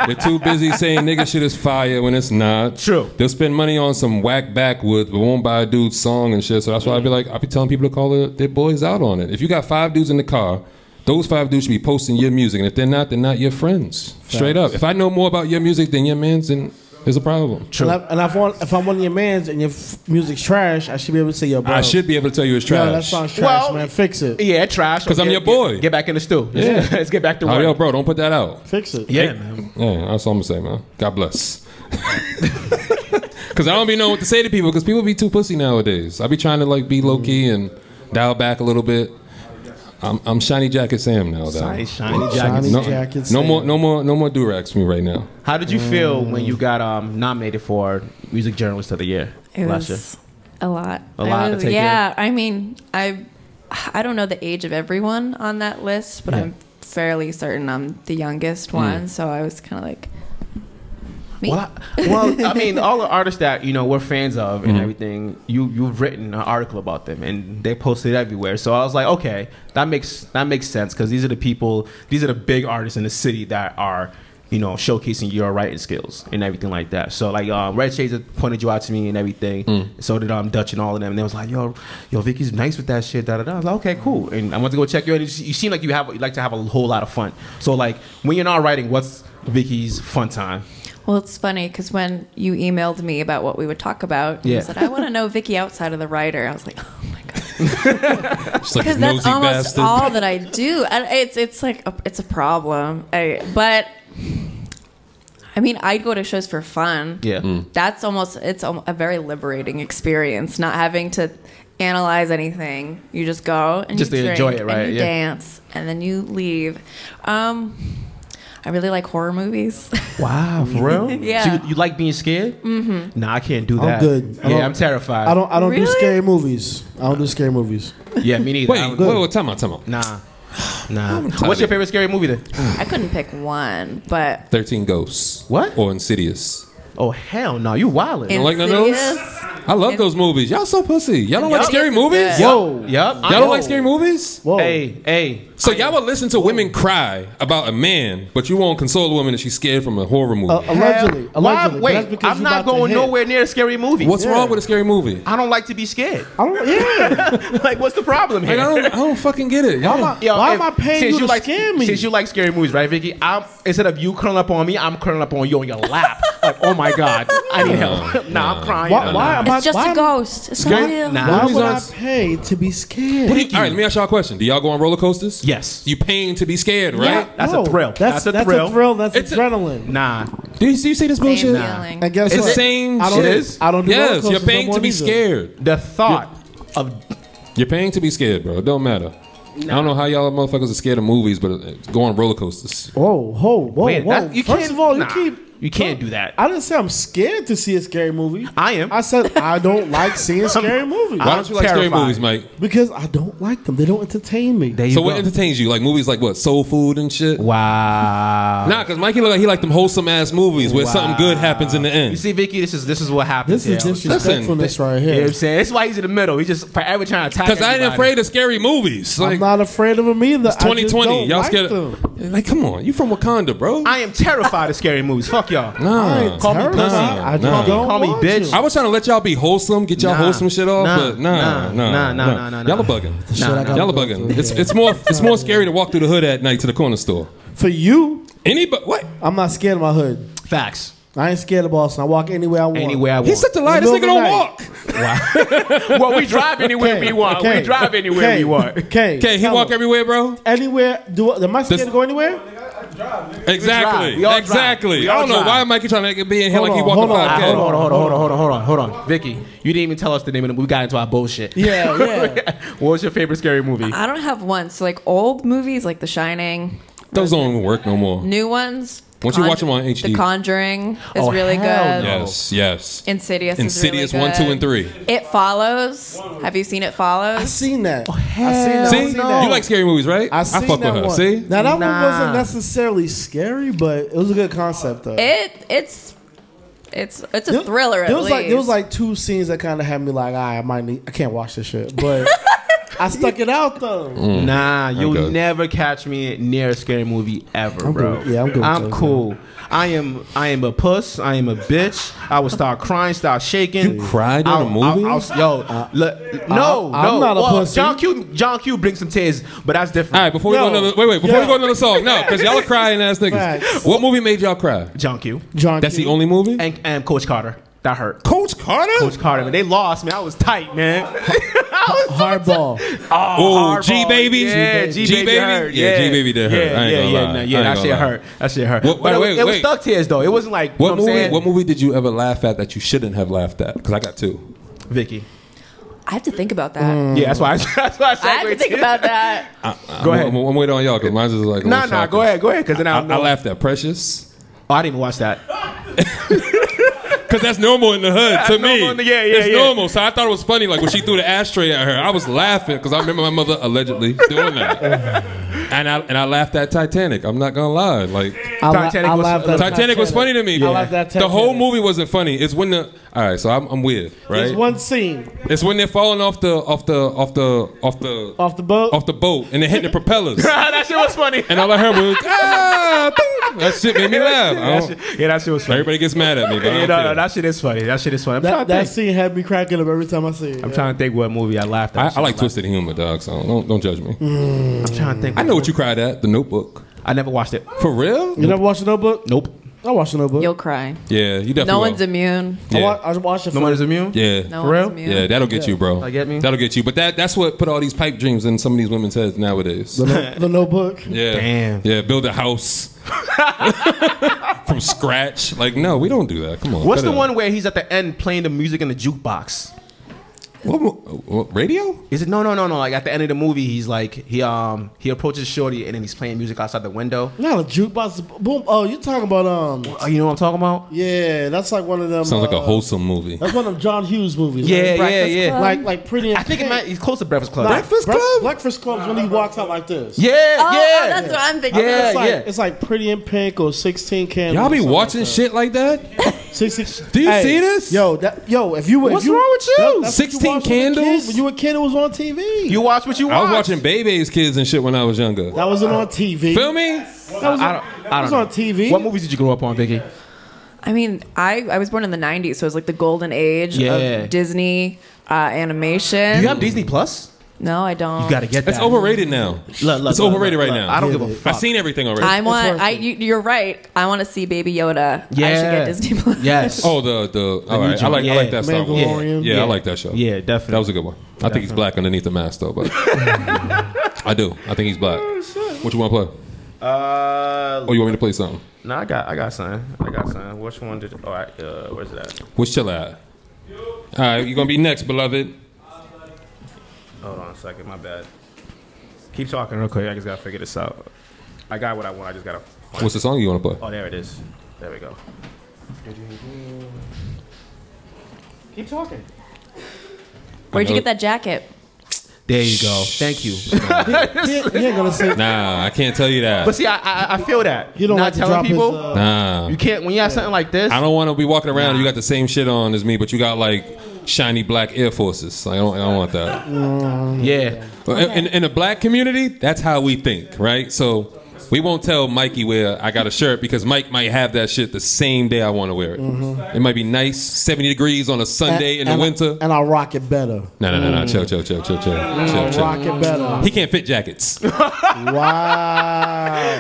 Speaker 2: they're too busy saying nigga shit is fire when it's not.
Speaker 3: True.
Speaker 2: They'll spend money on some whack backwoods, but won't buy a dude's song and shit. So that's why I be like, I be telling people to call their, their boys out on it. If you got five dudes in the car, those five dudes should be posting your music, and if they're not, they're not your friends. Straight up. If I know more about your music than your man's, then there's a problem.
Speaker 5: And, I, and if, one, if I'm one of your mans and your f- music's trash, I should be able to say, yo, bro.
Speaker 2: I should be able to tell you it's
Speaker 5: Yo, that
Speaker 2: trash.
Speaker 5: song's trash,
Speaker 3: Well-
Speaker 5: man. Fix it.
Speaker 3: Yeah, trash.
Speaker 2: 'Cause I'm
Speaker 3: Get-
Speaker 2: your boy.
Speaker 3: Get, get back in the stool. Let's- Let's get back to
Speaker 2: oh,
Speaker 3: work.
Speaker 2: yo, bro, don't put that out.
Speaker 5: Fix it.
Speaker 3: yeah, man.
Speaker 2: Yeah, that's all I'm gonna say, man. God bless. Because I don't be knowing what to say to people. Because people be too pussy nowadays. I be trying to like be low
Speaker 3: Mm.
Speaker 2: key and dial back a little bit. I'm, I'm shiny jacket Sam now. Though.
Speaker 3: Shiny, shiny jacket.
Speaker 5: Johnny
Speaker 2: No,
Speaker 5: Jacket
Speaker 2: no
Speaker 5: Sam. Mm.
Speaker 2: more, no more, no more durags for me right now.
Speaker 3: How did you feel when you got um, nominated for Music Journalist of the Year
Speaker 1: It
Speaker 3: last year?
Speaker 1: was a lot.
Speaker 3: A
Speaker 1: I
Speaker 3: lot to
Speaker 1: was-
Speaker 3: take
Speaker 1: yeah, I mean, I I don't know the age of everyone on that list, but
Speaker 3: Yeah. Mm.
Speaker 1: I'm fairly certain I'm the youngest one. So I was kind of like, me.
Speaker 3: Well, I, well, I mean, all the artists that you know we're fans of and everything, you you've written an article about them, and they posted it everywhere. So I was like, okay, that makes that makes sense because these are the people, these are the big artists in the city that are, you know, showcasing your writing skills and everything like that. So like, um, Red Shades pointed you out to me and everything. So did um Dutch and all of them, and they was like, yo, yo, Vicky's nice with that shit. Da da da. I was like, okay, cool. And I went to go check you out. and You you seem like you have you like to have a whole lot of fun. So like, when you're not writing, what's Vicky's fun time?
Speaker 1: Well, it's funny because when you emailed me about what we would talk about,
Speaker 3: Yeah.
Speaker 1: you said, I want to know Vicky outside of the writer. I was like, oh my God.
Speaker 2: Just like
Speaker 1: Because
Speaker 2: nosy
Speaker 1: that's almost
Speaker 2: bastard.
Speaker 1: all that I do. And It's, it's like, a, it's a problem. I, but I mean, I go to shows for fun.
Speaker 3: Yeah.
Speaker 2: Mm.
Speaker 1: That's almost, it's al- a very liberating experience, not having to analyze anything. You just go and
Speaker 3: Just
Speaker 1: you
Speaker 3: to
Speaker 1: drink,
Speaker 3: enjoy it, right?
Speaker 1: And you
Speaker 3: Yeah.
Speaker 1: dance and then you leave. Um, I really like horror movies.
Speaker 3: Wow, for real?
Speaker 1: Yeah.
Speaker 3: So you, you like being scared? Mm-hmm. Nah, I can't do that.
Speaker 5: good. I
Speaker 3: yeah,
Speaker 5: don't-
Speaker 3: I'm terrified.
Speaker 5: I don't. I don't do
Speaker 1: Really?
Speaker 5: scary movies. I don't do scary movies.
Speaker 3: Yeah, me neither.
Speaker 2: Wait,
Speaker 3: I
Speaker 2: wait,
Speaker 3: don't-
Speaker 2: wait, wait, time out, time out.
Speaker 3: Nah, nah.
Speaker 2: tired Uh,
Speaker 3: What's your
Speaker 2: of-
Speaker 3: favorite scary movie then?
Speaker 1: I couldn't pick one, but
Speaker 2: Thirteen Ghosts.
Speaker 3: What?
Speaker 2: Or Insidious.
Speaker 3: Oh hell no, you wildin'.
Speaker 1: In-
Speaker 2: Don't like none of those.
Speaker 1: Insidious.
Speaker 2: I love those movies. Y'all so pussy. Y'all don't like
Speaker 1: Yup.
Speaker 2: scary
Speaker 1: Insidious
Speaker 2: movies.
Speaker 1: is good.
Speaker 3: Whoa, yep.
Speaker 2: Y'all don't like scary movies.
Speaker 5: Whoa.
Speaker 3: Hey, hey.
Speaker 2: So y'all will listen to women cry about a man, but you won't console a woman if she's scared from a horror movie.
Speaker 5: Uh, allegedly, allegedly.
Speaker 3: Hell- Why-
Speaker 5: but that's
Speaker 3: Wait,
Speaker 5: because
Speaker 3: I'm
Speaker 5: you
Speaker 3: not
Speaker 5: about to
Speaker 3: going
Speaker 5: hit.
Speaker 3: nowhere near a scary movie.
Speaker 2: What's
Speaker 5: yeah.
Speaker 2: wrong with a scary movie?
Speaker 3: I don't like to be scared.
Speaker 5: I don't. Yeah.
Speaker 3: like, what's the problem
Speaker 2: Like,
Speaker 3: here?
Speaker 2: I don't, I don't fucking get it. Y'all,
Speaker 5: Why am I- why am I paying
Speaker 3: since
Speaker 5: you to
Speaker 3: like,
Speaker 5: scare me?
Speaker 3: Since you like scary movies, right, Vicky? I'm instead of you curling up on me, I'm curling up on you on your lap. Like, oh my god, I need help. nah, I'm crying.
Speaker 5: Why- why am I- It's just why a am-
Speaker 1: ghost. It's
Speaker 3: not real.
Speaker 5: Why would I
Speaker 2: Amazon's-
Speaker 5: pay to be scared?
Speaker 2: All right, let me ask y'all a question. Do y'all go on roller coasters?
Speaker 3: Yes.
Speaker 2: You paying to be scared, right?
Speaker 3: That's
Speaker 5: No,
Speaker 3: a thrill.
Speaker 5: That's,
Speaker 3: a
Speaker 5: that's
Speaker 3: thrill.
Speaker 5: a thrill. That's adrenaline.
Speaker 3: Nah.
Speaker 2: Do you, do you see this bullshit?
Speaker 5: And guess
Speaker 2: It's the
Speaker 5: what?
Speaker 2: same
Speaker 5: I don't,
Speaker 2: shit.
Speaker 5: I don't do roller
Speaker 2: yes,
Speaker 5: coasters
Speaker 2: you're
Speaker 5: no
Speaker 2: paying
Speaker 5: more
Speaker 2: to be
Speaker 5: either.
Speaker 2: scared.
Speaker 3: The thought of
Speaker 2: You're paying to be scared, bro. It don't matter. I don't know how y'all motherfuckers are scared of movies, but uh, go on roller coasters.
Speaker 5: Whoa, whoa, whoa,
Speaker 3: Wait,
Speaker 5: whoa.
Speaker 3: that- you
Speaker 5: 1st
Speaker 3: can't-
Speaker 5: of all,
Speaker 3: nah,
Speaker 5: you keep.
Speaker 3: you can't do that.
Speaker 5: I didn't say I'm scared to see a scary movie.
Speaker 3: I am.
Speaker 5: I said I don't like seeing scary movies
Speaker 2: Why don't you like scary
Speaker 3: terrified.
Speaker 2: movies, Mike?
Speaker 5: because I don't like them. They don't entertain me.
Speaker 3: There you
Speaker 2: So
Speaker 3: go.
Speaker 2: what entertains you? Like movies like what? Soul food and shit?
Speaker 3: wow.
Speaker 2: Nah, because Mikey look like he like them wholesome ass movies where something good happens in the
Speaker 3: You
Speaker 2: end.
Speaker 3: see, Vicky, this is this is what happens.
Speaker 5: this is
Speaker 3: here.
Speaker 5: disrespectfully right
Speaker 3: You know
Speaker 5: here.
Speaker 3: what I'm saying? That's why he's in the middle. He's just forever trying to attack.
Speaker 2: Because I ain't
Speaker 3: everybody.
Speaker 2: afraid of scary movies. Like
Speaker 5: I'm not afraid of them either. I just
Speaker 2: 2020,
Speaker 5: don't
Speaker 2: y'all
Speaker 5: like
Speaker 2: scared?
Speaker 5: them.
Speaker 2: Of, like, come on, you from Wakanda, bro?
Speaker 3: I am terrified of scary movies. Fuck y'all.
Speaker 5: I
Speaker 2: nah.
Speaker 5: ain't
Speaker 3: Call me
Speaker 5: terrified.
Speaker 3: pussy.
Speaker 5: I just
Speaker 2: Nah.
Speaker 5: don't
Speaker 3: Call me
Speaker 5: want
Speaker 3: bitch.
Speaker 5: you.
Speaker 2: I was trying to let y'all be wholesome, get y'all
Speaker 3: Nah.
Speaker 2: wholesome shit off,
Speaker 3: Nah.
Speaker 2: but nah,
Speaker 3: Nah.
Speaker 2: nah, nah,
Speaker 3: Nah, nah, nah, nah, nah.
Speaker 2: Y'all are bugging.
Speaker 5: Shit, I gotta
Speaker 2: Y'all are
Speaker 5: go
Speaker 2: bugging.
Speaker 5: through.
Speaker 2: It's it's more it's more scary to walk through the hood at night to the corner store.
Speaker 5: For you,
Speaker 2: Anybody? What?
Speaker 5: I'm not scared of my hood.
Speaker 3: Facts.
Speaker 5: I ain't scared of Boston. I walk anywhere I want.
Speaker 3: Anywhere I want.
Speaker 2: He's such a liar. This nigga
Speaker 5: Middle of
Speaker 2: don't
Speaker 5: the night.
Speaker 2: walk.
Speaker 3: well, we drive anywhere we want. We drive anywhere we want.
Speaker 5: Okay,
Speaker 2: Okay, he walk everywhere, bro.
Speaker 5: anywhere. Do am I scared
Speaker 2: This-
Speaker 5: to go anywhere?
Speaker 2: Exactly.
Speaker 3: We all drive.
Speaker 2: Exactly.
Speaker 3: We
Speaker 2: I
Speaker 3: all
Speaker 2: don't know
Speaker 3: drive.
Speaker 2: why Mikey trying to make it be in here
Speaker 5: Hold
Speaker 2: like he
Speaker 5: on,
Speaker 2: walking
Speaker 5: hold on,
Speaker 3: Ah,
Speaker 2: 5K.
Speaker 3: hold on, hold on, hold on, hold on, hold on, hold on. Vicky, you didn't even tell us the name of the movie. We got into our bullshit.
Speaker 5: Yeah, yeah.
Speaker 3: what was your favorite scary movie?
Speaker 1: I don't have one. So like old movies like The Shining,
Speaker 2: Those don't even work no more.
Speaker 1: new ones. The
Speaker 2: Once you watch 'em on HD.
Speaker 1: The Conjuring is
Speaker 3: Oh,
Speaker 1: really good.
Speaker 3: hell no.
Speaker 2: Yes, yes.
Speaker 1: Insidious.
Speaker 2: Insidious
Speaker 1: is really
Speaker 2: one, two,
Speaker 1: good.
Speaker 2: and three.
Speaker 1: It follows. Have you seen It Follows?
Speaker 5: I seen
Speaker 3: Oh,
Speaker 5: that. I seen that. I
Speaker 2: See,
Speaker 5: seen that.
Speaker 2: you like scary movies, right?
Speaker 5: I seen
Speaker 2: fuck
Speaker 5: that
Speaker 2: with her.
Speaker 5: one.
Speaker 2: See,
Speaker 5: now that
Speaker 3: Nah.
Speaker 5: one wasn't necessarily scary, but it was a good concept though.
Speaker 1: It it's it's it's a thriller.
Speaker 5: There
Speaker 1: at
Speaker 5: was like there
Speaker 1: least.
Speaker 5: was like two scenes that kind of had me like, all right, I might need, I can't watch this shit, but I stuck it out though.
Speaker 9: Mm,
Speaker 3: Nah, you'll
Speaker 2: good.
Speaker 3: never catch me near a scary movie ever, bro.
Speaker 5: good. Yeah, I'm good with those,
Speaker 3: cool. I am. I am a puss. I am a bitch. I would start crying, start shaking.
Speaker 2: You cried in a
Speaker 3: I'll-
Speaker 2: movie?
Speaker 3: I'll- I'll- yo, look, no,
Speaker 5: Uh, I- I'm
Speaker 3: no.
Speaker 5: not a
Speaker 3: well,
Speaker 5: pussy.
Speaker 3: John Q. John Q. brings some tears, but that's different.
Speaker 2: All right, before
Speaker 5: Yo.
Speaker 2: we go another wait, wait, before we
Speaker 5: Yo.
Speaker 2: go another song, no, because y'all are crying ass niggas.
Speaker 5: Facts.
Speaker 2: What movie made y'all cry?
Speaker 3: John Q.
Speaker 5: John,
Speaker 2: That's
Speaker 5: Q.
Speaker 2: the only movie.
Speaker 3: And, and Coach Carter. That hurt.
Speaker 2: Coach Carter.
Speaker 3: Coach Carter, man. They lost, man. I was tight, man. I was
Speaker 5: hardball.
Speaker 2: Oh,
Speaker 3: Hardball.
Speaker 2: G baby,
Speaker 3: Yeah, G baby. hurt.
Speaker 2: yeah, G baby did hurt.
Speaker 3: Yeah,
Speaker 2: I ain't
Speaker 3: yeah,
Speaker 2: gonna
Speaker 3: yeah,
Speaker 2: lie.
Speaker 3: nah,
Speaker 2: I
Speaker 3: yeah.
Speaker 2: ain't
Speaker 3: That
Speaker 2: gonna
Speaker 3: shit
Speaker 2: lie.
Speaker 3: hurt. That shit hurt.
Speaker 2: What-
Speaker 3: but it,
Speaker 2: wait,
Speaker 3: was- it was
Speaker 2: wait.
Speaker 3: thug tears though. It wasn't like you
Speaker 2: What
Speaker 3: know
Speaker 2: movie?
Speaker 3: What, I'm saying?
Speaker 2: What movie did you ever laugh at that you shouldn't have laughed at? Because I got two.
Speaker 3: Vicky.
Speaker 1: I have to think about that.
Speaker 5: Mm.
Speaker 3: Yeah, that's why. I, that's why I,
Speaker 1: I have to think about that.
Speaker 3: Go
Speaker 2: I'm,
Speaker 3: ahead.
Speaker 2: I'm, I'm waiting on y'all because mine's just like. a
Speaker 3: Nah,
Speaker 2: little
Speaker 3: nah.
Speaker 2: shocker.
Speaker 3: Go ahead. Go ahead. Because then
Speaker 2: I,
Speaker 3: I'll know.
Speaker 2: I laughed at Precious
Speaker 3: Oh, I didn't even watch that.
Speaker 2: because that's normal in the hood to
Speaker 3: That's
Speaker 2: me.
Speaker 3: normal in the- yeah, yeah,
Speaker 2: it's
Speaker 3: yeah.
Speaker 2: normal. So I thought it was funny. Like when she threw the ashtray at her, I was laughing because I remember my mother allegedly doing that, and I and I laughed at Titanic. I'm not gonna lie, like.
Speaker 5: I, la-
Speaker 3: Titanic
Speaker 5: I
Speaker 3: was-
Speaker 5: laughed at
Speaker 2: Titanic was funny to me.
Speaker 5: I like that
Speaker 2: The whole
Speaker 5: Titanic.
Speaker 2: movie wasn't funny. It's when the all right. So I'm, I'm weird, right?
Speaker 5: There's one scene
Speaker 2: it's when they're falling off the off the off the off the off,
Speaker 5: off the boat.
Speaker 2: the boat and they're hitting the propellers.
Speaker 3: that shit was funny.
Speaker 2: And all I heard was ah, ding." that shit made me laugh. I
Speaker 3: that
Speaker 2: don't-
Speaker 3: shit, yeah, that shit was funny.
Speaker 2: everybody gets mad at me, but I
Speaker 3: Yeah,
Speaker 2: don't
Speaker 3: no, no,
Speaker 2: care.
Speaker 3: that shit is funny. That shit is funny. I'm
Speaker 5: that
Speaker 3: trying
Speaker 5: that
Speaker 3: to think.
Speaker 5: scene had me cracking up every time I see it.
Speaker 3: I'm trying to think what movie I laughed at. Mm.
Speaker 2: I, I like twisted humor, dog. So don't don't judge me.
Speaker 3: I'm trying to think.
Speaker 2: I know what you cried at. The Notebook.
Speaker 3: I never watched it.
Speaker 2: For real?
Speaker 5: You never watched the Notebook?
Speaker 3: Nope.
Speaker 5: I watched the Notebook.
Speaker 1: You'll cry.
Speaker 2: Yeah, you definitely.
Speaker 1: No one's
Speaker 2: will.
Speaker 1: immune.
Speaker 5: I,
Speaker 2: Yeah.
Speaker 5: wa- I watched it. for-
Speaker 3: Nobody's immune.
Speaker 2: Yeah.
Speaker 1: No
Speaker 3: For
Speaker 1: one's
Speaker 3: real?
Speaker 1: immune.
Speaker 2: Yeah, that'll get you, bro.
Speaker 3: That'll get me?
Speaker 2: That'll get you. But that that's what put all these pipe dreams in some of these women's heads nowadays.
Speaker 5: the, no- the Notebook.
Speaker 2: Yeah.
Speaker 3: Damn.
Speaker 2: Yeah, build a house from scratch. Like, no, we don't do that. Come on.
Speaker 3: What's
Speaker 2: cut
Speaker 3: the
Speaker 2: it
Speaker 3: one where he's at the end playing the music in the jukebox?
Speaker 2: out. What mo- what- radio?
Speaker 3: Is it no no no no? Like at the end of the movie, he's like he um he approaches Shorty and then he's playing music outside the window.
Speaker 5: Not a jukebox. Boom. Oh, you talking about um?
Speaker 3: Oh, you know what I'm talking about?
Speaker 5: Yeah, that's like one of them.
Speaker 2: Sounds like a
Speaker 5: uh,
Speaker 2: wholesome movie.
Speaker 5: That's one of them John Hughes movies.
Speaker 3: Yeah,
Speaker 5: right?
Speaker 3: yeah, yeah.
Speaker 1: Club?
Speaker 5: Like like pretty. in
Speaker 3: I think it
Speaker 5: Pink.
Speaker 3: might. He's close to Breakfast Club.
Speaker 5: Nah,
Speaker 2: Breakfast
Speaker 5: Bre-
Speaker 2: Club?
Speaker 5: Breakfast Club's when he walks out like this.
Speaker 3: Yeah,
Speaker 1: Oh, oh,
Speaker 3: yeah.
Speaker 1: that's what I'm thinking.
Speaker 3: Yeah.
Speaker 5: It's like,
Speaker 3: yeah.
Speaker 5: it's like Pretty in Pink or 16 Candles.
Speaker 2: Y'all
Speaker 5: or
Speaker 2: be
Speaker 5: something
Speaker 2: watching
Speaker 5: like
Speaker 2: shit like that?
Speaker 5: that. 16
Speaker 2: Do you see this?
Speaker 5: Yo, that, yo, if you
Speaker 3: What's
Speaker 5: if you,
Speaker 3: wrong with you?
Speaker 5: that's what
Speaker 2: 16
Speaker 5: watched when you were a kid.
Speaker 2: Candles?
Speaker 5: When you were a kid, it was on TV.
Speaker 3: you watch what you watch.
Speaker 2: I was watching Bebe's Kids and shit when I was younger.
Speaker 5: that wasn't on TV.
Speaker 2: Feel me?
Speaker 5: That was
Speaker 3: I
Speaker 5: on,
Speaker 3: don't.
Speaker 5: that
Speaker 3: I
Speaker 5: was
Speaker 3: don't
Speaker 5: on
Speaker 3: know.
Speaker 5: TV.
Speaker 3: What movies did you grow up on, Vicky?
Speaker 1: I mean, I, I was born in the 90s, so it was like the golden age
Speaker 3: Yeah.
Speaker 1: of Disney uh, animation.
Speaker 3: You have Disney Plus?
Speaker 1: No, I don't.
Speaker 2: You gotta get It's that. overrated now. Look, look, It's look, overrated look, right look. now. I don't give a fuck. I've seen everything already.
Speaker 1: I
Speaker 2: It's
Speaker 1: want. I you, you're right. I want to see Baby Yoda. I should
Speaker 2: Yeah.
Speaker 1: get Disney Plus.
Speaker 3: Yes.
Speaker 2: Oh, the the. All right. I like I like that Star Wars. Yeah,
Speaker 3: Mandalorian.
Speaker 2: yeah,
Speaker 3: Yeah.
Speaker 2: I like that show.
Speaker 3: Yeah, definitely.
Speaker 2: That was a good one. I think he's
Speaker 3: Definitely.
Speaker 2: black underneath the mask though, but I do. I think he's black. What you want to play?
Speaker 3: Oh, Uh,
Speaker 2: Oh, you want me to play something?
Speaker 3: no, I got, I got something. I got something. Which one did? All right, uh, where's that?
Speaker 2: What's chill at? All right, you're gonna be next, beloved.
Speaker 3: Hold on a second. My bad. Keep talking real quick. I just gotta figure this out. I got what I want. I just gotta.
Speaker 2: What's the song you want to play?
Speaker 3: Oh, there it is. There we go. Keep talking.
Speaker 1: Where'd you
Speaker 2: know-
Speaker 1: get that jacket?
Speaker 3: There you go. Thank you.
Speaker 5: gonna say.
Speaker 2: Nah, I can't tell you that.
Speaker 3: But see, I, I, I feel that. You
Speaker 5: don't
Speaker 3: not
Speaker 5: like to
Speaker 3: telling
Speaker 5: drop his,
Speaker 3: people.
Speaker 2: nah.
Speaker 3: you can't when you have something like this.
Speaker 2: I don't want to be walking around. You got the same shit on as me, but you got like shiny black Air Forces. Like, I don't. I don't want that.
Speaker 3: Yeah.
Speaker 2: In, in, in the black community, that's how we think, right? So we won't tell Mikey where I got a shirt because Mike might have that shit the same day I want to wear it.
Speaker 3: Mm-hmm.
Speaker 2: It might be nice, seventy degrees on a Sunday in the
Speaker 5: and
Speaker 2: winter.
Speaker 5: I, and I rock it better.
Speaker 2: No, no, no,
Speaker 3: Mm.
Speaker 2: no. Chill, chill, chill, chill, chill, chill, chill.
Speaker 5: Rock it better.
Speaker 2: He can't fit jackets.
Speaker 5: Wow.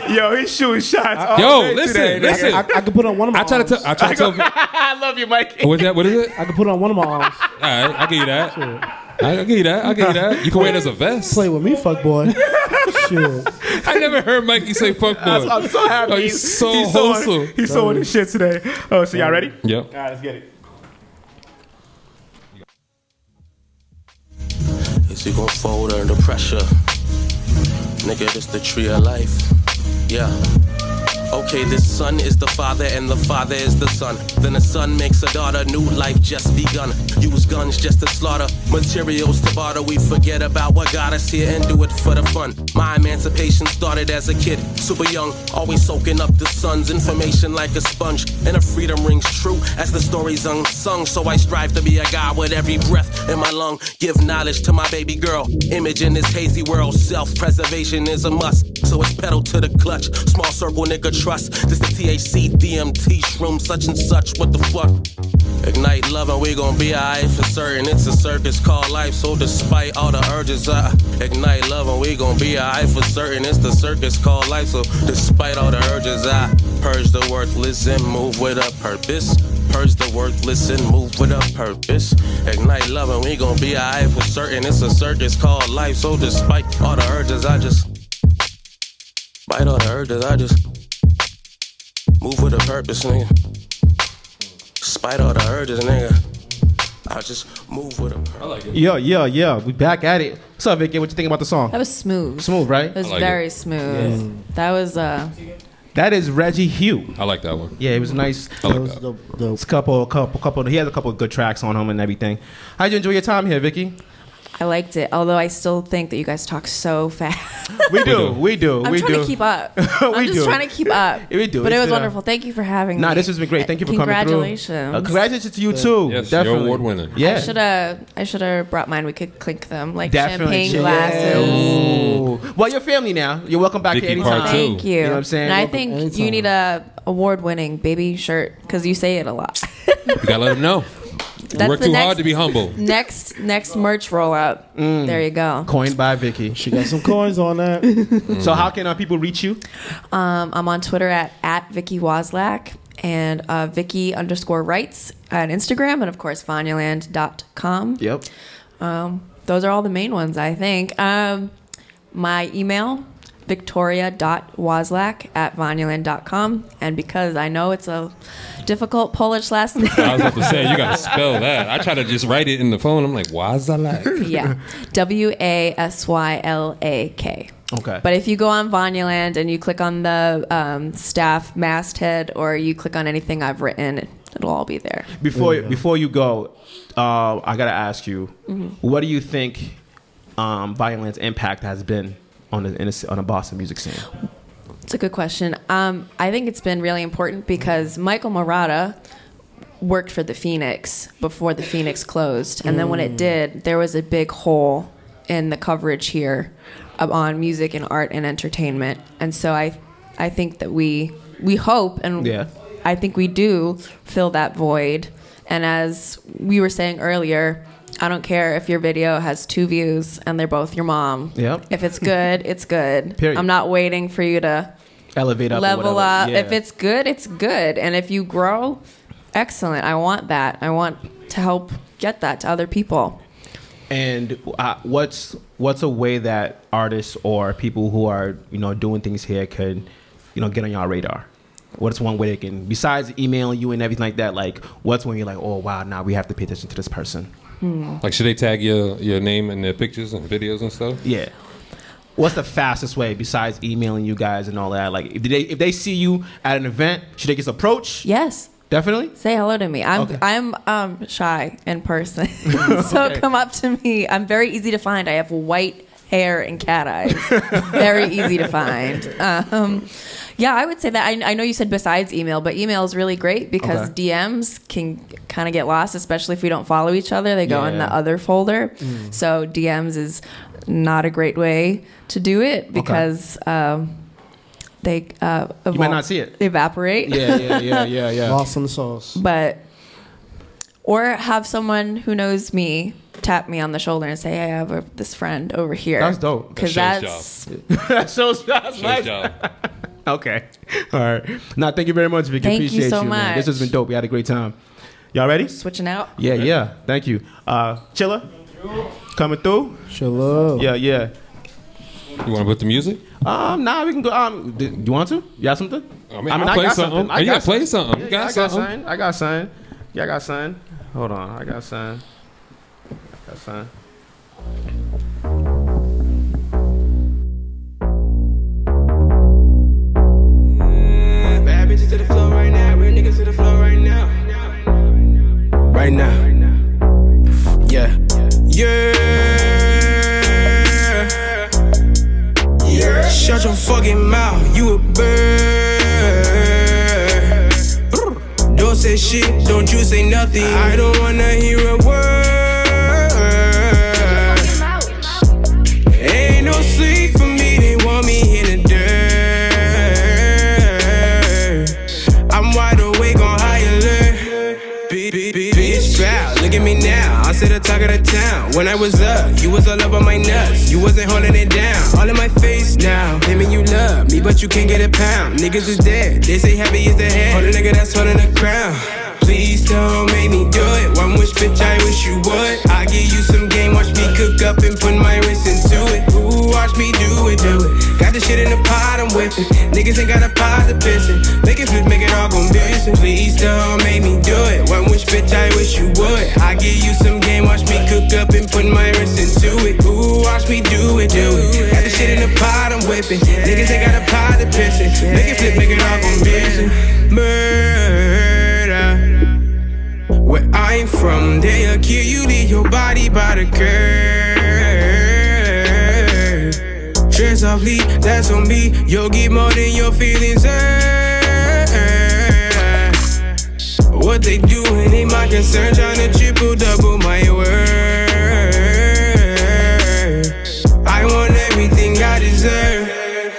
Speaker 3: Yo, he's shooting shots. all
Speaker 2: Yo,
Speaker 3: day
Speaker 2: listen,
Speaker 3: today, nigga.
Speaker 2: listen.
Speaker 5: I, I could put on one of my.
Speaker 2: I try to tell. I try to tell.
Speaker 3: I love you, Mike.
Speaker 2: What's that? What is it?
Speaker 5: I could put on one of my arms.
Speaker 2: All right, I give you that. I, I give you that. I give you that. You can wear it as a vest.
Speaker 5: Play with me, fuck boy. Shit.
Speaker 2: I never heard Mikey say fuck boy.
Speaker 3: I'm so happy.
Speaker 2: Oh, he's so wholesome.
Speaker 3: he's so in his shit today. Oh, so y'all ready? All
Speaker 2: Yep.
Speaker 3: right, let's get it.
Speaker 12: Is he gonna fold under pressure? Nigga, this the tree of life. Yeah. Okay, the son is the father and the father is the son. Then the son makes a daughter, new life just begun. Use guns just to slaughter, materials to barter. We forget about what got us here and do it for the fun. My emancipation started as a kid, super young, always soaking up the sun's information like a sponge. And a freedom rings true as the story's unsung. So I strive to be a guy with every breath in my lung. Give knowledge to my baby girl. Image in this hazy world, self preservation is a must. So it's pedal to the clutch. Small circle nigga trust. This the THC, DMT, shroom, such and such. What the fuck? Ignite love and we gon' be alright for certain. It's a circus called life, so despite all the urges, I ignite love and we gon' be alright for certain. It's the circus called life, so despite all the urges, I purge the worthless and move with a purpose. Purge the worthless and move with a purpose. Ignite love and we gon' be alright for certain. It's a circus called life. So despite all the urges, I just bite all the urges. I just move with a purpose, nigga. Spite all the urges, nigga. I just move with a purpose.
Speaker 3: Yo, yo, yo. We back at it. What's up, Vicky? What you think about the
Speaker 1: That
Speaker 3: song?
Speaker 1: was smooth.
Speaker 3: Smooth, right?
Speaker 1: It was
Speaker 2: I like
Speaker 1: very
Speaker 2: it.
Speaker 1: smooth. That was uh.
Speaker 3: That is Reggie Hugh.
Speaker 2: I like that one.
Speaker 3: Yeah, it was nice.
Speaker 5: That
Speaker 2: I like
Speaker 5: was
Speaker 2: that.
Speaker 5: dope, dope.
Speaker 3: It's a couple, a couple, couple. He has a couple of good tracks on him and everything. How'd you enjoy your time here, Vicky?
Speaker 1: I liked it. Although I still think that you guys talk so fast.
Speaker 3: We do,
Speaker 2: do.
Speaker 3: we do,
Speaker 1: I'm
Speaker 3: we
Speaker 1: trying
Speaker 3: do.
Speaker 1: to keep up. I'm
Speaker 3: We
Speaker 1: just
Speaker 3: do.
Speaker 1: trying to keep up.
Speaker 3: We do.
Speaker 1: But
Speaker 3: It's
Speaker 1: it was
Speaker 3: been a-
Speaker 1: wonderful. Thank you for having me.
Speaker 3: Nah, this has been great. Thank you for coming through.
Speaker 1: Congratulations.
Speaker 3: Uh, congratulations to you too.
Speaker 2: Yes, you're
Speaker 3: definitely.
Speaker 2: award-winning.
Speaker 3: Yeah,
Speaker 1: I should have. I should have brought mine. We could clink them like
Speaker 3: definitely.
Speaker 1: champagne
Speaker 3: Yeah.
Speaker 1: glasses.
Speaker 3: Ooh. Well, your family now. You're welcome back
Speaker 2: Vicky
Speaker 3: here
Speaker 2: part
Speaker 3: anytime.
Speaker 2: two.
Speaker 1: Thank you.
Speaker 3: You know what I'm saying?
Speaker 1: And I
Speaker 3: Welcome
Speaker 1: think you
Speaker 5: anytime.
Speaker 1: need a award-winning baby shirt because you say it a lot.
Speaker 2: You gotta let him know.
Speaker 1: That's
Speaker 2: Work
Speaker 1: the
Speaker 2: too
Speaker 1: next-
Speaker 2: hard to be humble.
Speaker 1: next next merch rollout.
Speaker 3: Mm.
Speaker 1: There you go.
Speaker 3: Coined by Vicky.
Speaker 5: She got some coins on that.
Speaker 3: So how can uh, people reach you?
Speaker 1: Um, I'm on Twitter at, at Vicky Wozlak and uh, Vicky underscore writes on Instagram and of course Vanyaland.com.
Speaker 3: Yep.
Speaker 1: Um, those are all the main ones, I think. Um, my email, victoria.wozlak at vanyaland.com. And because I know it's a difficult Polish last name,
Speaker 2: I was about to say you gotta spell that. I try to just write it in the phone. I'm like, why is that like?
Speaker 1: yeah, W A S Y L A K.
Speaker 3: Okay.
Speaker 1: But if you go on Vanyaland and you click on the um, staff masthead or you click on anything I've written, it'll all be there.
Speaker 3: before before you go, uh, I gotta ask you,
Speaker 1: Mm-hmm.
Speaker 3: what do you think um, Violent's impact has been on the in the, on the Boston music scene?
Speaker 1: It's a good question. Um, I think it's been really important because Michael Morata worked for the Phoenix before the Phoenix closed, and then when
Speaker 3: Mm.
Speaker 1: it did, there was a big hole in the coverage here of- on music and art and entertainment. And so I, I think that we we hope and
Speaker 3: Yeah.
Speaker 1: I think we do fill that void. And as we were saying earlier, I don't care if your video has two views and they're both your mom.
Speaker 3: Yep.
Speaker 1: If it's good, it's good.
Speaker 3: Period.
Speaker 1: I'm not waiting for you to
Speaker 3: Elevate up. or
Speaker 1: level
Speaker 3: whatever.
Speaker 1: up.
Speaker 3: Yeah.
Speaker 1: If it's good, it's good. And if you grow, excellent. I want that. I want to help get that to other people.
Speaker 3: And uh, what's what's a way that artists or people who are you know doing things here could you know get on your radar? What's one way they can besides emailing you and everything like that? Like, what's when you're like, oh wow, now we have to pay attention to this person?
Speaker 2: Hmm. Like, should they tag your your name in their pictures and videos and stuff?
Speaker 3: Yeah. What's the fastest way besides emailing you guys and all that? Like, if they if they see you at an event, should they just approach?
Speaker 1: Yes.
Speaker 3: Definitely.
Speaker 1: Say hello to me. I'm
Speaker 3: Okay.
Speaker 1: I'm um, shy in person, so
Speaker 3: Okay.
Speaker 1: come up to me. I'm very easy to find. I have white hair and cat eyes. very easy to find. Um, yeah, I would say that. I, I know you said besides email, but email is really great because
Speaker 11: Okay.
Speaker 1: DMs can kind of get lost, especially if we don't follow each other. They go in the
Speaker 11: Yeah.
Speaker 1: other folder.
Speaker 11: Mm.
Speaker 1: So DMs is not a great way to do it because. Um, they uh,
Speaker 3: You might
Speaker 1: evol-
Speaker 3: not see it.
Speaker 1: evaporate.
Speaker 3: Yeah, yeah, yeah, yeah, yeah.
Speaker 5: Lost in the sauce.
Speaker 1: But or have someone who knows me tap me on the shoulder and say, "Hey, I have a, this friend over here."
Speaker 3: That's dope.
Speaker 1: Because
Speaker 3: That
Speaker 1: that's
Speaker 3: shows that shows that's nice. okay. All right. Now, thank you very much, Vicky.
Speaker 1: Thank you
Speaker 3: Appreciate
Speaker 1: so
Speaker 3: man. This has been dope. We had a great time. Y'all ready?
Speaker 1: switching out.
Speaker 3: Yeah, yeah. Thank you. Uh, Chilla, coming through. Chilla. Yeah, yeah.
Speaker 2: You want to put the music?
Speaker 3: Um, nah, we can go. Um, d- do you want to? You got something?
Speaker 2: I mean, I'll play something. Oh, you gotta play something. You
Speaker 3: Yeah, yeah,
Speaker 2: got
Speaker 3: I got
Speaker 2: something.
Speaker 3: something. I got something. Yeah, I got something. Hold on, I got something. I got something.
Speaker 13: Bad bitches to the floor right now. Real niggas to the floor right now. Right now. Yeah. Yeah. Yeah. Shut your fucking mouth. You a bird. Don't say shit. Don't you say nothing. I don't wanna hear a word. Ain't no sleep for me. They want me in the dirt. I'm wide awake on high alert. Bi- bi- bi- Bitch, bow. Look at me now. I said the talk of the town. When I was up, you was all up on my nuts. You wasn't holding it down. All in my face now. Claiming you love me, but you can't get a pound. Niggas is dead. They say happy is the head. Hold a nigga that's holding the crown. Please don't make me do it. One wish, bitch, I wish you would. I give you some game, watch me cook up and put my wrist into it. Ooh, watch me do it, do it. Got the shit in the pot, I'm whipping. Niggas ain't got a positive vision. Make it flip, make it all gon' business. Please don't make me do it. One wish, bitch, I wish you would. I give you some game, watch me cook up and put my wrist into it. Ooh, watch me do it, do it. Got the shit in the pot, I'm whipping. Niggas ain't got a positive vision. Make it flip, make it all gon' business. Murder. Where I'm from, they'll kill you, leave your body by the curb. Dress softly, that's on me. You'll get more than your feelings eh. hurt. What they doing ain't my concern, tryna triple double my worth. I want everything I deserve.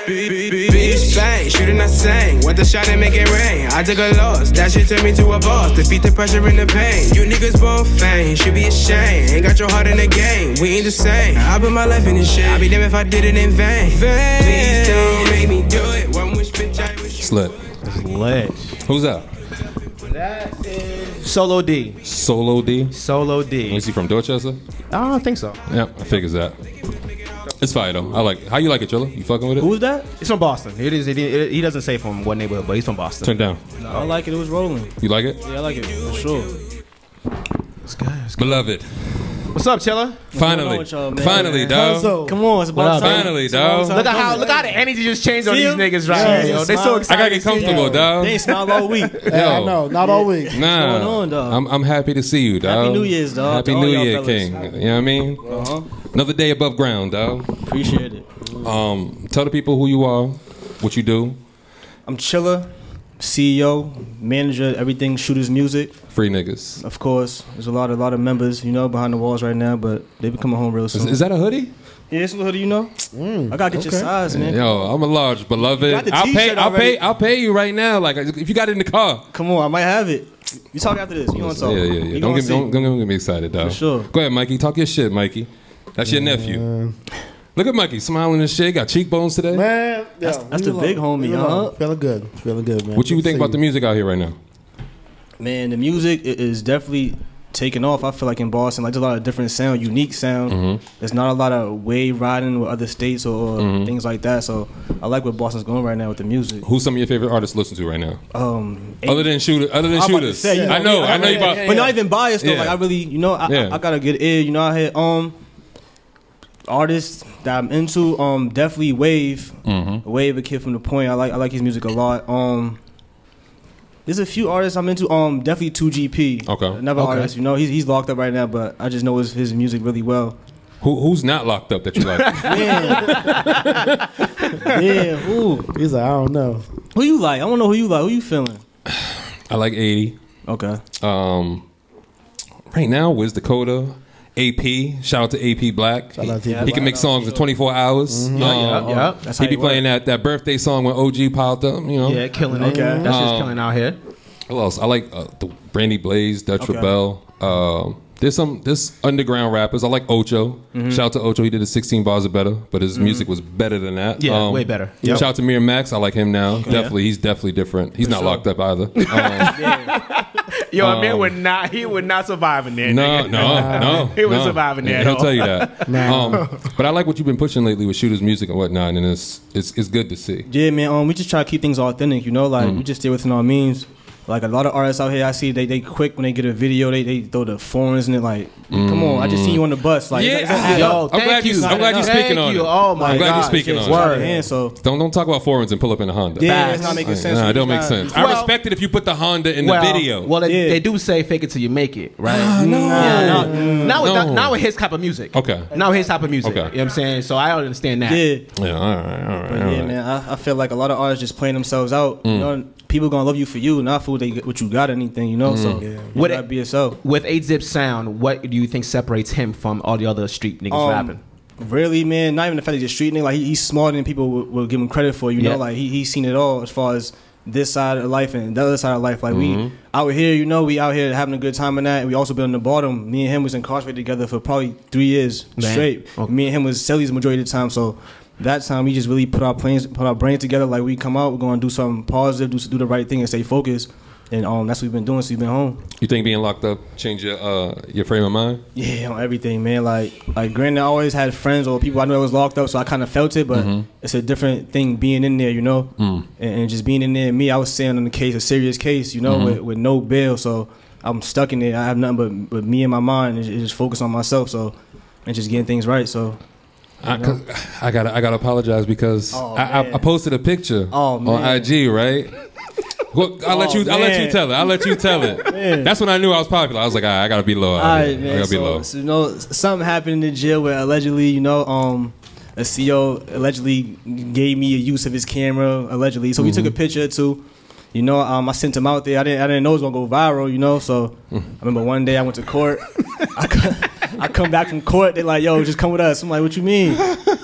Speaker 13: Bitch bang, shooting I sang. What the shot and make it rain. I took a loss, that shit turned me to a boss. Defeat the pressure and the pain. You niggas born fame, should be ashamed. Ain't got your heart in the game, we ain't the same. I put my life in this shit. I be damned if I did it in vain. Please don't make me do it. One wish, bitch, I wish.
Speaker 2: Slit.
Speaker 3: Lit.
Speaker 2: Who's up?
Speaker 3: Solo D.
Speaker 2: Solo D.
Speaker 3: Solo D.
Speaker 2: Is he from Dorchester?
Speaker 3: I don't think so.
Speaker 2: Yeah, I figures that. It's fire though. I like. It. How you like it, Chilla? You fucking with it?
Speaker 3: Who's that? It's from Boston. It is. It, it, he doesn't say from what neighborhood, but he's from Boston.
Speaker 2: Turn down.
Speaker 14: I like it. It was rolling.
Speaker 2: You like it?
Speaker 14: Yeah, I like it for sure.
Speaker 2: Beloved.
Speaker 3: What's up, Chilla?
Speaker 2: Finally. Finally, dog.
Speaker 14: Come on, it's
Speaker 2: What
Speaker 14: about
Speaker 2: up,
Speaker 14: time.
Speaker 2: Finally,
Speaker 14: It's about
Speaker 2: dog.
Speaker 14: time
Speaker 3: Look at how
Speaker 14: coming.
Speaker 3: look how the energy just changed on
Speaker 14: See
Speaker 3: these
Speaker 14: 'em?
Speaker 3: niggas
Speaker 14: Yeah,
Speaker 3: right
Speaker 14: they
Speaker 3: here. yo.
Speaker 14: just
Speaker 3: They so
Speaker 14: smiling.
Speaker 3: excited.
Speaker 2: I gotta get
Speaker 14: See 'em.
Speaker 2: comfortable, dog.
Speaker 14: They ain't smiled all week.
Speaker 2: Yo.
Speaker 5: I know, not all week.
Speaker 2: Nah,
Speaker 14: going on, dog?
Speaker 2: I'm, I'm happy to see you, dog.
Speaker 14: Happy New Year's, dog,
Speaker 2: Happy
Speaker 14: to all
Speaker 2: New
Speaker 14: y'all
Speaker 2: Year,
Speaker 14: fellas.
Speaker 2: King. You know what I mean?
Speaker 14: Uh-huh.
Speaker 2: Another day above ground, dog.
Speaker 14: Appreciate it.
Speaker 2: Um, tell the people who you are, what you do.
Speaker 14: I'm Chilla, CEO, manager, everything shooters music.
Speaker 2: Free niggas.
Speaker 14: Of course, there's a lot, a lot of members, you know, behind the walls right now, but they be coming home real soon.
Speaker 2: is that a hoodie?
Speaker 14: Yeah, it's a hoodie. You know, I gotta get your
Speaker 2: okay.
Speaker 14: size, man.
Speaker 2: Yo, I'm a large
Speaker 14: You
Speaker 2: beloved.
Speaker 14: got the
Speaker 2: I'll pay.
Speaker 14: t-shirt
Speaker 2: I'll
Speaker 14: already.
Speaker 2: pay. I'll pay you right now. Like if you got it in the car.
Speaker 14: Come on, I might have it. You talk after this. You gonna
Speaker 2: Yeah,
Speaker 14: talk?
Speaker 2: yeah, yeah.
Speaker 14: You
Speaker 2: Don't
Speaker 14: gonna
Speaker 2: get, me,
Speaker 14: see.
Speaker 2: don't, don't get me excited, though.
Speaker 14: For sure.
Speaker 2: Go ahead, Mikey. Talk your shit, Mikey. That's your nephew. Look at Mikey smiling and shit. Got cheekbones today.
Speaker 5: Man, that's,
Speaker 14: that's the big homie, huh?
Speaker 5: Feeling good, feeling good, man.
Speaker 2: What you
Speaker 5: Good to
Speaker 2: think
Speaker 5: see
Speaker 2: about the music out here right now?
Speaker 14: Man, the music i- is definitely taking off. I feel like in Boston, like there's a lot of different sound, unique sound.
Speaker 2: Mhm.
Speaker 14: There's not a lot of wave riding with other states or
Speaker 2: Mhm.
Speaker 14: things like that. So I like where Boston's going right now with the music.
Speaker 2: Who's some of your favorite artists to listen to right now?
Speaker 14: Um,
Speaker 2: Other than shooter, other than
Speaker 14: I'm about to
Speaker 2: shooters.
Speaker 14: say, you
Speaker 2: I know, I know you about.
Speaker 14: but not even biased though.
Speaker 2: Yeah.
Speaker 14: Like I really, you know, I,
Speaker 2: Yeah.
Speaker 14: I, I got a good ear. You know, I had um artists that I'm into. Um, definitely Wave,
Speaker 2: Mhm.
Speaker 14: Wave, a kid from the point. I like I like his music a lot. Um, there's a few artists I'm into. Um, definitely Two GP.
Speaker 2: Okay.
Speaker 14: another
Speaker 2: Okay.
Speaker 14: artist. You know, he's he's locked up right now, but I just know his his music really well.
Speaker 2: Who, who's not locked up that you like?
Speaker 14: yeah, who?
Speaker 5: He's like, I don't know.
Speaker 14: Who you like? I don't know who you like. Who you feeling?
Speaker 2: I like 80.
Speaker 14: Okay.
Speaker 2: Um, right now, Wiz Dakota, AP. Shout out to AP Black.
Speaker 5: Shout
Speaker 2: he,
Speaker 5: out to AP
Speaker 2: he can
Speaker 5: Black.
Speaker 2: make songs in 24 hours.
Speaker 3: Mm-hmm.
Speaker 2: Um,
Speaker 5: Mhm. Yeah, yeah, yeah. That's
Speaker 2: He
Speaker 5: how
Speaker 2: be
Speaker 5: you
Speaker 2: playing that, that birthday song when OG piled up. You know. Um,
Speaker 3: Yeah, killing it. Okay. That shit's killing out here.
Speaker 2: Who else? I like uh, the Brandy Blaze, Dutch
Speaker 3: Okay.
Speaker 2: Rebel. Um, there's some there's underground rappers. I like Ocho.
Speaker 3: Mhm.
Speaker 2: Shout out to Ocho. He did the 16 bars or better, but his
Speaker 3: Mhm.
Speaker 2: music was better than that. Um,
Speaker 3: Yeah, way better. Yep.
Speaker 2: Shout out to Mir Max. I like him now.
Speaker 3: Okay.
Speaker 2: Definitely, he's definitely different. He's
Speaker 3: For
Speaker 2: not
Speaker 3: sure.
Speaker 2: locked up either.
Speaker 3: Yo, a man
Speaker 2: Um,
Speaker 3: would not. He would not survive in there.
Speaker 2: No,
Speaker 3: nigga.
Speaker 2: no, no.
Speaker 3: He would
Speaker 2: no.
Speaker 3: survive in there. at
Speaker 2: He'll
Speaker 3: all.
Speaker 2: tell you that.
Speaker 3: Nah.
Speaker 2: um, but I like what you've been pushing lately with shooters music and whatnot, and it's it's, it's good to see.
Speaker 14: Yeah, man. Um, we just try to keep things authentic. You know, like
Speaker 2: Mm.
Speaker 14: we just stay within our means. Like a lot of artists out here, I see they they quick when they get a video, they they throw the foreigns in it. Like, come on, I just
Speaker 2: Mm.
Speaker 14: seen you on the bus. Like,
Speaker 2: Yeah.
Speaker 14: it's not- it's not-
Speaker 2: Yo, I'm thank glad you- you. I'm glad you're speaking Thank on you. it. Oh my I'm glad you're God. speaking
Speaker 14: Shit's
Speaker 2: on it.
Speaker 14: out of
Speaker 2: Word.
Speaker 14: hand, so
Speaker 2: Don't don't talk about forums and pull up in a Honda.
Speaker 14: Yeah, it's not making
Speaker 2: Like,
Speaker 14: sense.
Speaker 2: Nah, it don't make
Speaker 14: It's not-
Speaker 2: sense. I
Speaker 14: Well-
Speaker 2: respect it if you put the Honda in
Speaker 3: well,
Speaker 2: the video. Ah,
Speaker 3: Well, they, they do say fake it till you make it, right?
Speaker 2: no.
Speaker 3: Yeah, no. Now, with-
Speaker 2: No.
Speaker 3: now with his type of music.
Speaker 2: Okay.
Speaker 3: Now with his type of music.
Speaker 2: Okay.
Speaker 3: You know what I'm saying? So I understand that.
Speaker 14: Yeah.
Speaker 2: Yeah, all right, all right.
Speaker 14: But
Speaker 2: all
Speaker 14: yeah,
Speaker 2: right.
Speaker 14: man, I, I feel like a lot of artists just playing themselves out.
Speaker 2: Mm.
Speaker 14: You know, people gonna love you for you, not for what, they, what you got or anything. You know,
Speaker 2: Mm.
Speaker 14: so you
Speaker 3: With
Speaker 14: gotta be yourself.
Speaker 3: With Eight Zip sound, what do you think separates him from all the other street niggas
Speaker 14: Um,
Speaker 3: rapping?
Speaker 14: Really, man, not even the fact that he's a street nigga. Like he, he's smarter than people will, will give him credit for. You
Speaker 3: Yeah.
Speaker 14: know, like he, he's seen it all as far as this side of life and the other side of life. Like
Speaker 2: Mhm.
Speaker 3: Mm-hmm.
Speaker 14: we out here, you know, we out here having a good time and that. And we also been on the bottom. Me and him was incarcerated together for probably three years
Speaker 3: Man.
Speaker 14: straight. Me and him was Celly's majority of the time. So that time we just really put our plans, put our brain together. Like we come out, we're gonna do something positive, do do the right thing, and stay focused. And um, that's what we've been doing since we've been home.
Speaker 2: You think being locked up changed your uh, your frame of mind?
Speaker 14: Yeah, on everything, man. Like, like granted, I always had friends or people I knew that was locked up, so I kind of felt it, but
Speaker 2: Mhm.
Speaker 14: it's a different thing being in there, you know,
Speaker 2: Mm.
Speaker 14: and, and just being in there. Me, I was sitting on the case, a serious case, you know,
Speaker 2: Mhm.
Speaker 14: with, with no bail, so I'm stuck in there. I have nothing but, but me and my mind, and just, just focus on myself, so and just getting things right. So,
Speaker 2: I,
Speaker 14: you know.
Speaker 2: cause I gotta I gotta apologize because
Speaker 14: Oh,
Speaker 2: I, I,
Speaker 14: man.
Speaker 2: I posted a picture
Speaker 14: Oh,
Speaker 2: on
Speaker 14: man.
Speaker 2: IG right. Well, I'll let
Speaker 14: Oh,
Speaker 2: you I'll let you
Speaker 14: man.
Speaker 2: tell it. I'll let you tell it.
Speaker 14: Man.
Speaker 2: That's when I knew I was popular. I was like, all right, I gotta be low. out
Speaker 14: All
Speaker 2: here.
Speaker 14: right,
Speaker 2: I
Speaker 14: man.
Speaker 2: gotta be
Speaker 14: So,
Speaker 2: low.
Speaker 14: so, you know, s- something happened in the jail where allegedly, you know, um, a CO allegedly gave me a use of his camera. Allegedly, so we took a
Speaker 2: Mm-hmm.
Speaker 14: picture or two. You know, um, I sent him out there. I didn't, I didn't know it was gonna go viral. You know, so
Speaker 2: Mm.
Speaker 14: I remember one day I went to court. I, co- I come back from court. They like, yo, just come with us. I'm like, what you mean?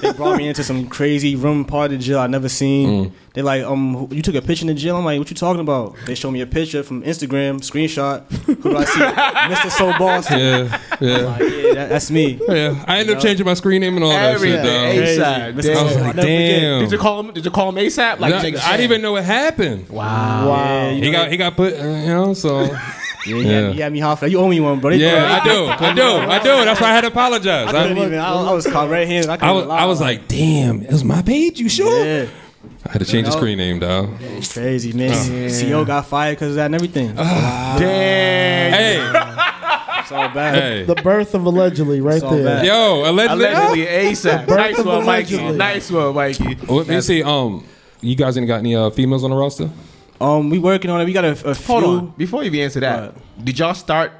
Speaker 14: They brought me into some crazy room part of the jail I never seen.
Speaker 2: Mm.
Speaker 14: They like, um, you took a picture in the jail. I'm like, what you talking about? They showed me a picture from Instagram screenshot. Who do I see? Mr. So Boston.
Speaker 2: Yeah, yeah.
Speaker 14: Yeah, that, that's me.
Speaker 2: Yeah, I ended
Speaker 14: You
Speaker 2: up
Speaker 14: know?
Speaker 2: changing my screen name and all
Speaker 14: Everything.
Speaker 2: that shit,
Speaker 14: Crazy.
Speaker 2: though.
Speaker 14: Mr.
Speaker 2: I was
Speaker 14: I'll
Speaker 2: like,
Speaker 14: never forget.
Speaker 2: damn.
Speaker 3: Did you call him? Did you call him ASAP? Like,
Speaker 2: Nah,
Speaker 3: nigga,
Speaker 2: I didn't even know what happened.
Speaker 3: Wow.
Speaker 14: Wow.
Speaker 2: He got he got put. Uh, you know, so
Speaker 14: Yeah, you had- you had me half. You owe me one, bro. They-
Speaker 2: yeah, I do, I do, I do. That's why I had to apologize.
Speaker 14: I couldn't even. I, I was caught red handed. I,
Speaker 2: I
Speaker 14: couldn't
Speaker 2: was,
Speaker 14: lie.
Speaker 2: I was like, damn, it was my page. You sure?
Speaker 14: Yeah.
Speaker 2: I had to change the
Speaker 14: You know?
Speaker 2: screen name, dog.
Speaker 14: It's crazy, man. CO got fired because of that and everything.
Speaker 3: Damn.
Speaker 2: Ah. Hey,
Speaker 14: It's all bad.
Speaker 2: hey.
Speaker 5: The birth of allegedly, right
Speaker 14: all
Speaker 5: there.
Speaker 14: bad.
Speaker 2: Yo, allegedly.
Speaker 3: Allegedly ASAP.
Speaker 5: birth
Speaker 3: nice
Speaker 5: of
Speaker 3: one, Mikey.
Speaker 5: allegedly.
Speaker 3: Nice one, Mikey.
Speaker 2: Oh, Let me see. Um, you guys ain't got any uh, females on the roster?
Speaker 14: Um, we working on it. We got a, a few.
Speaker 3: Hold on. Before you even answer that, did y'all start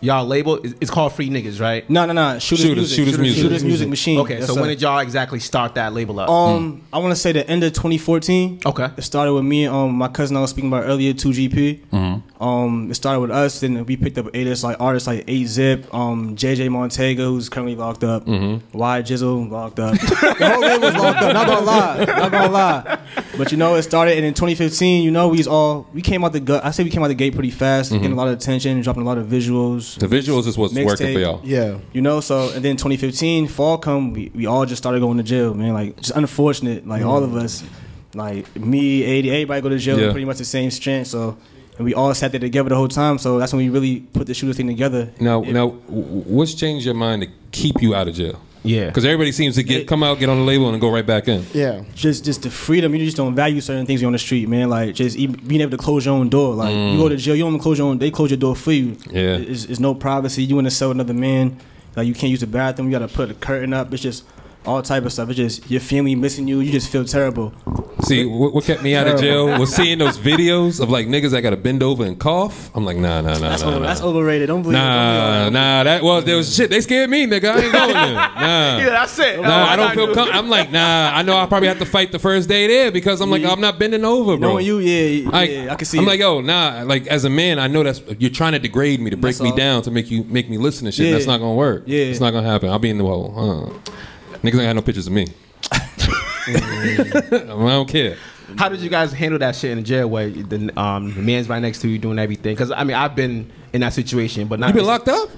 Speaker 3: y'all label? it's- It's called Free Niggas, right?
Speaker 14: No, no, no. Shooters,
Speaker 2: Shooters,
Speaker 14: music.
Speaker 2: Shooters Music.
Speaker 14: Shooters music machine.
Speaker 3: Okay,
Speaker 14: Yes,
Speaker 3: so
Speaker 14: sir.
Speaker 3: when did y'all exactly start that label up?
Speaker 2: Hmm.
Speaker 14: Um, I want to say the end of 2014.
Speaker 3: okay.
Speaker 14: It started with me and um my cousin I was speaking about earlier, 2GP.
Speaker 2: Mm-hmm.
Speaker 14: Um, it started with us, and we picked up artists like artists like A Zip, um, JJ Montego, who's currently locked up,
Speaker 2: Mhm.
Speaker 14: Y Jizzle locked up. the whole label was locked up. Not gonna lie, not gonna lie. But you know, it started, and in 2015, you know, we was all we came out the gut. I say we came out the gate pretty fast,
Speaker 2: Mhm.
Speaker 14: getting a lot of attention, dropping a lot of visuals.
Speaker 2: The visuals is what's working
Speaker 14: Mixtape.
Speaker 2: for y'all.
Speaker 5: Yeah.
Speaker 14: You know, so and then 2015 fall come, we, we all just started going to jail, man. Like just unfortunate, like all of us, like me, 80, everybody go to jail
Speaker 2: Yeah.
Speaker 14: pretty much the same strength. So and we all sat there together the whole time. So that's when we really put the shooter thing together.
Speaker 2: Now, now, w- w- what's changed your mind to keep you out of jail?
Speaker 3: Yeah,
Speaker 2: because everybody seems to get come out, get on the label, and go right back in.
Speaker 5: Yeah.
Speaker 14: Just just the freedom. You just don't value certain things on the street, man. Like just e- being able to close your own door. Like
Speaker 2: Mm.
Speaker 14: you go to jail, you don't even close your own. They close your door for you.
Speaker 2: Yeah.
Speaker 14: It's, it's no privacy. You in a cell with another man. Like you can't use the bathroom. You got to put a curtain up. It's just all type of stuff. It's just your family missing you. You just feel terrible.
Speaker 2: See, what, what kept me out of jail was seeing those videos of like niggas that got to bend over and cough. I'm like, nah, nah, nah,
Speaker 14: That's,
Speaker 2: nah,
Speaker 14: over,
Speaker 2: nah.
Speaker 14: that's overrated. Don't believe
Speaker 2: Nah, nah, that was there was shit. They scared me, nigga. I ain't going there. Nah,
Speaker 14: Yeah, that's it. That's
Speaker 2: Nah,
Speaker 14: what
Speaker 2: I
Speaker 14: I
Speaker 2: don't
Speaker 14: gotta
Speaker 2: feel.
Speaker 14: do.
Speaker 2: Com- I'm like, nah. I know I probably have to fight the first day there because I'm like, I'm not bending over, bro.
Speaker 14: Knowing you, yeah,
Speaker 2: Like,
Speaker 14: yeah, I can see.
Speaker 2: I'm
Speaker 14: it.
Speaker 2: like, yo, nah. Like as a man, I know that's you're trying to degrade me to break
Speaker 14: That's
Speaker 2: me
Speaker 14: all.
Speaker 2: down to make you make me listen to shit.
Speaker 14: Yeah.
Speaker 2: That's not gonna work.
Speaker 14: Yeah.
Speaker 2: it's not gonna happen. I'll be in the hole. Huh. Niggas ain't got no pictures of me. I don't care.
Speaker 3: How did you guys handle that shit in jail where the, um, the man's right next to you doing everything? Because I mean, I've been in that situation, but not.
Speaker 2: You been locked up?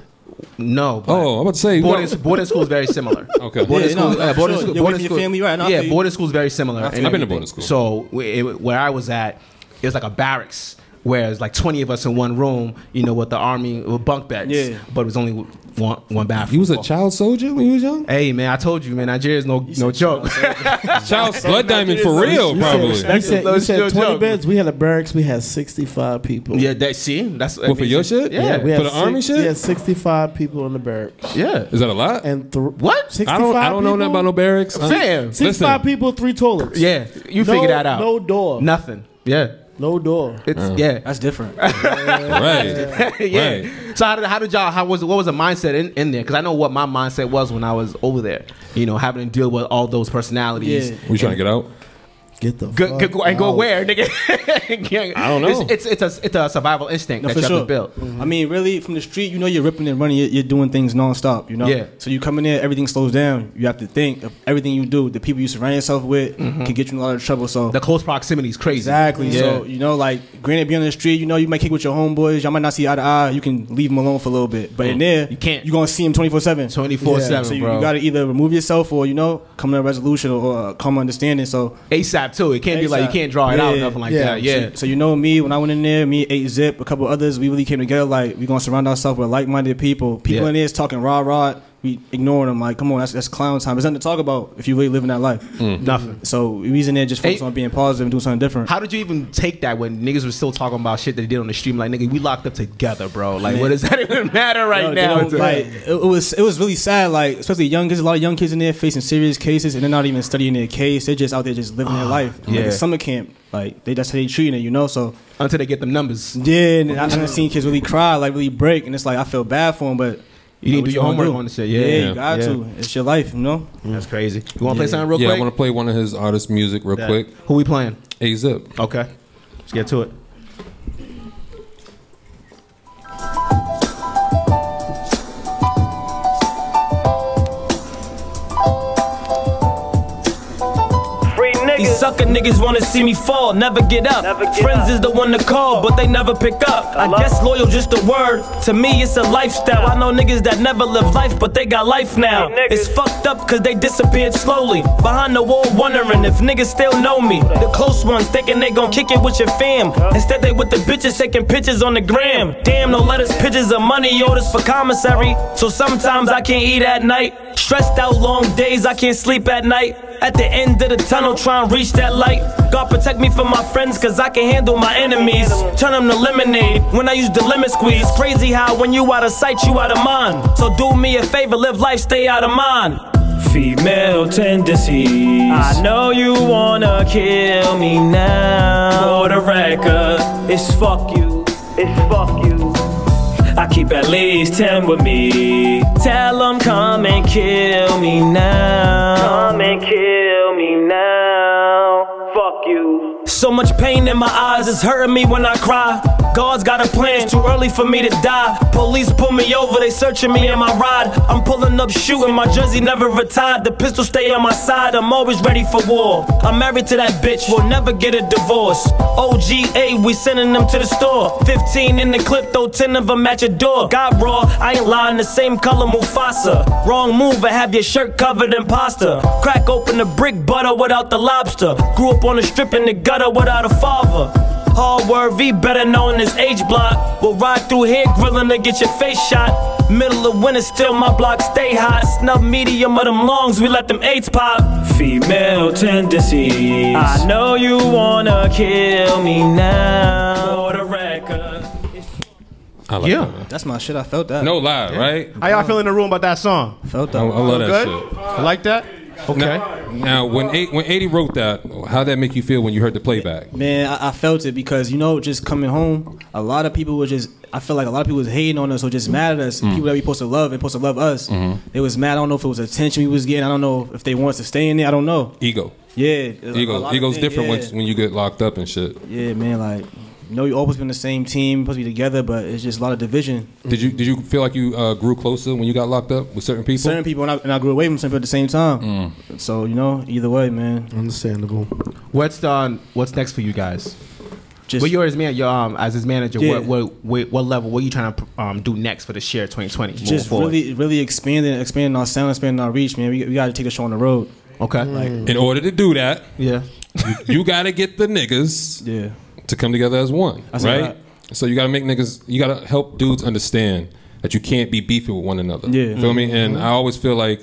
Speaker 3: No.
Speaker 2: oh, I'm about to say
Speaker 3: boarding, boarding school is very similar.
Speaker 2: Okay.
Speaker 3: Boarding
Speaker 14: Yeah, no,
Speaker 3: school, uh,
Speaker 14: for
Speaker 3: boarding
Speaker 14: sure.
Speaker 3: school,
Speaker 14: You're away
Speaker 3: boarding
Speaker 14: from your
Speaker 3: school,
Speaker 14: family, right, and I
Speaker 3: Yeah,
Speaker 14: feel you.
Speaker 3: boarding school is very similar.
Speaker 14: I feel
Speaker 3: and
Speaker 14: you. I've been to
Speaker 3: everything.
Speaker 2: boarding school.
Speaker 3: So we- it, where I was at, it was like a barracks. Where it's like 20 of us in one room, you know, with the army, with bunk beds.
Speaker 14: Yeah.
Speaker 3: But it was only one, one bathroom.
Speaker 2: You was a child soldier when you was young?
Speaker 3: Hey, man, I told you, man, Nigeria's no, no joke.
Speaker 2: Child's blood diamond for
Speaker 3: Nigeria's
Speaker 2: real,
Speaker 3: no-
Speaker 2: probably.
Speaker 5: You said, you said 20
Speaker 3: Still joke.
Speaker 5: beds. We had a barracks. We had 65 people.
Speaker 3: Yeah, that see, that's
Speaker 2: What, for your shit?
Speaker 3: Yeah,
Speaker 5: we had
Speaker 2: For the army shit?
Speaker 5: We had 65 people in the barracks.
Speaker 3: yeah.
Speaker 2: Is that a lot?
Speaker 5: And th-
Speaker 3: What?
Speaker 5: 65
Speaker 2: I don't. I don't know nothing
Speaker 5: people?
Speaker 2: about no barracks. I-
Speaker 3: Fam.
Speaker 5: 65
Speaker 2: Listen,
Speaker 5: people, three toilets.
Speaker 3: Yeah, you
Speaker 5: No-
Speaker 3: figure that out.
Speaker 5: No door.
Speaker 3: Nothing. Yeah,
Speaker 5: No door.
Speaker 3: it's
Speaker 2: Uh.
Speaker 3: yeah,
Speaker 14: that's different.
Speaker 2: right?
Speaker 3: yeah.
Speaker 2: Right.
Speaker 3: So how did, how did y'all? How was what was the mindset in, in there? Because I know what my mindset was when I was over there. You know, having to deal with all those personalities.
Speaker 14: Yeah.
Speaker 2: We trying to get out?
Speaker 5: Get the
Speaker 3: Go,
Speaker 5: fuck
Speaker 3: go, go, and go
Speaker 5: out.
Speaker 3: where, nigga? Yeah.
Speaker 2: I don't know.
Speaker 3: It's, it's it's a it's a survival instinct
Speaker 14: No,
Speaker 3: that
Speaker 14: for
Speaker 3: you have
Speaker 14: sure. Mm-hmm.
Speaker 3: to build.
Speaker 14: I mean, really, from the street, you know, you're ripping and running. You're, you're doing things nonstop. You know.
Speaker 3: Yeah.
Speaker 14: So you come in there, everything slows down. You have to think of everything you do. The people you surround yourself with can get you in a lot of trouble. So
Speaker 3: Mm-hmm. The close proximity is crazy.
Speaker 14: exactly.
Speaker 3: Yeah.
Speaker 14: So you know, like, granted, be on the street. You know, you might kick with your homeboys. Y'all might not see eye to eye. You can leave them alone for a little bit. But in there,
Speaker 3: Mm. You can't.
Speaker 14: You're gonna see them 24 seven.
Speaker 3: twenty four
Speaker 14: So
Speaker 3: seven,
Speaker 14: you,
Speaker 3: bro.
Speaker 14: you gotta either remove yourself or you know come to a resolution or, or come to understanding. So
Speaker 3: ASAP too. It can't be like you
Speaker 14: ASAP.
Speaker 3: can't draw it out or
Speaker 14: Yeah.
Speaker 3: nothing like
Speaker 5: Yeah.
Speaker 3: that. Yeah.
Speaker 14: So, so you know me when I went in there, me eight zip, a couple others, we really came together. Like we gonna surround ourselves with like minded people. People
Speaker 3: Yeah.
Speaker 14: in there is talking rah rah. We ignoring them. Like come on, that's that's clown time. There's nothing to talk about if you really living that life.
Speaker 3: Nothing.
Speaker 14: So we was in there just focused
Speaker 3: Hey.
Speaker 14: on being positive and doing something different.
Speaker 3: How did you even take that when niggas were still talking about shit that they did on the stream? Like, nigga, we locked up together, bro. Like, what does that even matter right
Speaker 14: Yo, they
Speaker 3: now?
Speaker 14: don't- like, it, it was it was really sad. Like especially young kids, a lot of young kids in there facing serious cases, and they're not even studying their case. They're just out there just living their life. Like
Speaker 3: Ah, yeah.
Speaker 14: a summer camp. Like they that's how they treating it, you know. So
Speaker 3: Until they get them numbers.
Speaker 14: yeah, and I, I've seen kids really cry, like really break, and it's like I feel bad for them, but
Speaker 3: You need to do your
Speaker 14: what you
Speaker 3: homework
Speaker 14: gonna
Speaker 3: on this shit. Yeah,
Speaker 14: yeah,
Speaker 3: yeah,
Speaker 14: you got
Speaker 3: yeah.
Speaker 14: to. It's your life, you know.
Speaker 3: That's crazy. You want to play
Speaker 14: Yeah.
Speaker 3: something real
Speaker 2: yeah, I
Speaker 3: quick?
Speaker 2: want to play one of his artist music real quick.
Speaker 3: Who we playing?
Speaker 2: A zip.
Speaker 3: Okay. Let's get to it.
Speaker 15: These sucker niggas wanna see me fall, never get up. Friends is the one to call, but they never pick up. I, guess loyal just a word. To me, it's a lifestyle. I know niggas that never live life, but they got life now. it's fucked up cause they disappeared slowly. Behind the wall, wondering if niggas still know me. The close ones thinking they gon' kick it with your fam. Instead, they with the bitches taking pictures on the gram. Damn, no letters, pictures of money orders for commissary. So sometimes I can't eat at night. Stressed out long days, I can't sleep at night. At the end of the tunnel, try and reach that light. God protect me from my friends, cause I can handle my enemies. Turn them to lemonade when I use the lemon squeeze. Crazy how when you out of sight, you out of mind. So do me a favor, live life, stay out of mind. Female tendencies. I know you wanna kill me now. For the record, it's fuck you. It's fuck you. I keep at least 10 with me. Tell 'em come and kill me now. Come and kill me now. Fuck you. So much pain in my eyes, it's hurting me when I cry. God's got a plan, it's too early for me to die. Police pull me over, they searching me in my ride. I'm pulling up shooting, my jersey never retired. The pistol stay on my side, I'm always ready for war. I'm married to that bitch, we'll never get a divorce. OGA, we sending them to the store. 15 in the clip, though 10 of them at your door. Got raw, I ain't lying, the same color Mufasa. Wrong move, I have your shirt covered in pasta. Crack open the brick butter without the lobster. Grew up on a strip in the gutter without a father. Hard word V, better known as H Block. We'll ride through here, grilling to get your face shot. Middle of winter, still my block stay hot. Snub medium of them longs, we let them eights pop. Female tendencies. I know you wanna kill me now. For the record.
Speaker 2: I like
Speaker 14: yeah, that's my shit. I felt that.
Speaker 2: No lie, right?
Speaker 16: How y'all feel in the room about that song?
Speaker 14: Felt
Speaker 2: that. I- I love that
Speaker 16: Good?
Speaker 2: shit.
Speaker 16: I like that. Okay.
Speaker 2: Now, now when eight, when 80 wrote that, how'd that make you feel when you heard the playback?
Speaker 14: Man, I, I felt it because you know, just coming home, a lot of people were just. I feel like a lot of people was hating on us or just mad at us.
Speaker 2: Mm.
Speaker 14: People that we supposed to love and supposed to love us.
Speaker 2: Mhm.
Speaker 14: They was mad. I don't know if it was attention we was getting. I don't know if they wanted to stay in there. I don't know.
Speaker 2: Ego.
Speaker 14: Yeah, a
Speaker 2: Ego.
Speaker 14: lot of
Speaker 2: Ego's
Speaker 14: things,
Speaker 2: different
Speaker 14: yeah.
Speaker 2: once when you get locked up and shit.
Speaker 14: Yeah, man. Like, you know, you always been the same team, supposed to be together, but it's just a lot of division.
Speaker 2: Did you did you feel like you uh, grew closer when you got locked up with certain people? Mm.
Speaker 14: Certain people and I, and I grew away from some people at the same time. So you know, either way, man.
Speaker 5: Understandable.
Speaker 3: What's um, what's next for you guys?
Speaker 14: Just
Speaker 3: what yours, man. Your um, as his manager,
Speaker 14: Yeah.
Speaker 3: what, what what what level? What you trying to um do next for this year, 2020? moving
Speaker 14: just
Speaker 3: forward?
Speaker 14: really, really expanding, expanding our sound, expanding our reach, man. We, we got to take a show on the road.
Speaker 3: Okay.
Speaker 14: Mm.
Speaker 2: In order to do that,
Speaker 3: yeah,
Speaker 2: you, got to get the niggas
Speaker 14: yeah.
Speaker 2: to come together as one,
Speaker 14: I see
Speaker 2: right? So you got to make niggas, you got to help dudes understand that you can't be beefing with one another.
Speaker 14: Yeah.
Speaker 2: Feel me? And
Speaker 14: Mhm.
Speaker 2: I always feel like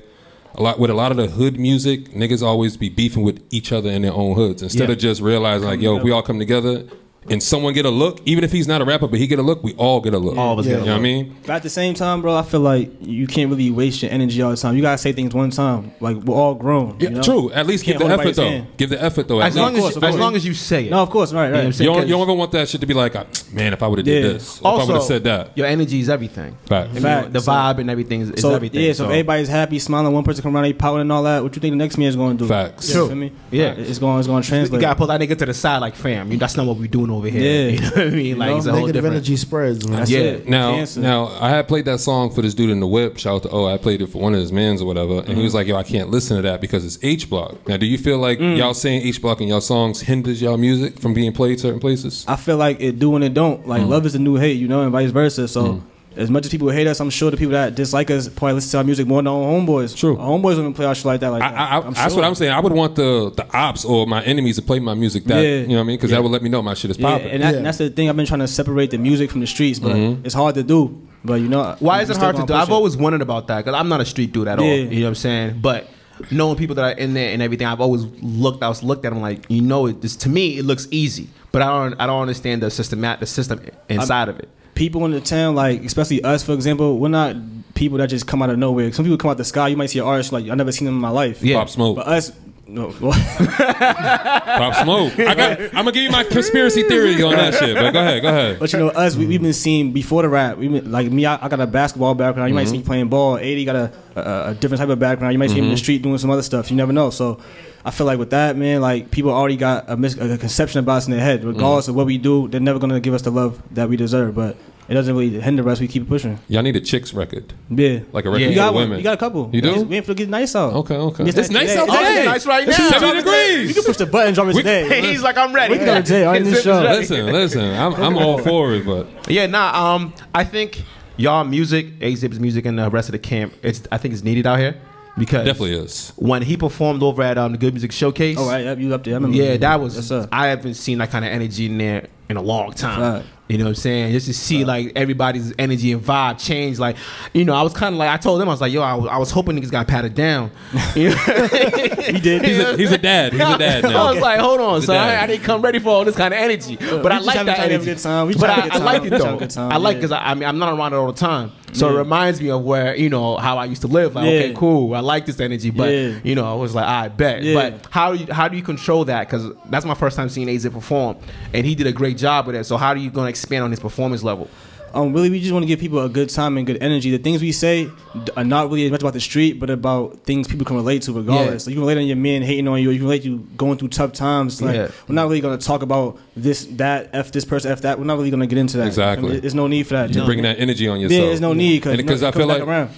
Speaker 2: a lot with a lot of the hood music, niggas always be beefing with each other in their own hoods instead
Speaker 14: Yeah.
Speaker 2: of just realizing like,
Speaker 14: Come
Speaker 2: yo, if we
Speaker 14: together.
Speaker 2: all come together and someone get a look, even if he's not a rapper, but he get a look, we all get a look.
Speaker 3: All of us
Speaker 2: you
Speaker 3: get a
Speaker 2: know what I
Speaker 3: look.
Speaker 2: mean?
Speaker 14: But at the same time, bro, I feel like you can't really waste your energy all the time. You gotta say things one time. Like we're all grown.
Speaker 2: Yeah,
Speaker 14: you know?
Speaker 2: true. At least
Speaker 14: You
Speaker 2: give
Speaker 14: can't
Speaker 2: the
Speaker 14: hold nobody's
Speaker 2: effort though.
Speaker 14: hand.
Speaker 2: Give the effort though. at
Speaker 14: As long as-
Speaker 2: least.
Speaker 14: Of course, of as course. long as
Speaker 3: you say it.
Speaker 14: No, of course, right,
Speaker 2: You, know what
Speaker 14: right.
Speaker 2: I'm saying? you, don't, you don't ever want that shit to be like, uh, man, if I would have did
Speaker 14: Yeah.
Speaker 2: this, if I would have said that.
Speaker 3: Your energy is everything.
Speaker 2: Fact.
Speaker 3: I mean,
Speaker 14: Fact.
Speaker 3: The
Speaker 14: So-
Speaker 3: vibe and everything is, is
Speaker 14: so
Speaker 3: everything.
Speaker 14: yeah, so, if
Speaker 3: so-
Speaker 14: everybody's happy, smiling, one person come around, they pouting and all that. What you think the next man's gonna do?
Speaker 2: Facts.
Speaker 14: You
Speaker 3: True.
Speaker 14: feel me?
Speaker 3: Yeah.
Speaker 14: it's going, it's going to
Speaker 3: You
Speaker 14: translate.
Speaker 3: gotta pull that nigga to the side, like fam. You, that's not what we doing over here.
Speaker 14: Yeah.
Speaker 3: you know what I mean. Like it's a whole
Speaker 5: Negative
Speaker 3: different.
Speaker 5: energy spreads, man.
Speaker 3: That's Yeah. it.
Speaker 2: Now,
Speaker 3: Cancer.
Speaker 2: now I had played that song for this dude in the whip. Shout out to O. I played it for one of his mans or whatever, and
Speaker 14: Mm-hmm.
Speaker 2: he was like, "Yo, I can't listen to that because it's H Block." Now, do you feel like
Speaker 14: Mm.
Speaker 2: y'all saying H Block in y'all songs hinders y'all music from being played certain places? Mm.
Speaker 14: I feel like it do and it don't. Like love is the new hate, you know, and vice versa. So as much as people hate us, I'm sure the people that dislike us probably listen to our music more than our homeboys. True, our homeboys don't even play our shit like that. Like that.
Speaker 2: I, I,
Speaker 14: I'm
Speaker 2: that's
Speaker 14: sure.
Speaker 2: what I'm saying. I would want the the ops or my enemies to play my music. That
Speaker 14: Yeah.
Speaker 2: you know what I mean? Because
Speaker 14: Yeah.
Speaker 2: that would let me know my shit is
Speaker 14: Yeah,
Speaker 2: popping.
Speaker 14: and, that, and that's the thing. I've been trying to separate the music from the streets, but
Speaker 2: Mhm.
Speaker 14: it's hard to do. But you know,
Speaker 3: Why
Speaker 14: I'm
Speaker 3: is it
Speaker 14: still
Speaker 3: hard to
Speaker 14: gonna
Speaker 3: do?
Speaker 14: push
Speaker 3: I've
Speaker 14: it.
Speaker 3: always wondered about that because I'm not a street dude at all.
Speaker 14: Yeah.
Speaker 3: You know what I'm saying? But knowing people that are in there and everything, I've always looked. I was looked at them like, you know, it, this to me it looks easy, but I don't. I don't understand the system. The system inside of it.
Speaker 14: people in the town, like especially us, for example, we're not people that just come out of nowhere. Some people come out the sky. You might see an artist like I never seen them in my life.
Speaker 2: Yeah. Pop Smoke.
Speaker 14: But us, no.
Speaker 2: Pop Smoke. I got, I'm gonna give you my conspiracy theory on that shit. But go ahead, go ahead.
Speaker 14: But you know, us, we, we've been seen before the rap. We've been, like me, I, I got a basketball background. You might see
Speaker 2: Mhm.
Speaker 14: me playing ball. 80 got a, a, a different type of background. You might see him in the
Speaker 2: Mhm.
Speaker 14: street doing some other stuff. You never know. So I feel like with that, man, like people already got a, mis- a conception about us in their
Speaker 2: Mm-hmm.
Speaker 14: head. Regardless of what we do, they're never going to give us the love that we deserve. But it doesn't really hinder us. We keep pushing.
Speaker 2: Y'all need a chicks record.
Speaker 14: Yeah.
Speaker 2: Like a record
Speaker 14: you got
Speaker 2: for
Speaker 14: one.
Speaker 2: women.
Speaker 14: You got a couple.
Speaker 2: You do?
Speaker 14: We ain't for to get nice out.
Speaker 2: Okay, okay.
Speaker 14: It's, nice out
Speaker 2: today.
Speaker 14: today.
Speaker 2: Nice right now.
Speaker 14: You can
Speaker 2: 70
Speaker 14: drop it today.
Speaker 2: degrees.
Speaker 14: You can push the button, drop it today.
Speaker 3: He's like, I'm ready.
Speaker 14: We can go today. All right, this show.
Speaker 2: Listen, listen. I'm, I'm all for it, but
Speaker 3: Yeah, nah. Um, I think y'all music, Azip's music, and the rest of the camp. It's I think it's needed out here because
Speaker 2: Definitely is.
Speaker 3: When he performed over at um the Good Music Showcase,
Speaker 14: Oh, right, yep, you up there. I remember.
Speaker 3: yeah, that
Speaker 14: Yes,
Speaker 3: was.
Speaker 14: sir.
Speaker 3: I haven't seen that kind of energy in there in a long time.
Speaker 14: Fact.
Speaker 3: You know what I'm saying? Just to see like everybody's energy and vibe change. Like, you know, I was kind of like I told them I was like, yo, I was, I was hoping niggas got patted down. he did.
Speaker 2: He's a- he's a dad. He's a dad now.
Speaker 3: I was like, hold on,
Speaker 2: He's a
Speaker 3: so
Speaker 2: dad.
Speaker 3: I, I didn't come ready for all this kind of energy, but
Speaker 14: we
Speaker 3: I
Speaker 14: just
Speaker 3: like
Speaker 14: having-
Speaker 3: that
Speaker 14: trying to have a
Speaker 3: energy.
Speaker 14: good time. We
Speaker 3: But
Speaker 14: trying to
Speaker 3: I,
Speaker 14: have a
Speaker 3: I
Speaker 14: good
Speaker 3: like it
Speaker 14: time. We trying to
Speaker 3: though.
Speaker 14: have a good time,
Speaker 3: I like
Speaker 14: yeah.
Speaker 3: because I, I mean I'm not around it all the time. So it
Speaker 15: Yeah.
Speaker 3: reminds me of where you know how I used to live. Like,
Speaker 15: Yeah.
Speaker 3: okay, cool, I like this energy, but
Speaker 15: Yeah.
Speaker 3: you know, I was like, I bet.
Speaker 15: Yeah.
Speaker 3: But how do you, how do you control that? Because that's my first time seeing AZ perform, and he did a great job with it. So how are you going to expand on his performance level?
Speaker 14: um, really, we just want to give people a good time and good energy. The things we say d- are not really as much about the street, but about things people can relate to regardless.
Speaker 3: Yeah.
Speaker 14: So you can relate on your men hating on you, or you can relate you going through tough times. Like
Speaker 3: Yeah.
Speaker 14: we're not really going to talk about this, that, f this person, f that. We're not really going to get into that.
Speaker 2: Exactly.
Speaker 14: And there- There's no need for that.
Speaker 2: You're bringing that energy on yourself.
Speaker 14: Yeah, there's no need because
Speaker 2: And because I feel like
Speaker 14: around.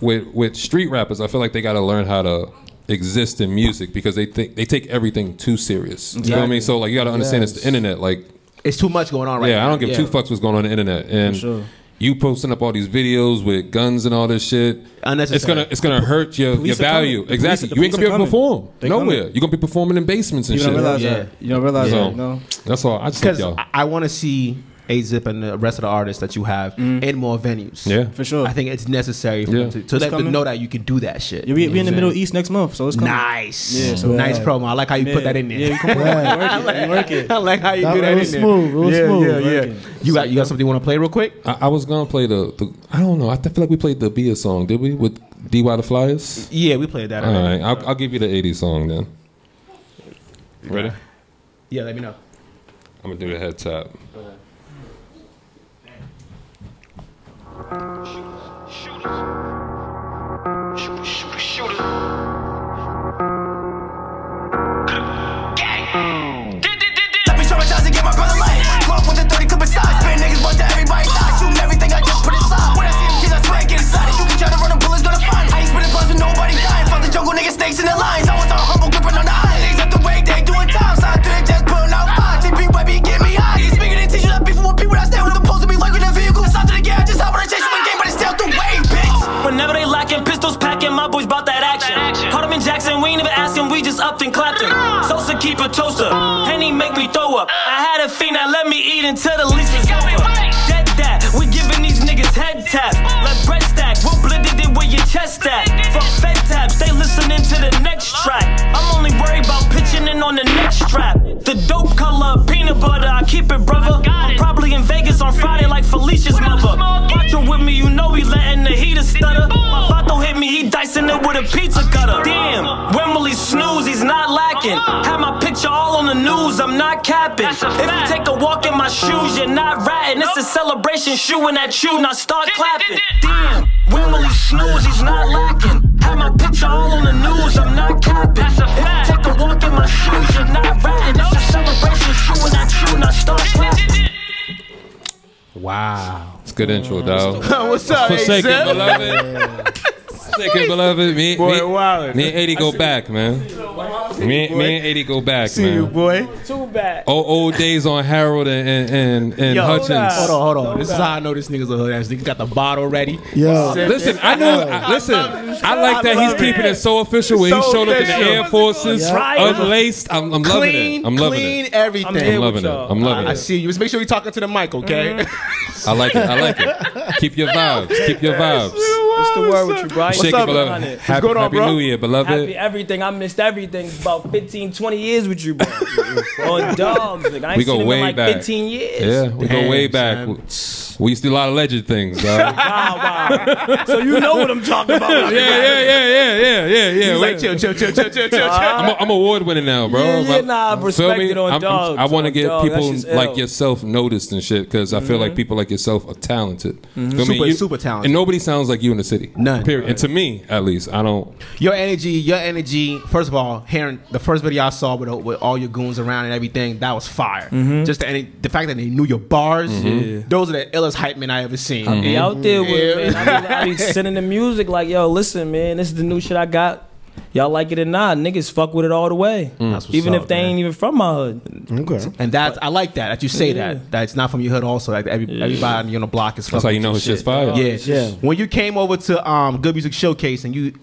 Speaker 2: with with street rappers, I feel like they got to learn how to exist in music because they think they take everything too serious. You know what I mean?
Speaker 3: Exactly.
Speaker 2: So like you got to understand it's the internet. Like
Speaker 3: It's too much going on right
Speaker 2: yeah,
Speaker 3: now.
Speaker 2: I don't give two fucks what's going on, on the internet. And
Speaker 3: For sure.
Speaker 2: you posting up all these videos with guns and all this shit. It's
Speaker 3: Unnecessary.
Speaker 2: gonna it's gonna hurt your, your
Speaker 14: Police are coming.
Speaker 2: value.
Speaker 14: The police-
Speaker 2: exactly.
Speaker 14: the
Speaker 2: you ain't
Speaker 14: police
Speaker 2: gonna be
Speaker 14: are
Speaker 2: able to
Speaker 14: coming.
Speaker 2: perform
Speaker 14: They
Speaker 2: nowhere.
Speaker 14: coming.
Speaker 2: You're gonna be performing in basements and
Speaker 14: You
Speaker 2: shit.
Speaker 14: don't realize Yeah. that. You don't realize
Speaker 2: So,
Speaker 14: that, no.
Speaker 2: That's all. I just
Speaker 3: Because
Speaker 2: think y'all.
Speaker 3: I want to see A Zip and the rest of the artists that you have
Speaker 14: Mm-hmm.
Speaker 3: in more venues.
Speaker 2: Yeah.
Speaker 3: for sure. I think it's necessary for them to, to
Speaker 14: It's
Speaker 3: let them
Speaker 14: coming.
Speaker 3: know that you can do that shit.
Speaker 14: Yeah, we,
Speaker 3: You know
Speaker 14: we in the
Speaker 3: what I'm
Speaker 14: Middle
Speaker 3: saying?
Speaker 14: East next month, so it's coming.
Speaker 3: Nice.
Speaker 14: Yeah, so
Speaker 3: nice promo. I like how you put that in there.
Speaker 14: Yeah, you can put
Speaker 3: I
Speaker 14: that-
Speaker 3: like-
Speaker 14: you work it.
Speaker 3: I like how you
Speaker 14: That
Speaker 3: do that
Speaker 14: was
Speaker 3: in
Speaker 14: smooth. It was
Speaker 3: there.
Speaker 14: smooth.
Speaker 3: Yeah, yeah, yeah. You got you got something you want to play real quick?
Speaker 2: I, I was gonna play the, the I don't know. I feel like we played the Bia song, did we? With DY the Flyers.
Speaker 3: Yeah, we played that.
Speaker 2: All right,
Speaker 3: already.
Speaker 2: I'll, I'll give you the '80s song then. Ready?
Speaker 3: Yeah, let me know.
Speaker 2: I'm gonna do the head tap.
Speaker 4: Let me traumatize and get my brother life. Grow up with a 30 clip inside. Spin niggas, bust to everybody die. Shooting everything I just put inside. When I see him kids, I swear I get inside. If you can try to run a bullet's gonna find. I ain't spinning blows with nobody dying. Found the jungle niggas, snakes in the lines. I was on humble gripping on the eye. Niggas at the way they doing time. Side through the just pulling out five. TP webby, get me high. Niggas speaking and teaching that beef with people that stand with the post to be lurking in vehicles. After the game, I just hop on a chase my game, but it's still the wave, bitch.
Speaker 17: Whenever they lacking, pistols packing, my boys bout that action. Caught him in Jackson, we ain't even asking, we just upped and clapped him. Sosa keep a toaster, Henny make me throw up. I had a fiend that let me eat until the lease was over. Dead that, we giving these niggas head tap. Let bread stack, we'll blend it in with your chest at. Fuck fed taps, they listening to the next track. I'm only worried about pitching in on the next strap. The dope color, peanut butter, I keep it, brother. I'm probably in Vegas on Friday like Felicia's mother. Watch her with me, you know we letting the heater stutter. My Vato hit me, he dicing it with a pizza cutter. Damn, Wembley snooze, he's not lacking. Had my picture all on the news, I'm not capping. If you take a walk in my shoes, you're not ratting. It's a celebration, shooing at you, now start clapping. Damn, Wembley snooze, he's not lacking. Had my picture all on the news, I'm not capping. If you take a walk in my shoes, you're not ratting. It's a celebration, shooing at you, now start clapping.
Speaker 3: Wow. Oh,
Speaker 2: It's a good intro, dog.
Speaker 3: What's up,
Speaker 2: Forsaken,
Speaker 3: A-Zip?
Speaker 2: beloved. Forsaken, beloved. Me,
Speaker 3: Boy,
Speaker 2: me,
Speaker 3: wildin'.
Speaker 2: me and 80 go back, man. Me, me and 80 go back,
Speaker 3: See you,
Speaker 2: man.
Speaker 3: boy.
Speaker 17: Too bad.
Speaker 2: Oh, old days on Harold and and and, and
Speaker 3: Yo,
Speaker 2: Hutchins.
Speaker 3: Hold on, hold on. This is how I know this nigga's a hood ass nigga. Got the bottle ready.
Speaker 2: Yo.
Speaker 3: Sip
Speaker 2: Listen,
Speaker 3: it.
Speaker 2: I know. I, listen,
Speaker 3: love
Speaker 2: I like that he's keeping it so official when he
Speaker 3: So
Speaker 2: showed up in the
Speaker 3: official.
Speaker 2: Air Forces,
Speaker 3: Right.
Speaker 2: unlaced. I'm, I'm loving
Speaker 3: clean,
Speaker 2: it. I'm loving
Speaker 3: clean
Speaker 2: it.
Speaker 3: everything.
Speaker 2: I'm, loving it. I'm loving
Speaker 3: I, I
Speaker 2: it.
Speaker 3: see you. Just make sure you talking to the mic, okay?
Speaker 2: I like it. I like it. Keep your vibes. Keep your vibes.
Speaker 15: What's the word with you, Brian?
Speaker 2: Shake it, beloved. Happy, happy New Year, beloved.
Speaker 15: Happy everything. I missed everything. About 15, 20 years with you, bro. On dogs. Like, I ain't
Speaker 2: we go
Speaker 15: seen him
Speaker 2: way
Speaker 15: in like
Speaker 2: back.
Speaker 15: 15 years.
Speaker 2: Yeah, we go way back. We, we used to do a lot of legend things. dog.
Speaker 15: So you know what I'm talking about.
Speaker 2: Yeah, yeah, yeah, yeah, yeah, yeah.
Speaker 15: He's like,
Speaker 2: chill,
Speaker 3: chill, chill, chill, chill, chill.
Speaker 2: I'm, a- I'm award winning now, bro.
Speaker 15: Yeah, yeah,
Speaker 2: Like,
Speaker 15: nah,
Speaker 2: feel
Speaker 15: respect
Speaker 2: me?
Speaker 15: it on
Speaker 2: I'm- I'm-
Speaker 15: dogs,
Speaker 2: I want to
Speaker 15: on
Speaker 2: get
Speaker 15: dogs. That shit's
Speaker 2: people like
Speaker 15: ill. Mm-hmm.
Speaker 2: yourself noticed and shit because I feel like people like yourself are talented.
Speaker 3: Mhm.
Speaker 2: Feel me?
Speaker 3: Super-
Speaker 2: You-
Speaker 3: super talented.
Speaker 2: And nobody sounds like you in the city. None. Period. And to me, at least, I don't.
Speaker 3: Your energy, your energy. First of all, hearing the first video I saw with, with all your goons around and everything, that was fire.
Speaker 15: Mm-hmm.
Speaker 3: Just the, and the fact that they knew your bars,
Speaker 15: Mhm. Yeah.
Speaker 3: those are the illest hype men I ever seen.
Speaker 15: I
Speaker 2: Mm-hmm.
Speaker 15: be out there with it, man. I be, I be sending the music like, yo, listen, man, this is the new shit I got. Y'all like it or not, niggas fuck with it all the way.
Speaker 3: Mm. That's what's
Speaker 15: Even
Speaker 3: up,
Speaker 15: if they ain't even from my hood.
Speaker 3: Okay. And that's I like that that you say
Speaker 15: Yeah.
Speaker 3: that that it's not from your hood also like every, everybody on the block is
Speaker 2: That's how you know his shit's fire.
Speaker 3: uh, Yeah.
Speaker 2: Yeah.
Speaker 3: When you came over to um Good Music Showcase and you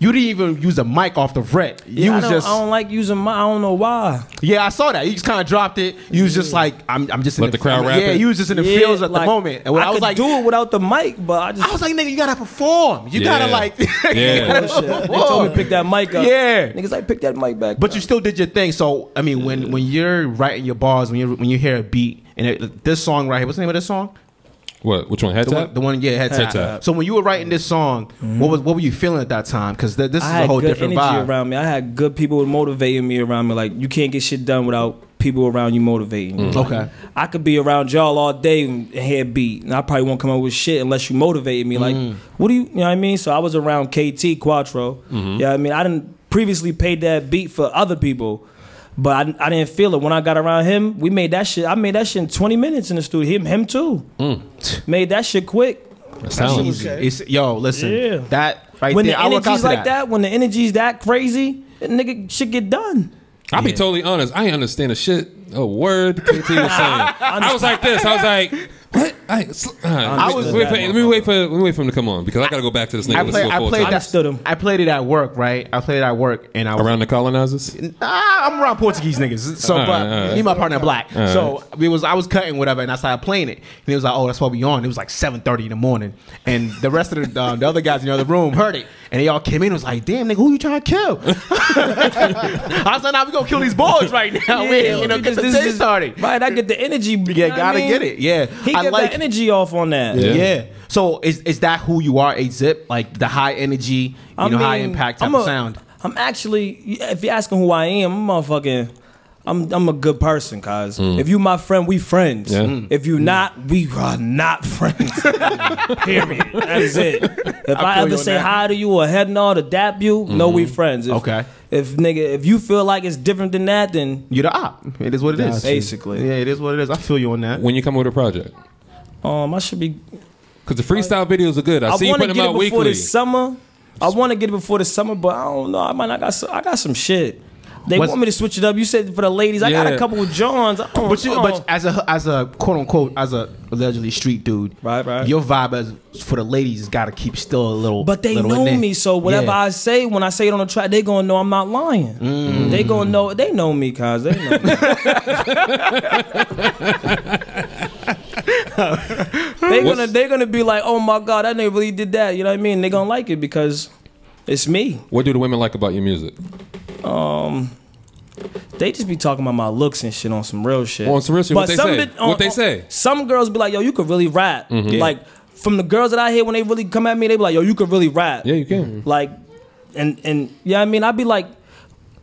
Speaker 3: you didn't even use a mic off the rep. You
Speaker 15: Yeah, I
Speaker 3: was
Speaker 15: don't-
Speaker 3: just
Speaker 15: I don't like using my I don't know why.
Speaker 3: yeah, I saw that. You just kind of dropped it. You was just like, I'm, I'm just in
Speaker 2: Let the crowd rap
Speaker 3: Yeah,
Speaker 2: it.
Speaker 3: you was just in the
Speaker 15: Yeah,
Speaker 3: fields at
Speaker 15: like,
Speaker 3: the moment. And when
Speaker 15: I
Speaker 3: I, was
Speaker 15: could
Speaker 3: like,
Speaker 15: do it without the mic, but I just
Speaker 3: I was like, nigga, you gotta perform. You gotta
Speaker 15: Yeah.
Speaker 3: like,
Speaker 15: Yeah. They told me to pick that mic up.
Speaker 3: Yeah,
Speaker 15: niggas like pick that mic back.
Speaker 3: But you still did your thing. So I mean, when when you're writing your bars, when you when you hear a beat and it, this song right here, what's the name of this song?
Speaker 2: What? Which one? Head
Speaker 3: the
Speaker 2: tap.
Speaker 3: One, the one, yeah, head,
Speaker 2: Head
Speaker 3: tap.
Speaker 2: tap.
Speaker 3: So when you were writing this song, what was what were you feeling at that time? Because th- this
Speaker 15: Mm-hmm. I
Speaker 3: is
Speaker 15: had
Speaker 3: a whole
Speaker 15: good
Speaker 3: different
Speaker 15: energy
Speaker 3: vibe.
Speaker 15: around me. I had good people motivating me around me. Like you can't get shit done without people around you motivating. you.
Speaker 3: Mm.
Speaker 15: Like,
Speaker 3: Okay.
Speaker 15: I could be around y'all all day and head beat, and I probably won't come up with shit unless you motivated me. Like,
Speaker 3: Mm.
Speaker 15: what do you? You know what I mean? So I was around KT Quattro.
Speaker 3: Mm-hmm.
Speaker 15: Yeah,
Speaker 17: Mhm.
Speaker 15: I mean, I didn't previously paid that beat for other people. But I, I didn't feel it when I got around him. We made that shit. I made that shit in 20 minutes in the studio. Him, him too. Made that shit quick.
Speaker 3: Mm. That sounds easy. It's, yo, listen, that right
Speaker 15: when
Speaker 3: there,
Speaker 15: the
Speaker 3: I work out
Speaker 15: energy's
Speaker 3: to
Speaker 15: like that.
Speaker 3: that.
Speaker 15: when the energy's that crazy, that nigga shit get done.
Speaker 2: I'll be totally honest. I ain't understand a shit a word KT was saying. I was like this. I was like, what? I, sl- all right,
Speaker 3: I
Speaker 2: let me-
Speaker 3: was-
Speaker 2: let me, wait for, let me wait for let me wait for him to come on because I gotta go back to this nigga.
Speaker 3: I,
Speaker 2: Let's
Speaker 3: play,
Speaker 2: go
Speaker 3: I
Speaker 2: full
Speaker 3: played
Speaker 2: time.
Speaker 3: that. I played it at work, right? I played it at work, and I was
Speaker 2: around the colonizers.
Speaker 3: Ah, I'm around Portuguese niggas, so
Speaker 2: All right,
Speaker 3: but
Speaker 2: all right.
Speaker 3: me and my partner are black,
Speaker 2: All
Speaker 3: so it was I was cutting whatever, and I started playing it, and it was like, oh, that's what we on. It was like 7:30 in the morning, and the rest of the, uh, the other guys in the other room heard it, and they all came in, and was like, damn, nigga, who you trying to kill? I was like, nah, we gonna kill these boys right now,
Speaker 15: Yeah,
Speaker 3: man, you know,
Speaker 15: because
Speaker 3: because the
Speaker 15: this
Speaker 3: day
Speaker 15: is-
Speaker 3: started.
Speaker 15: Right, I get the energy.
Speaker 3: Yeah, gotta get it. Yeah,
Speaker 15: He
Speaker 3: I
Speaker 15: get
Speaker 3: like
Speaker 15: that energy off on that.
Speaker 3: Yeah. So is is that who you are, a zip? Like the high energy, you know, high impact type
Speaker 15: I'm
Speaker 3: of
Speaker 15: a-
Speaker 3: sound.
Speaker 15: I'm actually, if you're asking who I am, I'm a motherfucking, I'm I'm a good person, cause
Speaker 17: Mm.
Speaker 15: if you my friend, we friends.
Speaker 17: Yeah.
Speaker 3: Hmm.
Speaker 17: Mm.
Speaker 15: If you not, we are not friends. Period. That's it. If
Speaker 17: I feel
Speaker 15: I,
Speaker 17: you
Speaker 15: ever
Speaker 17: on
Speaker 15: say
Speaker 17: that.
Speaker 15: hi to you or head nod or dap you, no, we friends. If, okay. If nigga, if you feel like it's different than that, then
Speaker 3: you're the op. It is what it is.
Speaker 15: Basically,
Speaker 3: yeah, it is what it is. I feel you on that.
Speaker 2: When you come with a project,
Speaker 15: um, I should be
Speaker 2: because the freestyle videos are good. I, see you
Speaker 15: wanna
Speaker 2: putting them out
Speaker 15: it before
Speaker 2: weekly.
Speaker 15: the summer. I want to get it before the summer, but I don't know. I might not got some, I got some shit. They
Speaker 3: What's-
Speaker 15: want me to switch it up. You said for the ladies, I got
Speaker 3: Yeah.
Speaker 15: a couple of Johns. I uh-uh. don't-
Speaker 3: But you,
Speaker 15: I
Speaker 3: but
Speaker 2: Uh-uh.
Speaker 15: don't-
Speaker 3: as a as a quote unquote as a allegedly street dude, right, right. Your vibe as for the ladies has got to keep still a little.
Speaker 15: but they
Speaker 3: little in
Speaker 15: know
Speaker 3: there.
Speaker 15: me, so whatever
Speaker 3: Yeah.
Speaker 15: I say, when I say it on the track, they gonna know I'm not lying.
Speaker 3: Mm.
Speaker 15: They gonna know. They know me, cause they know. me. they gonna
Speaker 2: What's-
Speaker 15: they gonna be like, oh my god, that nigga really did that. You know what I mean? They gonna like it because it's me.
Speaker 2: What do the women like about your music?
Speaker 15: Um, they just be talking about my looks and shit on some real shit.
Speaker 2: On some real shit, what they
Speaker 15: some
Speaker 2: say?
Speaker 15: on-
Speaker 2: What they
Speaker 15: on-
Speaker 2: say?
Speaker 15: Some girls be like, "Yo, you could really rap."
Speaker 2: Mhm. Yeah.
Speaker 15: Like from the girls that I hear when they really come at me, they be like, "Yo, you could really rap." Yeah,
Speaker 2: you can.
Speaker 15: Like, and and yeah, I mean, I be like,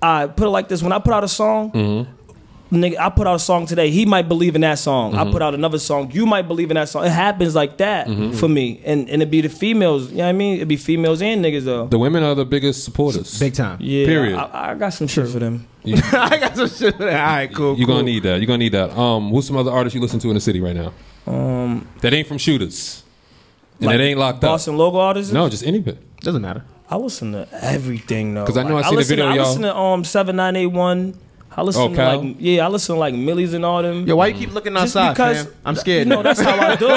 Speaker 15: I put it like this: when I put out a song,
Speaker 2: Mm-hmm.
Speaker 15: nigga, I put out a song today. He might believe in that song.
Speaker 2: Mhm.
Speaker 15: I put out another song. You might believe in that song. It happens like that
Speaker 2: Mhm.
Speaker 15: for me, and and it be the females. You know what I mean? It be females and niggas though.
Speaker 2: The women are the biggest supporters, big
Speaker 3: time.
Speaker 15: Yeah,
Speaker 2: Period.
Speaker 15: I, I got some shit for them.
Speaker 3: I got some shit. All right, cool.
Speaker 2: You're
Speaker 3: cool.
Speaker 2: gonna need that. You're gonna need that. Um, who's some other artists you listen to in the city right now?
Speaker 15: Um,
Speaker 2: that ain't from shooters, and
Speaker 15: Like
Speaker 2: it ain't locked up.
Speaker 15: uh, Boston logo artists.
Speaker 2: No, just any bit.
Speaker 3: Doesn't matter.
Speaker 15: I listen to everything though.
Speaker 2: Oh, 'Cause I know I seen the
Speaker 15: listen to-
Speaker 2: video,
Speaker 15: I
Speaker 2: y'all.
Speaker 15: listen to um seven nine eight one. I listen
Speaker 2: Oh,
Speaker 15: to
Speaker 2: Cal?
Speaker 15: like yeah, I listen to like Millie's and all them.
Speaker 3: Yo, why you keep looking
Speaker 15: Just
Speaker 3: outside,
Speaker 15: because-
Speaker 3: fam? I'm scared.
Speaker 15: You know that's how I do.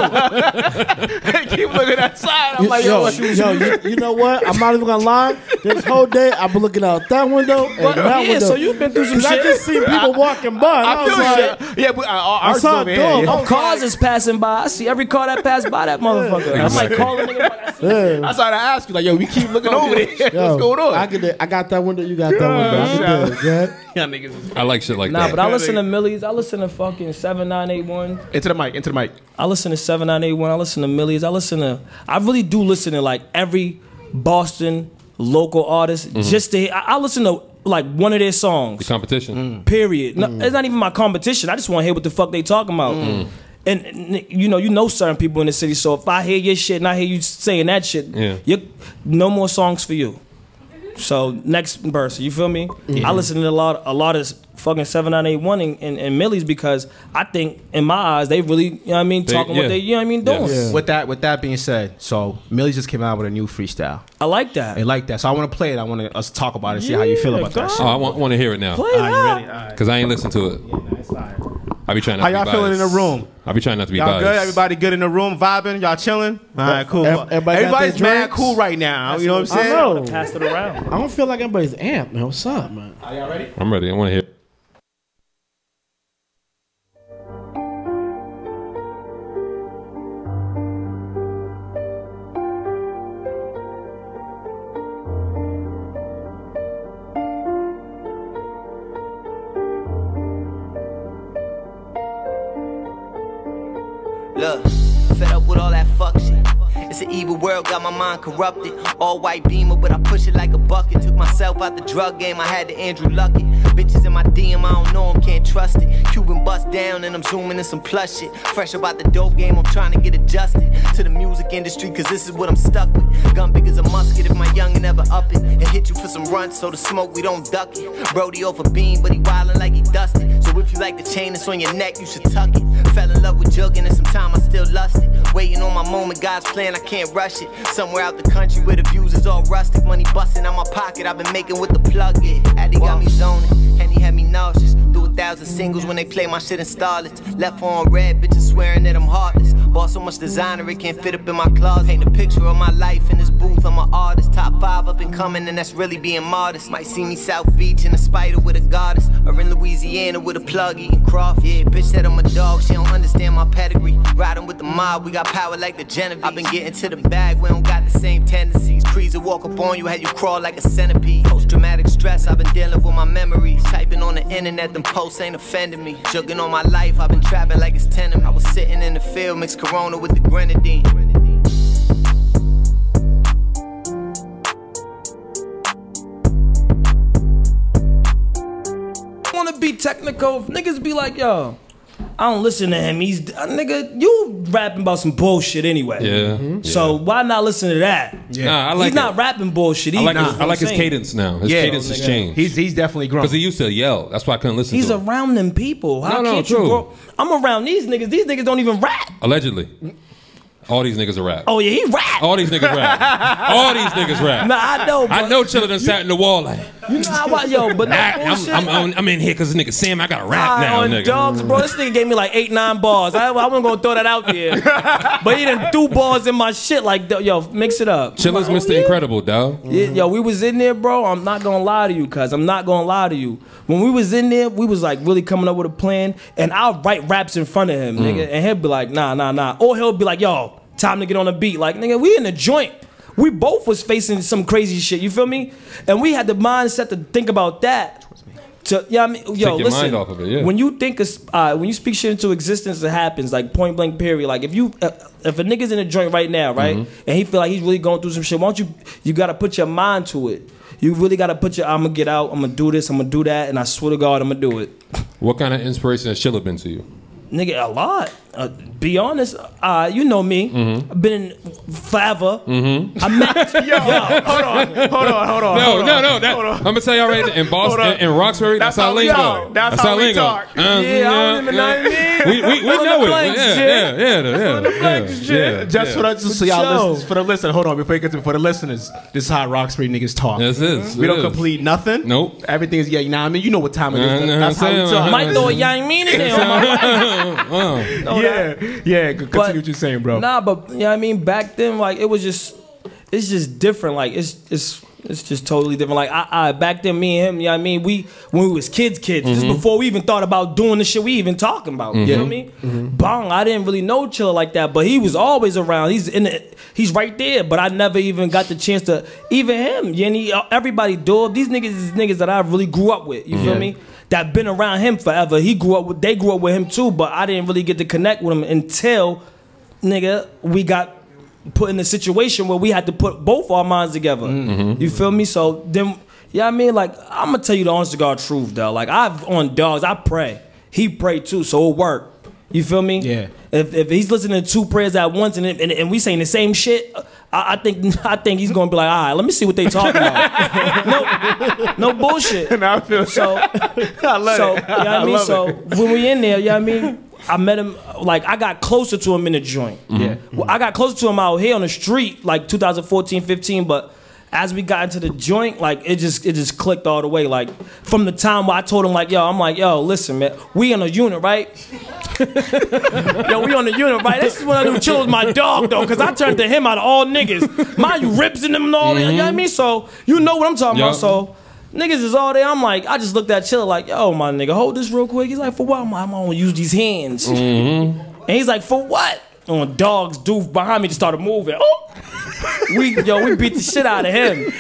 Speaker 3: keep looking outside.
Speaker 5: You- yo, yo, you, you know what? I'm not even gonna lie. This whole day, I've been looking out that window and
Speaker 3: But-
Speaker 5: that
Speaker 3: yeah,
Speaker 5: window.
Speaker 3: so you've been through some
Speaker 5: 'Cause I
Speaker 3: shit.
Speaker 5: just seen people walking by. and I,
Speaker 3: I
Speaker 5: was
Speaker 3: feel
Speaker 5: like,
Speaker 3: you. Yeah, but uh, our- ours is
Speaker 5: saw a
Speaker 3: over here.
Speaker 5: dog.
Speaker 3: yeah.
Speaker 15: Oh, cars is passing by. I see every car that passed by that motherfucker. I'm like calling. nigga, like, I see-
Speaker 3: I started to ask you, like, yo, we keep looking
Speaker 15: Oh,
Speaker 3: over there. What's
Speaker 5: Yo,
Speaker 3: going on?
Speaker 5: I, get that, I got that window. You got that
Speaker 3: Yeah.
Speaker 5: window. I'm good. Yeah.
Speaker 3: Yeah, niggas. is-
Speaker 2: I like shit like
Speaker 15: Nah,
Speaker 2: that.
Speaker 15: but I listen to Millie's. I listen to fucking seven nine eight one.
Speaker 3: Into the mic. Into the mic.
Speaker 15: I listen to 7981. I listen to Millie's. I listen to. I really do listen to like every Boston local artist
Speaker 2: Mhm.
Speaker 15: just to. hear- I, I listen to like one of their
Speaker 2: the
Speaker 15: songs.
Speaker 3: Mm.
Speaker 2: competition. Mm.
Speaker 15: Period. No, It's not even my competition. I just want to hear what the fuck they talking
Speaker 3: Oh.
Speaker 15: about.
Speaker 2: Mm. Oh,
Speaker 15: And, and, you know, you know certain people in the city. So if I hear your shit and I hear you saying that shit,
Speaker 2: Yeah.
Speaker 15: you're, no more songs for you. So next person, you feel me?
Speaker 17: Yeah.
Speaker 15: I listen to a lot, a lot of fucking seven nine eight one and, and, and Millie's because I think in my eyes they really, you know what I mean, talking what they, you know what I mean, doing.
Speaker 3: With that, with that being said, so Millie just came out with a new freestyle.
Speaker 15: I like that.
Speaker 3: I like that. So I want to play it. I want to us talk about it. See how you feel
Speaker 15: Yeah,
Speaker 3: about that.
Speaker 2: Oh, I want, want to hear it now.
Speaker 15: Play it up.
Speaker 2: Cause I ain't listen to it. I be trying. Not
Speaker 3: How
Speaker 2: to be
Speaker 3: y'all feeling in
Speaker 2: biased.
Speaker 3: the room?
Speaker 2: I be trying not to be
Speaker 3: Y'all
Speaker 2: biased.
Speaker 3: good? Everybody good in the room? Vibing? Y'all chilling? All right, cool.
Speaker 5: Ev- everybody got
Speaker 3: Everybody's
Speaker 5: their
Speaker 3: mad
Speaker 5: drinks?
Speaker 3: cool right now. you know what I'm saying?
Speaker 5: I know.
Speaker 15: Pass it around.
Speaker 5: I don't feel like everybody's amped, man. What's up, man?
Speaker 3: Are y'all ready?
Speaker 2: I'm ready. I want to hear.
Speaker 4: Look,
Speaker 18: Fed up with all that fuck shit. It's an evil world, got my mind corrupted. All white beamer, but I push it like a bucket. Took myself out the drug game, I had to Andrew Luck it. Bitches in my DM, I don't know 'em, can't trust it. Cuban bust down, and I'm zooming in some plush shit. Fresh about the dope game, I'm trying to get adjusted to the music industry, cause this is what I'm stuck with. Gun big as a musket if my youngin' ever up it. And hit you for some runs, so the smoke we don't duck it. Brody off a beam, but he wildin' like he dusted. So if you like the chain that's on your neck, you should tuck it. Fell in love with juggin' and sometime I still lust it. Waiting on my moment, God's plan, I can't rush it. Somewhere out the country where the views is all rustic. Money bustin' out my pocket, I've been making with the plug in. Addy got me zoning, and he had me nauseous. Do a thousand singles when they play my shit in starlets. Left on red, bitches swearing that I'm heartless. Bought so much designer it can't fit up in my closet. Paint a picture of my life in this booth. I'm an artist, top five up and coming, and that's really being modest. Might see me South Beach in a spider with a goddess, or in Louisiana with a plug eating Croft. Yeah, bitch said I'm a dog, she don't understand my pedigree. Riding with the mob, we got power like the Genevieve. I've been getting to the bag, we don't got the same tendencies. Creeds will walk up on you, had you crawl like a centipede. Post traumatic stress, I've been dealing with my memories. Typing on the internet, them posts ain't offending me. Jugging on my life, I've been trapping like it's tenement. I was sitting in the field, mixed Corona with the grenadine.
Speaker 15: want to be technical. Niggas be like, yo, I don't listen to him. He's a nigga. You rapping about some bullshit anyway.
Speaker 2: Yeah. Mhm.
Speaker 15: So why not listen to that?
Speaker 2: Yeah. Nah, I like
Speaker 15: He's not rapping bullshit.
Speaker 2: I
Speaker 15: He's
Speaker 2: like,
Speaker 15: not.
Speaker 2: his, I like his cadence now. His
Speaker 15: Yeah. Oh,
Speaker 2: cadence has changed.
Speaker 3: He's he's definitely grown.
Speaker 2: Because he used to yell. That's why I couldn't listen
Speaker 15: He's
Speaker 2: to him.
Speaker 15: around them people. How
Speaker 2: No, no,
Speaker 15: can't
Speaker 2: true.
Speaker 15: you grow? I'm around these niggas. These niggas don't even rap.
Speaker 2: Allegedly. All these niggas are rap.
Speaker 15: Oh yeah, he rap.
Speaker 2: All these niggas rap. All these niggas rap.
Speaker 15: Nah, I know.
Speaker 2: I know children done sat in the wall like,
Speaker 15: You know how I yo, but that bullshit.
Speaker 2: I'm, I'm, I'm in here because nigga Sam, I got to rap
Speaker 15: Nah,
Speaker 2: now,
Speaker 15: on
Speaker 2: nigga.
Speaker 15: dogs, bro. This nigga gave me like eight, nine bars. I, I wasn't gonna throw that out there, but he done threw bars in my shit. Like, yo, mix it up.
Speaker 2: Chilla's
Speaker 15: I'm like, oh,
Speaker 2: Mr. Incredible, dog.
Speaker 15: Yeah, yo, we was in there, bro. I'm not gonna lie to you, cuz I'm not gonna lie to you. When we was in there, we was like really coming up with a plan, and I'll write raps in front of him, nigga, and he'll be like, nah, nah, nah. Or he'll be like, yo, time to get on the beat. Like, nigga, we in the joint. We both was facing some crazy shit, you feel me? And we had the mindset to think about that. To, yeah, I mean, yo,
Speaker 2: your
Speaker 15: listen.
Speaker 2: mind off of it, yeah.
Speaker 15: When you think, of, uh, when you speak shit into existence, it happens. Like point blank, period. Like if you, uh, if a nigga's in a joint right now, right,
Speaker 2: Mhm.
Speaker 15: and he feel like he's really going through some shit, why don't you? You gotta put your mind to it. You really gotta put your. I'm gonna get out. I'm gonna do this. I'm gonna do that. And I swear to God, I'm gonna do it.
Speaker 2: What kind of inspiration has Chilla been to you?
Speaker 15: Nigga, a lot. Uh, be honest. Uh, you know me.
Speaker 2: Mhm.
Speaker 15: I've been in forever.
Speaker 2: Mm-hmm.
Speaker 15: I met. yo, hold on, hold on, hold
Speaker 2: No, no, no. That, I'm gonna tell y'all right now, in Boston,
Speaker 15: Hold on.
Speaker 2: in Roxbury, that's,
Speaker 15: That's
Speaker 2: our
Speaker 15: how we
Speaker 2: lingo.
Speaker 15: talk. That's how we
Speaker 2: lingo.
Speaker 15: talk.
Speaker 2: Uh,
Speaker 15: Yeah, I don't even know what
Speaker 2: yeah.
Speaker 15: it
Speaker 2: We we, we
Speaker 3: That's
Speaker 2: know
Speaker 3: on the
Speaker 2: it.
Speaker 3: blanks,
Speaker 2: yeah, yeah,
Speaker 3: shit.
Speaker 2: yeah, yeah, yeah, yeah,
Speaker 3: just
Speaker 2: yeah.
Speaker 3: for the, just so y'all
Speaker 2: Yo.
Speaker 3: listen, for the listener, hold on before you get to for the listeners. This is how Roxbury niggas talk.
Speaker 2: This is,
Speaker 3: we
Speaker 2: it
Speaker 3: don't
Speaker 2: is.
Speaker 3: complete nothing.
Speaker 2: Nope.
Speaker 3: Everything is yeah. You know what I mean? You know what time it
Speaker 2: Nah,
Speaker 3: is.
Speaker 2: nah,
Speaker 3: That's how we
Speaker 2: I'm
Speaker 3: talk.
Speaker 2: saying, Might
Speaker 15: know a young meaning there,
Speaker 2: yeah,
Speaker 3: yeah. Continue what you're saying, bro.
Speaker 15: Nah, but you know what I mean, back then, like it was just it's just different. Like it's it's it's just totally different. Like I, I back then me and him, you know what I mean, we when we was kids, kids, just
Speaker 3: Mhm.
Speaker 15: before we even thought about doing the shit we even talking about. You know what I mean? Bong, I didn't really know Chilla like that, but he was always around. He's in the, he's right there, but I never even got the chance to even him, Yenny, everybody Dove. These niggas is niggas that I really grew up with. You feel
Speaker 3: Yeah.
Speaker 15: me? That been around him forever. He grew up with they grew up with him too, but I didn't really get to connect with him until nigga, we got put in a situation where we had to put both our minds together. You feel me? So then, yeah, I mean, like I'm gonna tell you the honest to God truth, though. Like I've on dogs, I pray. He prayed too, so it worked. You feel me? Yeah. If, if he's listening to two prayers at once and and, and we saying the same shit, I, I think I think he's gonna be like, all right, let me see what they talking about. no, no bullshit. And I feel so. I
Speaker 3: love
Speaker 15: so,
Speaker 3: it.
Speaker 15: You know what
Speaker 3: I
Speaker 15: I mean?
Speaker 3: love
Speaker 15: so
Speaker 3: it.
Speaker 15: when we in there, you know what I mean? I met him like I got closer to him in the joint.
Speaker 3: Yeah.
Speaker 15: Well, I got closer to him out here on the street, like 2014, 15, but as we got into the joint, like it just it just clicked all the way. Like from the time where I told him, like, yo, I'm like, yo, listen, man, we in a unit, right? yo, we on the unit, right? This is when I knew Chill was my dog though, cause I turned to him out of all niggas. Mind you rips in them and all that, you know
Speaker 3: Mm-hmm.
Speaker 15: what I mean? So you know what I'm talking
Speaker 3: Yeah.
Speaker 15: about. So Niggas is all there. I'm like, I just looked at Chilla like, yo, my nigga, hold this real quick. He's like, for what? I'm, like, I'm gonna use these hands.
Speaker 3: Mm-hmm.
Speaker 15: And he's like, for what? And when dogs doof behind me just started moving. Oh! We yo, we beat the shit out of him.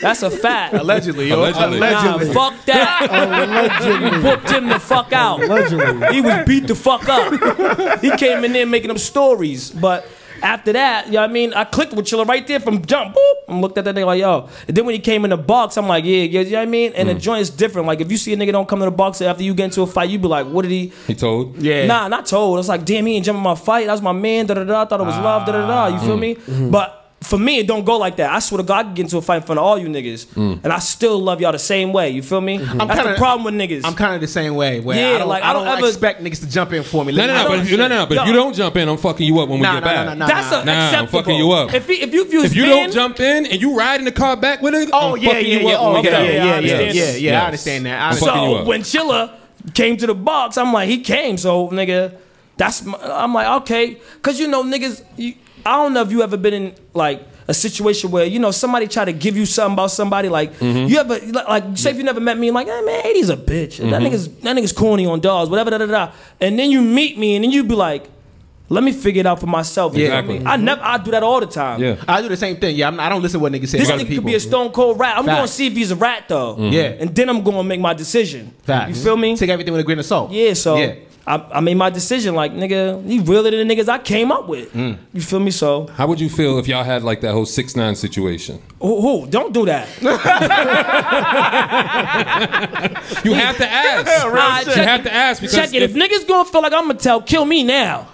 Speaker 15: That's a fact.
Speaker 3: Allegedly, yo. Allegedly. Allegedly.
Speaker 15: Nah, fuck that.
Speaker 3: Allegedly.
Speaker 15: You whooped him the fuck out.
Speaker 5: Allegedly.
Speaker 15: He was beat the fuck up. He came in there making them stories, but. After that, you know what I mean? I clicked with Chilla right there from jump, boop, and looked at that nigga like, yo. And then when he came in the box, I'm like, yeah, yeah, you know what I mean?
Speaker 3: Mm.
Speaker 15: And the joint is different. Like, if you see a nigga don't come to the box after you get into a fight, you be like, what did he?
Speaker 2: He told.
Speaker 15: Nah, not told. It's like, damn, he ain't jumping my fight. That was my man. Da da da. I Thought it was love. Da da da. You
Speaker 3: Ah.
Speaker 15: feel
Speaker 2: Mm.
Speaker 15: me?
Speaker 3: Mm-hmm.
Speaker 2: Mhm.
Speaker 15: But for me, it don't go like that. I swear to God, I could get into a fight in front of all you niggas,
Speaker 3: Mm. Mm-hmm.
Speaker 15: and I still love y'all the same way. You feel me? That's the problem with niggas.
Speaker 3: I'm kind of the same way. Where
Speaker 15: Yeah,
Speaker 3: I don't,
Speaker 15: like,
Speaker 3: I
Speaker 15: I
Speaker 3: don't,
Speaker 15: don't ever-
Speaker 3: expect niggas to jump in for me.
Speaker 2: No,
Speaker 3: Like,
Speaker 2: no,
Speaker 3: I
Speaker 2: no,
Speaker 3: don't-
Speaker 2: but if you, no, no, no, but if
Speaker 3: Yo,
Speaker 2: you don't jump in, I'm fucking you up when we
Speaker 3: Nah,
Speaker 2: get
Speaker 3: nah,
Speaker 2: back.
Speaker 3: nah, nah,
Speaker 2: That's
Speaker 3: nah.
Speaker 2: nah, I'm fucking you up.
Speaker 15: If, he, if you if you
Speaker 2: If you
Speaker 15: been-
Speaker 2: don't jump in and you ride in the car back with it,
Speaker 15: Oh,
Speaker 2: I'm
Speaker 15: yeah,
Speaker 2: fucking
Speaker 15: yeah,
Speaker 2: you
Speaker 15: yeah.
Speaker 2: up.
Speaker 15: Oh,
Speaker 2: when
Speaker 15: yeah,
Speaker 2: we get
Speaker 15: yeah,
Speaker 2: back.
Speaker 15: yeah, I understand
Speaker 2: Yes,
Speaker 15: that. Yeah, I
Speaker 2: yes.
Speaker 3: understand that. I
Speaker 2: I'm
Speaker 15: so
Speaker 2: fucking you up.
Speaker 15: when Chilla came to the box, I'm like, he came. So nigga, that's my, I'm like, okay, because you know niggas, you, I don't know if you ever been in like a situation where you know somebody try to give you something about somebody. Like
Speaker 3: Mm-hmm.
Speaker 2: Mhm.
Speaker 15: you ever like like, say if you never met me, I'm like, eh, man, 80's a bitch. That
Speaker 3: Mm-hmm.
Speaker 2: Mhm.
Speaker 15: nigga's that nigga's corny on dogs, whatever, da da da. And then you meet me, and then you be like. Let me figure it out for myself. You know what
Speaker 3: Exactly.
Speaker 15: I, mean? I never. I do that all the time.
Speaker 3: Yeah. I do the same thing. Yeah, I'm, I don't listen to what niggas say.
Speaker 15: This
Speaker 3: about
Speaker 15: nigga could
Speaker 3: people.
Speaker 15: be a stone cold rat. I'm
Speaker 3: Facts.
Speaker 15: gonna see if he's a rat though.
Speaker 3: Mhm. Yeah.
Speaker 15: And then I'm gonna make my decision.
Speaker 3: Facts.
Speaker 15: You feel me?
Speaker 3: Take everything with a grain of salt.
Speaker 15: Yeah, so
Speaker 3: Yeah.
Speaker 15: I, I made my decision. Like, nigga, he realer than the niggas I came up with.
Speaker 3: Mm.
Speaker 15: You feel me? So
Speaker 2: How would you feel if y'all had like that whole six nine situation?
Speaker 15: who, who? Don't do that.
Speaker 2: You have to ask.
Speaker 15: Nah,
Speaker 2: you have to ask because
Speaker 15: check it. If,
Speaker 2: if-
Speaker 15: niggas gonna feel like I'm gonna tell, kill me now.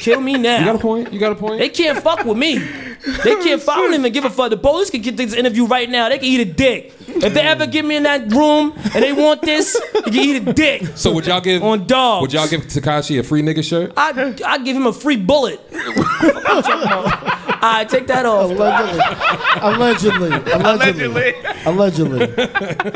Speaker 15: kill me now. You got a
Speaker 2: point. Mm. You got a point.
Speaker 15: They can't fuck with me. They can't. fuck. I don't even give a fuck. The police can get this interview right now. They can eat a dick. If they ever get me in that room and they want this, they can eat a dick.
Speaker 2: So would y'all give
Speaker 15: on dogs?
Speaker 2: Would y'all give Takashi a free nigga shirt?
Speaker 15: I I give him a free bullet. I take that off.
Speaker 5: Allegedly. Allegedly. Allegedly.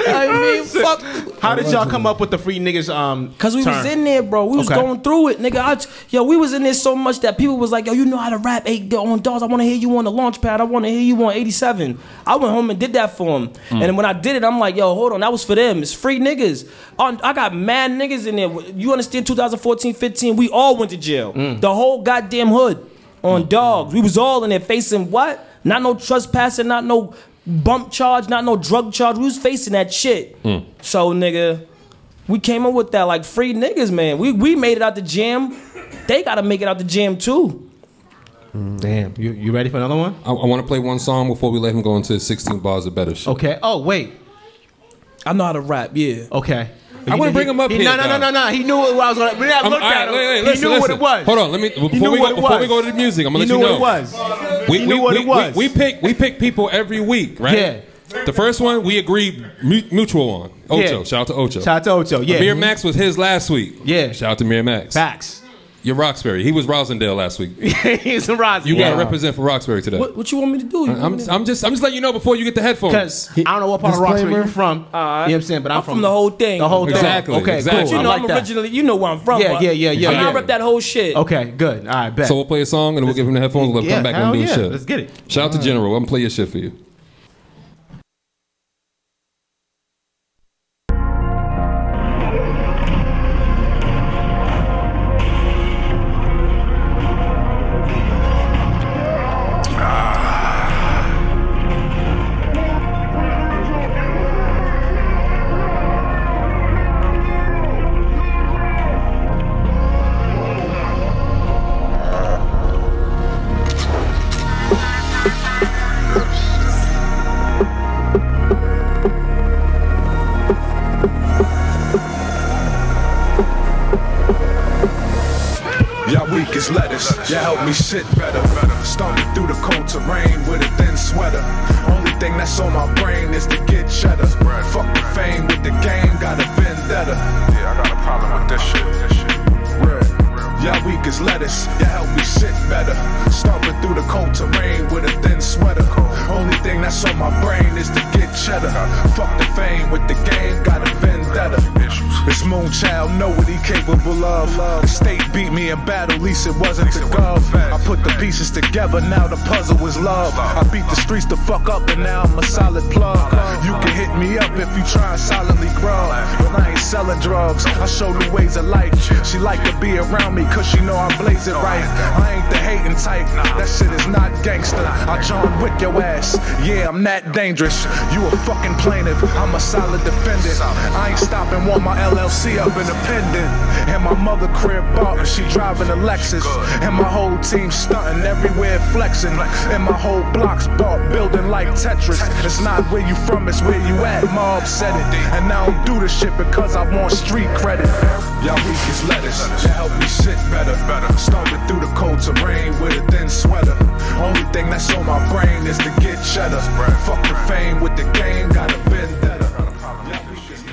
Speaker 15: I mean, fuck.
Speaker 3: How did y'all come up with the free niggas? Um,
Speaker 15: Cause we was in there, bro. We was
Speaker 3: Okay.
Speaker 15: going through it, nigga. I, t- yo, we was in there so much that people was like, yo, you know how to rap eight go- on dogs. I want to hear you on the launch pad. I want to hear you on 87. I went home and did that for him. And then when I did it, I'm like, yo, hold on. That was for them. It's free niggas. On, I got mad niggas in there. You understand 2014, 15, we all went to jail. The whole goddamn hood on dogs. We was all in there facing what? Not no trespassing, not no bump charge, not no drug charge. We was facing that shit. So nigga, we came up with that like free niggas, man. We we made it out the jam. They gotta make it out the jam too.
Speaker 3: Mm, Damn, you, you ready for another one?
Speaker 2: I, I want to play one song before we let him go into 16 bars of better shit.
Speaker 3: Okay. Oh wait.
Speaker 15: I know how to rap. Yeah.
Speaker 3: Okay.
Speaker 2: I wouldn't bring him up
Speaker 3: he,
Speaker 2: here,
Speaker 3: No, no, no, no,
Speaker 2: dog.
Speaker 3: no. He knew what I was gonna. When I
Speaker 2: I'm-
Speaker 3: looked
Speaker 2: all
Speaker 3: at
Speaker 2: right,
Speaker 3: him,
Speaker 2: wait, wait,
Speaker 3: he
Speaker 2: listen,
Speaker 3: knew what
Speaker 2: listen.
Speaker 3: it was.
Speaker 2: Hold on, let me
Speaker 3: He knew
Speaker 2: before we
Speaker 3: what
Speaker 2: go
Speaker 3: it
Speaker 2: before we
Speaker 3: was.
Speaker 2: go to the music. I'm gonna
Speaker 3: He
Speaker 2: let
Speaker 3: knew
Speaker 2: you know.
Speaker 3: what it was.
Speaker 2: We,
Speaker 3: He
Speaker 2: we,
Speaker 3: knew what
Speaker 2: we,
Speaker 3: it was.
Speaker 2: We, we pick we pick people every week, right?
Speaker 3: Yeah.
Speaker 2: The first one we agreed mu- mutual on. Ocho,
Speaker 3: Yeah.
Speaker 2: shout out to Ocho.
Speaker 3: Shout out to Ocho, yeah.
Speaker 2: Mir Max was his last week. Yeah. Shout out to Mir Max.
Speaker 3: Facts.
Speaker 2: You're Roxbury. He was Rosendale last week. You
Speaker 3: He's a Rosie.
Speaker 2: gotta represent for Roxbury today.
Speaker 15: What, what you want me to do? You want
Speaker 2: I'm,
Speaker 15: me to-
Speaker 2: I'm just I'm just letting you know before you get the headphones.
Speaker 3: Because I don't know what part of Roxbury
Speaker 2: Disclaimer.
Speaker 3: you're from. you know what I'm saying? But I'm,
Speaker 15: I'm from the whole thing.
Speaker 3: The whole
Speaker 2: Exactly,
Speaker 3: thing. Okay,
Speaker 2: exactly.
Speaker 3: cool.
Speaker 2: You
Speaker 3: I
Speaker 15: You know,
Speaker 3: like
Speaker 15: I'm
Speaker 3: that.
Speaker 15: originally. You know where I'm from.
Speaker 3: Yeah,
Speaker 15: but
Speaker 3: yeah, yeah, yeah,
Speaker 15: I mean, I
Speaker 3: yeah.
Speaker 15: rep that whole shit.
Speaker 3: Okay, good. All right, bet.
Speaker 2: So we'll play a song and then we'll give him the headphones. We'll
Speaker 3: Yeah,
Speaker 2: come back
Speaker 3: hell
Speaker 2: and do his
Speaker 3: yeah.
Speaker 2: shit.
Speaker 3: Let's get it.
Speaker 2: Shout out to General. I'm gonna play your shit for you.
Speaker 8: Y'all weak as lettuce. Y'all help me sit better. Stomping through the cold terrain with a thin sweater. Only thing that's on my brain is to get cheddar. Fuck the fame with the game, got a vendetta. Yeah, I got a problem with this shit. This shit. Real. Y'all weak as lettuce. Y'all help me sit better. Stomping through the cold terrain with a thin sweater. Only thing that's on my brain is to get cheddar. Fuck the fame with the game, got a vendetta. This Moonchild know what he capable of. The state beat me in battle, least it wasn't the gov. I put the pieces together, now the puzzle is love. I beat the streets to fuck up, and now I'm a solid plug. You can hit me up if you try and silently grub. But I ain't selling drugs, I show the ways of life. She like to be around me, cause she know I blaze it right. I ain't the hate tight and tight. That shit is not gangster. I John Wick your ass. Yeah, I'm that dangerous. You a fucking plaintiff. I'm a solid defendant. I ain't stopping. Want my LLC up independent. And my mother crib bought and she driving a Lexus. And my whole team stunting everywhere flexing. And my whole block's bought building like Tetris. It's not where you from, it's where you at. Mob said it. And I don't do this shit because I want street credit. Y'all weak as lettuce. You help me shit better. Better. Stomping through the cold terrain with a thin sweater. Only thing that's on my brain is to get cheddar. Fuck the fame with the game, gotta bend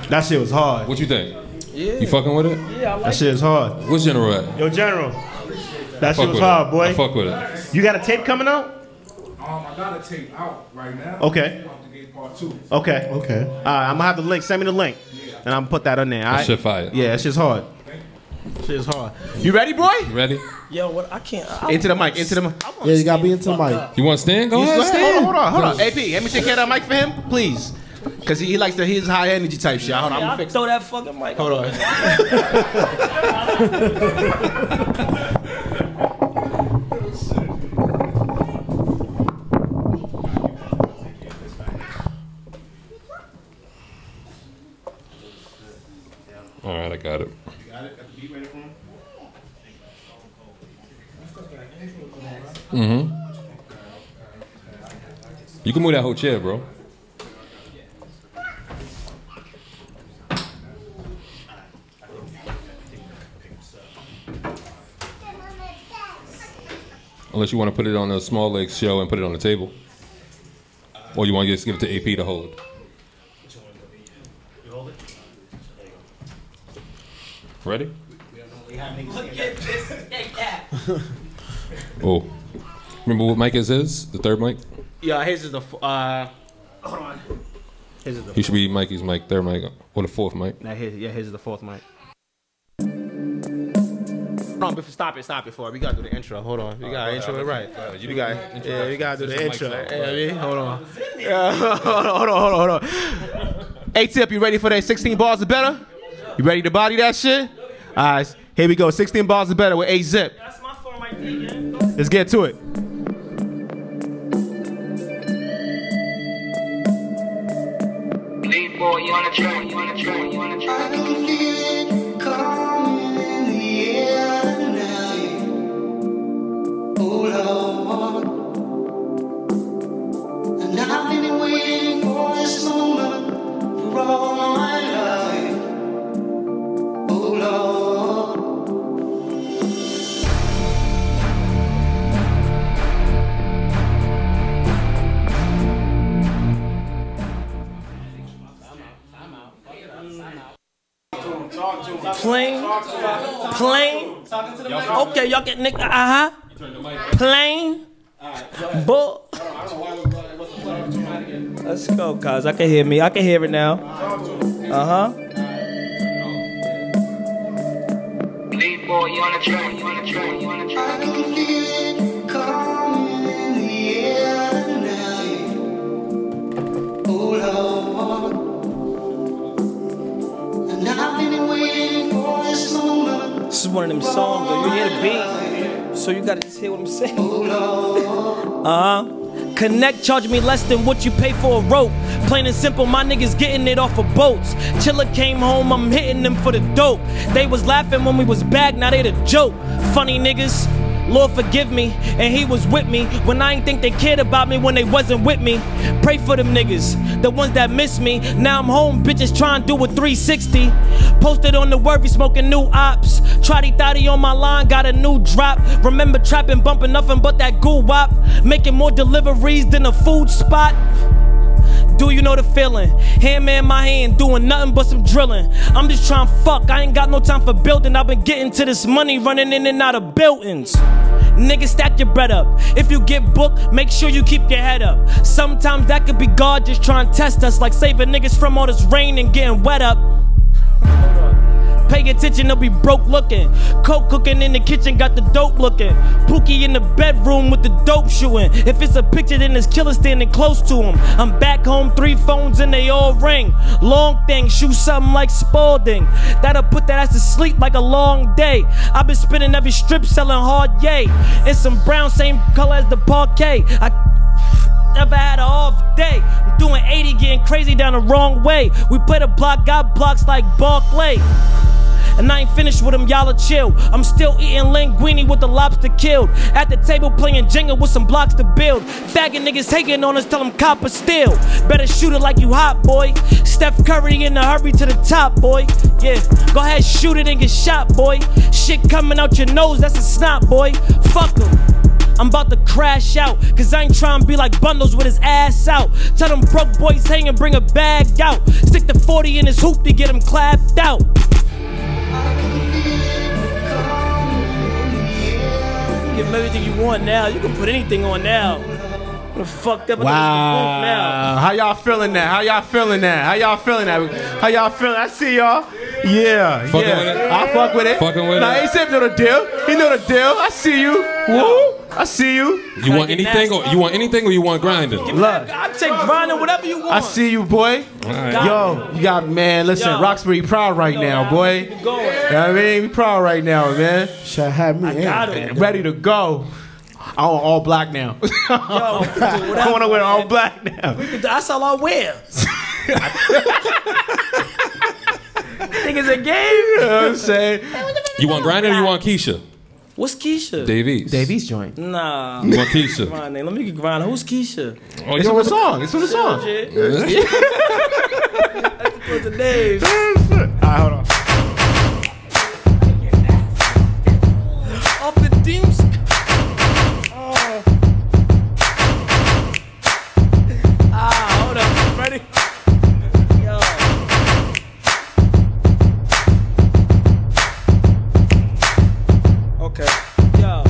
Speaker 5: That shit was hard.
Speaker 2: What you think? You fucking with it?
Speaker 5: Yeah, I like That shit is hard.
Speaker 2: What's general at?
Speaker 19: Yo, General.
Speaker 2: I
Speaker 19: That
Speaker 2: fuck
Speaker 19: shit was
Speaker 2: with
Speaker 19: hard,
Speaker 2: it.
Speaker 19: boy.
Speaker 2: I fuck with it.
Speaker 19: You got a tape coming out?
Speaker 8: Um, I got a tape out right now.
Speaker 19: Okay.
Speaker 8: Part two.
Speaker 19: Okay.
Speaker 5: Okay.
Speaker 19: All right, I'm gonna have the link. Send me the link, and I'm gonna put that on there. All right?
Speaker 2: shit fire.
Speaker 19: Yeah, that shit's hard.
Speaker 3: Shit's hard. You ready, boy?
Speaker 2: You ready?
Speaker 15: Yo, what? I can't. I,
Speaker 3: Into the mic. Into the mic.
Speaker 5: Yeah, you gotta be into the mic.
Speaker 2: You want to stand? Go
Speaker 3: You
Speaker 2: ahead,
Speaker 3: swear?
Speaker 2: stand.
Speaker 3: Hold on, hold on, hold on. AP, let me take care of that mic for him, please. Cause he, he likes to his high energy type shit. Hold
Speaker 15: Yeah,
Speaker 3: on, I'm gonna
Speaker 15: I'll
Speaker 3: fix.
Speaker 15: throw that fucking mic.
Speaker 3: Hold on.
Speaker 2: All right, I got it. Mm-hmm. You can move that whole chair, bro. Unless you want to put it on a small leg show and put it on the table. Or you want to just give it to AP to hold. Ready? Oh. Remember what mic is his? The third mic?
Speaker 3: Yeah, his is the. f- Uh, hold on. His is the.
Speaker 2: He should be Mikey's mic, third mic, or the fourth mic.
Speaker 3: Now his, yeah, his is the fourth mic. No, but stop it, stop it for it. We gotta do the intro. Hold on, we gotta intro it right.
Speaker 2: you
Speaker 3: we
Speaker 2: do
Speaker 3: got,
Speaker 2: the intro.
Speaker 3: yeah, we gotta do
Speaker 2: There's
Speaker 3: the
Speaker 2: the
Speaker 3: intro.
Speaker 2: mics
Speaker 3: Yeah,
Speaker 2: on.
Speaker 3: we- hold on, Yeah, hold on, hold on, hold on, hold on. A tip, you ready for that? 16 bars or better? You ready to body that shit? All right, here we go. 16 bars or better with A Zip. Let's get to it.
Speaker 11: And I've been waiting for this moment for all my life. Oh Lord.
Speaker 15: Plain, plain. Okay, y'all get Nick. Uh huh. Plain. Bull. Let's go, cuz. I can hear me. I can hear it now. Uh huh. Uh-huh. This is one of them songs. Though. You hear the beat, so you gotta just hear what I'm saying. uh huh. Connect charge me less than what you pay for a rope. Plain and simple, my niggas getting it off of boats. Chiller came home, I'm hitting them for the dope. They was laughing when we was back, now they the joke. Funny niggas, Lord forgive me. And he was with me when I ain't think they cared about me when they wasn't with me. Pray for them niggas, the ones that miss me. Now I'm home, bitches trying to do a 360. Posted on the word, we smoking new ops. Trotty thotty on my line, got a new drop. Remember trapping, bumping nothing but that goo wop. Making more deliveries than a food spot. Do you know the feeling? Handman my hand, doing nothing but some drilling. I'm just trying to fuck, I ain't got no time for building. I've been getting to this money, running in and out of buildings. Nigga, stack your bread up. If you get booked, make sure you keep your head up. Sometimes that could be God just trying to test us, like saving niggas from all this rain and getting wet up. pay attention, they'll be broke looking. Coke cooking in the kitchen, got the dope looking. Pookie in the bedroom with the dope shooting. If it's a picture, then it's killer standing close to him. I'm back home, three phones and they all ring. Long thing, shoot something like Spalding. That'll put that ass to sleep like a long day. I've been spinning every strip, selling hard yay. And some brown, same color as the parquet. I Never had an off day. I'm doing 80, getting crazy down the wrong way. We play the block, got blocks like Barclay. And I ain't finished with them, y'all are chill. I'm still eating linguine with the lobster killed. At the table playing Jenga with some blocks to build. Faggot niggas taking on us, tell them copper still. Better shoot it like you hot, boy. Steph Curry in a hurry to the top, boy. Yeah, go ahead, shoot it and get shot, boy. Shit coming out your nose, that's a snot, boy. Fuck 'em. I'm about to crash out, cause I ain't tryna be like bundles with his ass out. Tell them broke boys hang and bring a bag out. Stick the 40 in his hoop to get him clapped out. You Give him everything you want now. You can put anything on now. What fucked up I thought it was the funk now.
Speaker 3: Wow. How y'all feeling that? How y'all feeling that? How y'all feeling that? How y'all feeling? I see y'all. Yeah.
Speaker 2: Fucking
Speaker 3: yeah.
Speaker 2: with it?
Speaker 3: I fuck with it.
Speaker 2: Fucking with
Speaker 3: nah,
Speaker 2: it.
Speaker 3: he said know the deal. He know the deal. I see you. Woo. I see you.
Speaker 2: You want anything or you want anything or you want grinding?
Speaker 3: Look.
Speaker 15: I take grinding, whatever you want.
Speaker 3: I see you, boy.
Speaker 2: right.
Speaker 3: Yo, you got man. Listen, Roxbury proud right now, boy. You know what I mean, we proud right now, man.
Speaker 5: Shall have me in.
Speaker 15: got
Speaker 5: it.
Speaker 3: Ready to go. I'm all black now. I want to wear all black now.
Speaker 15: That's all I wear. Niggas a
Speaker 3: You
Speaker 15: game.
Speaker 3: know what I'm saying?
Speaker 2: You want grinding or you want Keisha?
Speaker 15: What's Keisha?
Speaker 2: Davies.
Speaker 3: Davies joint.
Speaker 15: Nah.
Speaker 2: You want Keisha?
Speaker 15: Grinding. Let me get grinding. Who's Keisha?
Speaker 2: Oh, It's you on
Speaker 3: know-
Speaker 2: the
Speaker 3: song. It's on the
Speaker 15: Chill,
Speaker 3: song.
Speaker 15: Jay.
Speaker 2: Yeah.
Speaker 15: What's the name? Of the teams. Oh. Ah, hold up. Ready? Yo. Okay. Yo.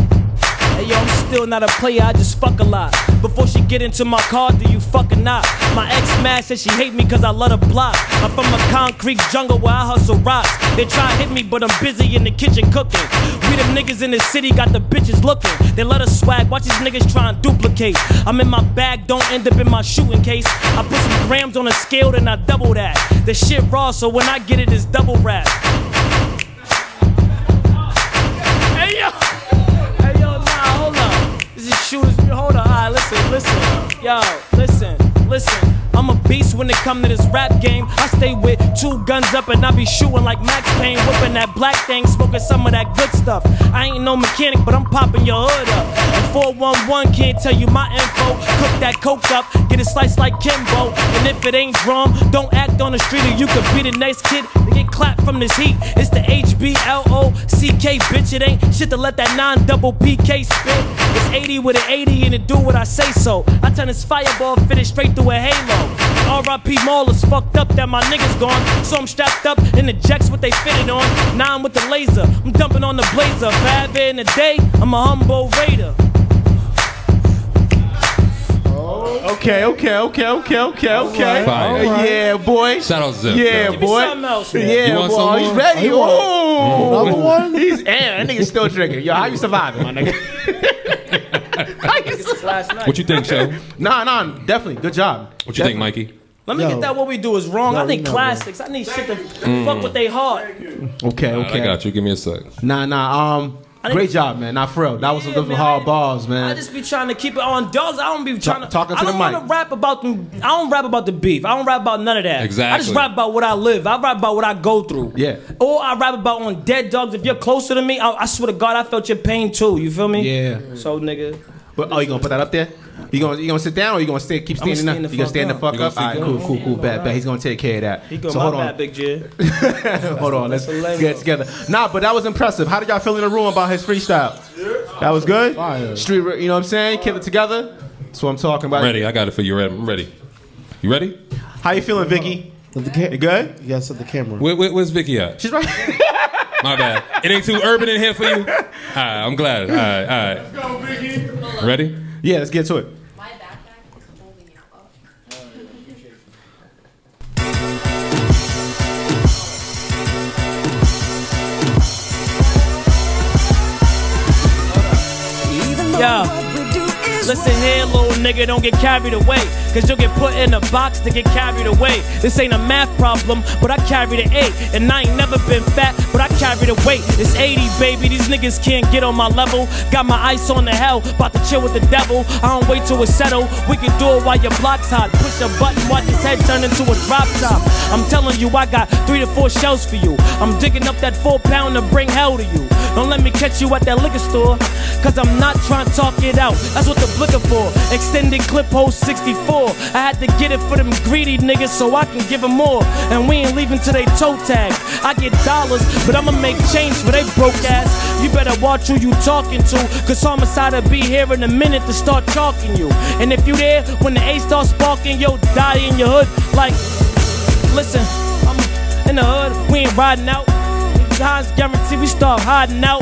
Speaker 15: Hey, yo, I'm still not a player, I just fuck a lot. Before she get into my car, do you fucking not? My ex mad said she hate me cause I let her block. I'm from a concrete jungle where I hustle rocks. They try to hit me, but I'm busy in the kitchen cooking. We them niggas in the city got the bitches looking. They let us swag, watch these niggas try and duplicate. I'm in my bag, don't end up in my shooting case. I put some grams on a scale, then I double that. The shit raw, so when I get it, it's double rap. Hey yo! Hey yo, nah, hold up. This is shooters. Hold on, alright, listen, listen. Yo, listen, listen. I'm a beast when it come to this rap game. I stay with two guns up and I be shooting like Max Payne, whipping that black thing, smoking some of that good stuff. I ain't no mechanic, but I'm popping your hood up. And 411 can't tell you my info. Cook that coke up, get it sliced like Kimbo. And if it ain't drum, don't act on the street or you could be the next kid to get clapped from this heat. It's the HBLOCK, bitch. It ain't shit to let that non double PK spit. It's 80 with an 80 and it do what I say so. I turn this fireball, fit it straight through a halo. RIP Mall is fucked up that my niggas gone. So I'm strapped up in the jacks what they fitted on. Nine with the laser, I'm dumping on the blazer. Five in a day, I'm a humble raider.
Speaker 3: Okay, okay, okay, okay, okay, okay.
Speaker 2: Fire.
Speaker 3: Uh, Yeah, boy.
Speaker 2: Shout out Zip.
Speaker 3: Yeah,
Speaker 2: though.
Speaker 3: boy.
Speaker 15: something else, man.
Speaker 3: yeah,
Speaker 2: You want
Speaker 3: boy.
Speaker 2: some
Speaker 3: He's
Speaker 2: more?
Speaker 3: ready.
Speaker 2: You
Speaker 3: Oh,
Speaker 2: want-
Speaker 3: another
Speaker 2: Another
Speaker 3: one. He's and that nigga's still drinking. Yo, how you surviving, my nigga?
Speaker 15: last night.
Speaker 2: What you think, Show?
Speaker 3: Nah, nah, definitely. Good job.
Speaker 2: What you think, Mikey?
Speaker 15: Let me
Speaker 3: Yo.
Speaker 15: get that what we do is wrong.
Speaker 3: No,
Speaker 15: I need
Speaker 3: we know, Mm.
Speaker 15: classics. I need shit to fuck with they heart.
Speaker 3: Okay,
Speaker 2: Alright,
Speaker 3: okay.
Speaker 2: I got you. Give me a sec.
Speaker 3: Nah, nah. Um,
Speaker 15: I
Speaker 3: great
Speaker 15: didn't-
Speaker 3: job, man. Not for real. That was some good
Speaker 15: man,
Speaker 3: hard balls,
Speaker 15: I
Speaker 3: man.
Speaker 15: just be trying to keep it on dogs. I don't be trying to
Speaker 3: talking to
Speaker 15: I
Speaker 3: the
Speaker 15: don't want
Speaker 3: mic.
Speaker 15: to rap about them. I don't rap about the beef. I don't rap about none of that. I
Speaker 3: Exactly.
Speaker 15: just rap about what I live. I rap about what I go through.
Speaker 3: Yeah.
Speaker 15: Or I rap about on dead dogs. If you're closer to me, I, I swear to God, I felt your pain too. You feel me?
Speaker 3: Yeah.
Speaker 15: So nigga,
Speaker 3: But oh, you gonna put that up there? You gonna you gonna sit down or you gonna stay keep
Speaker 15: I'ma
Speaker 3: standing up?
Speaker 15: stand the
Speaker 3: you gonna
Speaker 15: fuck
Speaker 3: stand the
Speaker 15: up.
Speaker 3: fuck
Speaker 15: You gonna
Speaker 3: up? All right,
Speaker 15: sit
Speaker 3: cool,
Speaker 15: down.
Speaker 3: cool, cool.
Speaker 15: Alright.
Speaker 3: Bad, bad. He's gonna take care of that.
Speaker 15: he go
Speaker 3: so
Speaker 15: my
Speaker 3: hold on,
Speaker 15: bad, Big J.
Speaker 3: hold on. Let's,
Speaker 15: That's a lame
Speaker 3: let's get together. Nah, but that was impressive. How did y'all feel in the room about his freestyle? That was good. Street, you know what I'm saying? Kill it together. That's what I'm talking about.
Speaker 2: Ready? I got it for you. Ready? I'm ready. You ready?
Speaker 3: How you feeling, Vicky?
Speaker 5: You
Speaker 3: good?
Speaker 5: Yes, at the camera.
Speaker 2: Where, where, where's Vicky at?
Speaker 3: She's right.
Speaker 2: My bad. It ain't too urban in here for you. All right, I'm glad. All right, all right. Ready?
Speaker 3: Yeah, let's get to it.
Speaker 15: Listen here, little nigga, don't get carried away. Cause you'll get put in a box to get carried away. This ain't a math problem, but I carry the eight. And I ain't never been fat, but I carry the weight. It's 80, baby, these niggas can't get on my level. Got my ice on the hell, about to chill with the devil. I don't wait till it's settled. We can do it while your block's hot. Push a button, watch his head turn into a drop top. I'm telling you, I got three to four shells for you. I'm digging up that four pound to bring hell to you. Don't let me catch you at that liquor store, cause I'm not trying to talk it out. That's what the blicker for. Extended clip hole 64. I had to get it for them greedy niggas so I can give them more. And we ain't leaving till they toe tag. I get dollars, but I'ma make change for they broke ass. You better watch who you talking to, cause homicide'll be here in a minute to start chalking you. And if you there when the A starts sparking, you'll die in your hood. Like, listen, I'm in the hood, we ain't riding out. Times guarantee we start hiding out.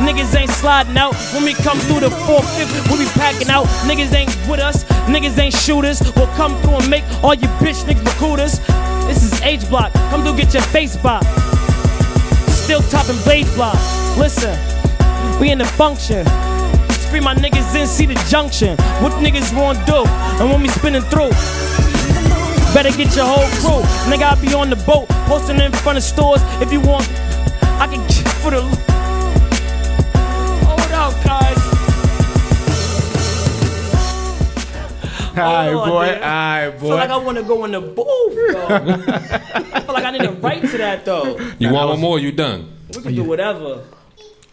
Speaker 15: Niggas ain't sliding out. When we come through the fourth, fifth, we be packing out. Niggas ain't with us. Niggas ain't shooters. We'll come through and make all you bitch niggas recruiters. This is H Block. Come through, get your face bopped. Still topping blade block. Listen, we in the function. Free my niggas in, see the junction. What niggas want do? And when we spinning through, better get your whole crew. Nigga, I be on the boat, posting in front of stores. If you want, I can get for the. Hold out, guys.
Speaker 3: Alright,
Speaker 15: Hold on,
Speaker 3: boy.
Speaker 15: dude.
Speaker 3: Alright,
Speaker 15: I feel
Speaker 3: boy.
Speaker 15: like I want to go in the booth, though. I feel like I need a right to that, though.
Speaker 2: You want one more? You done?
Speaker 15: We can do whatever.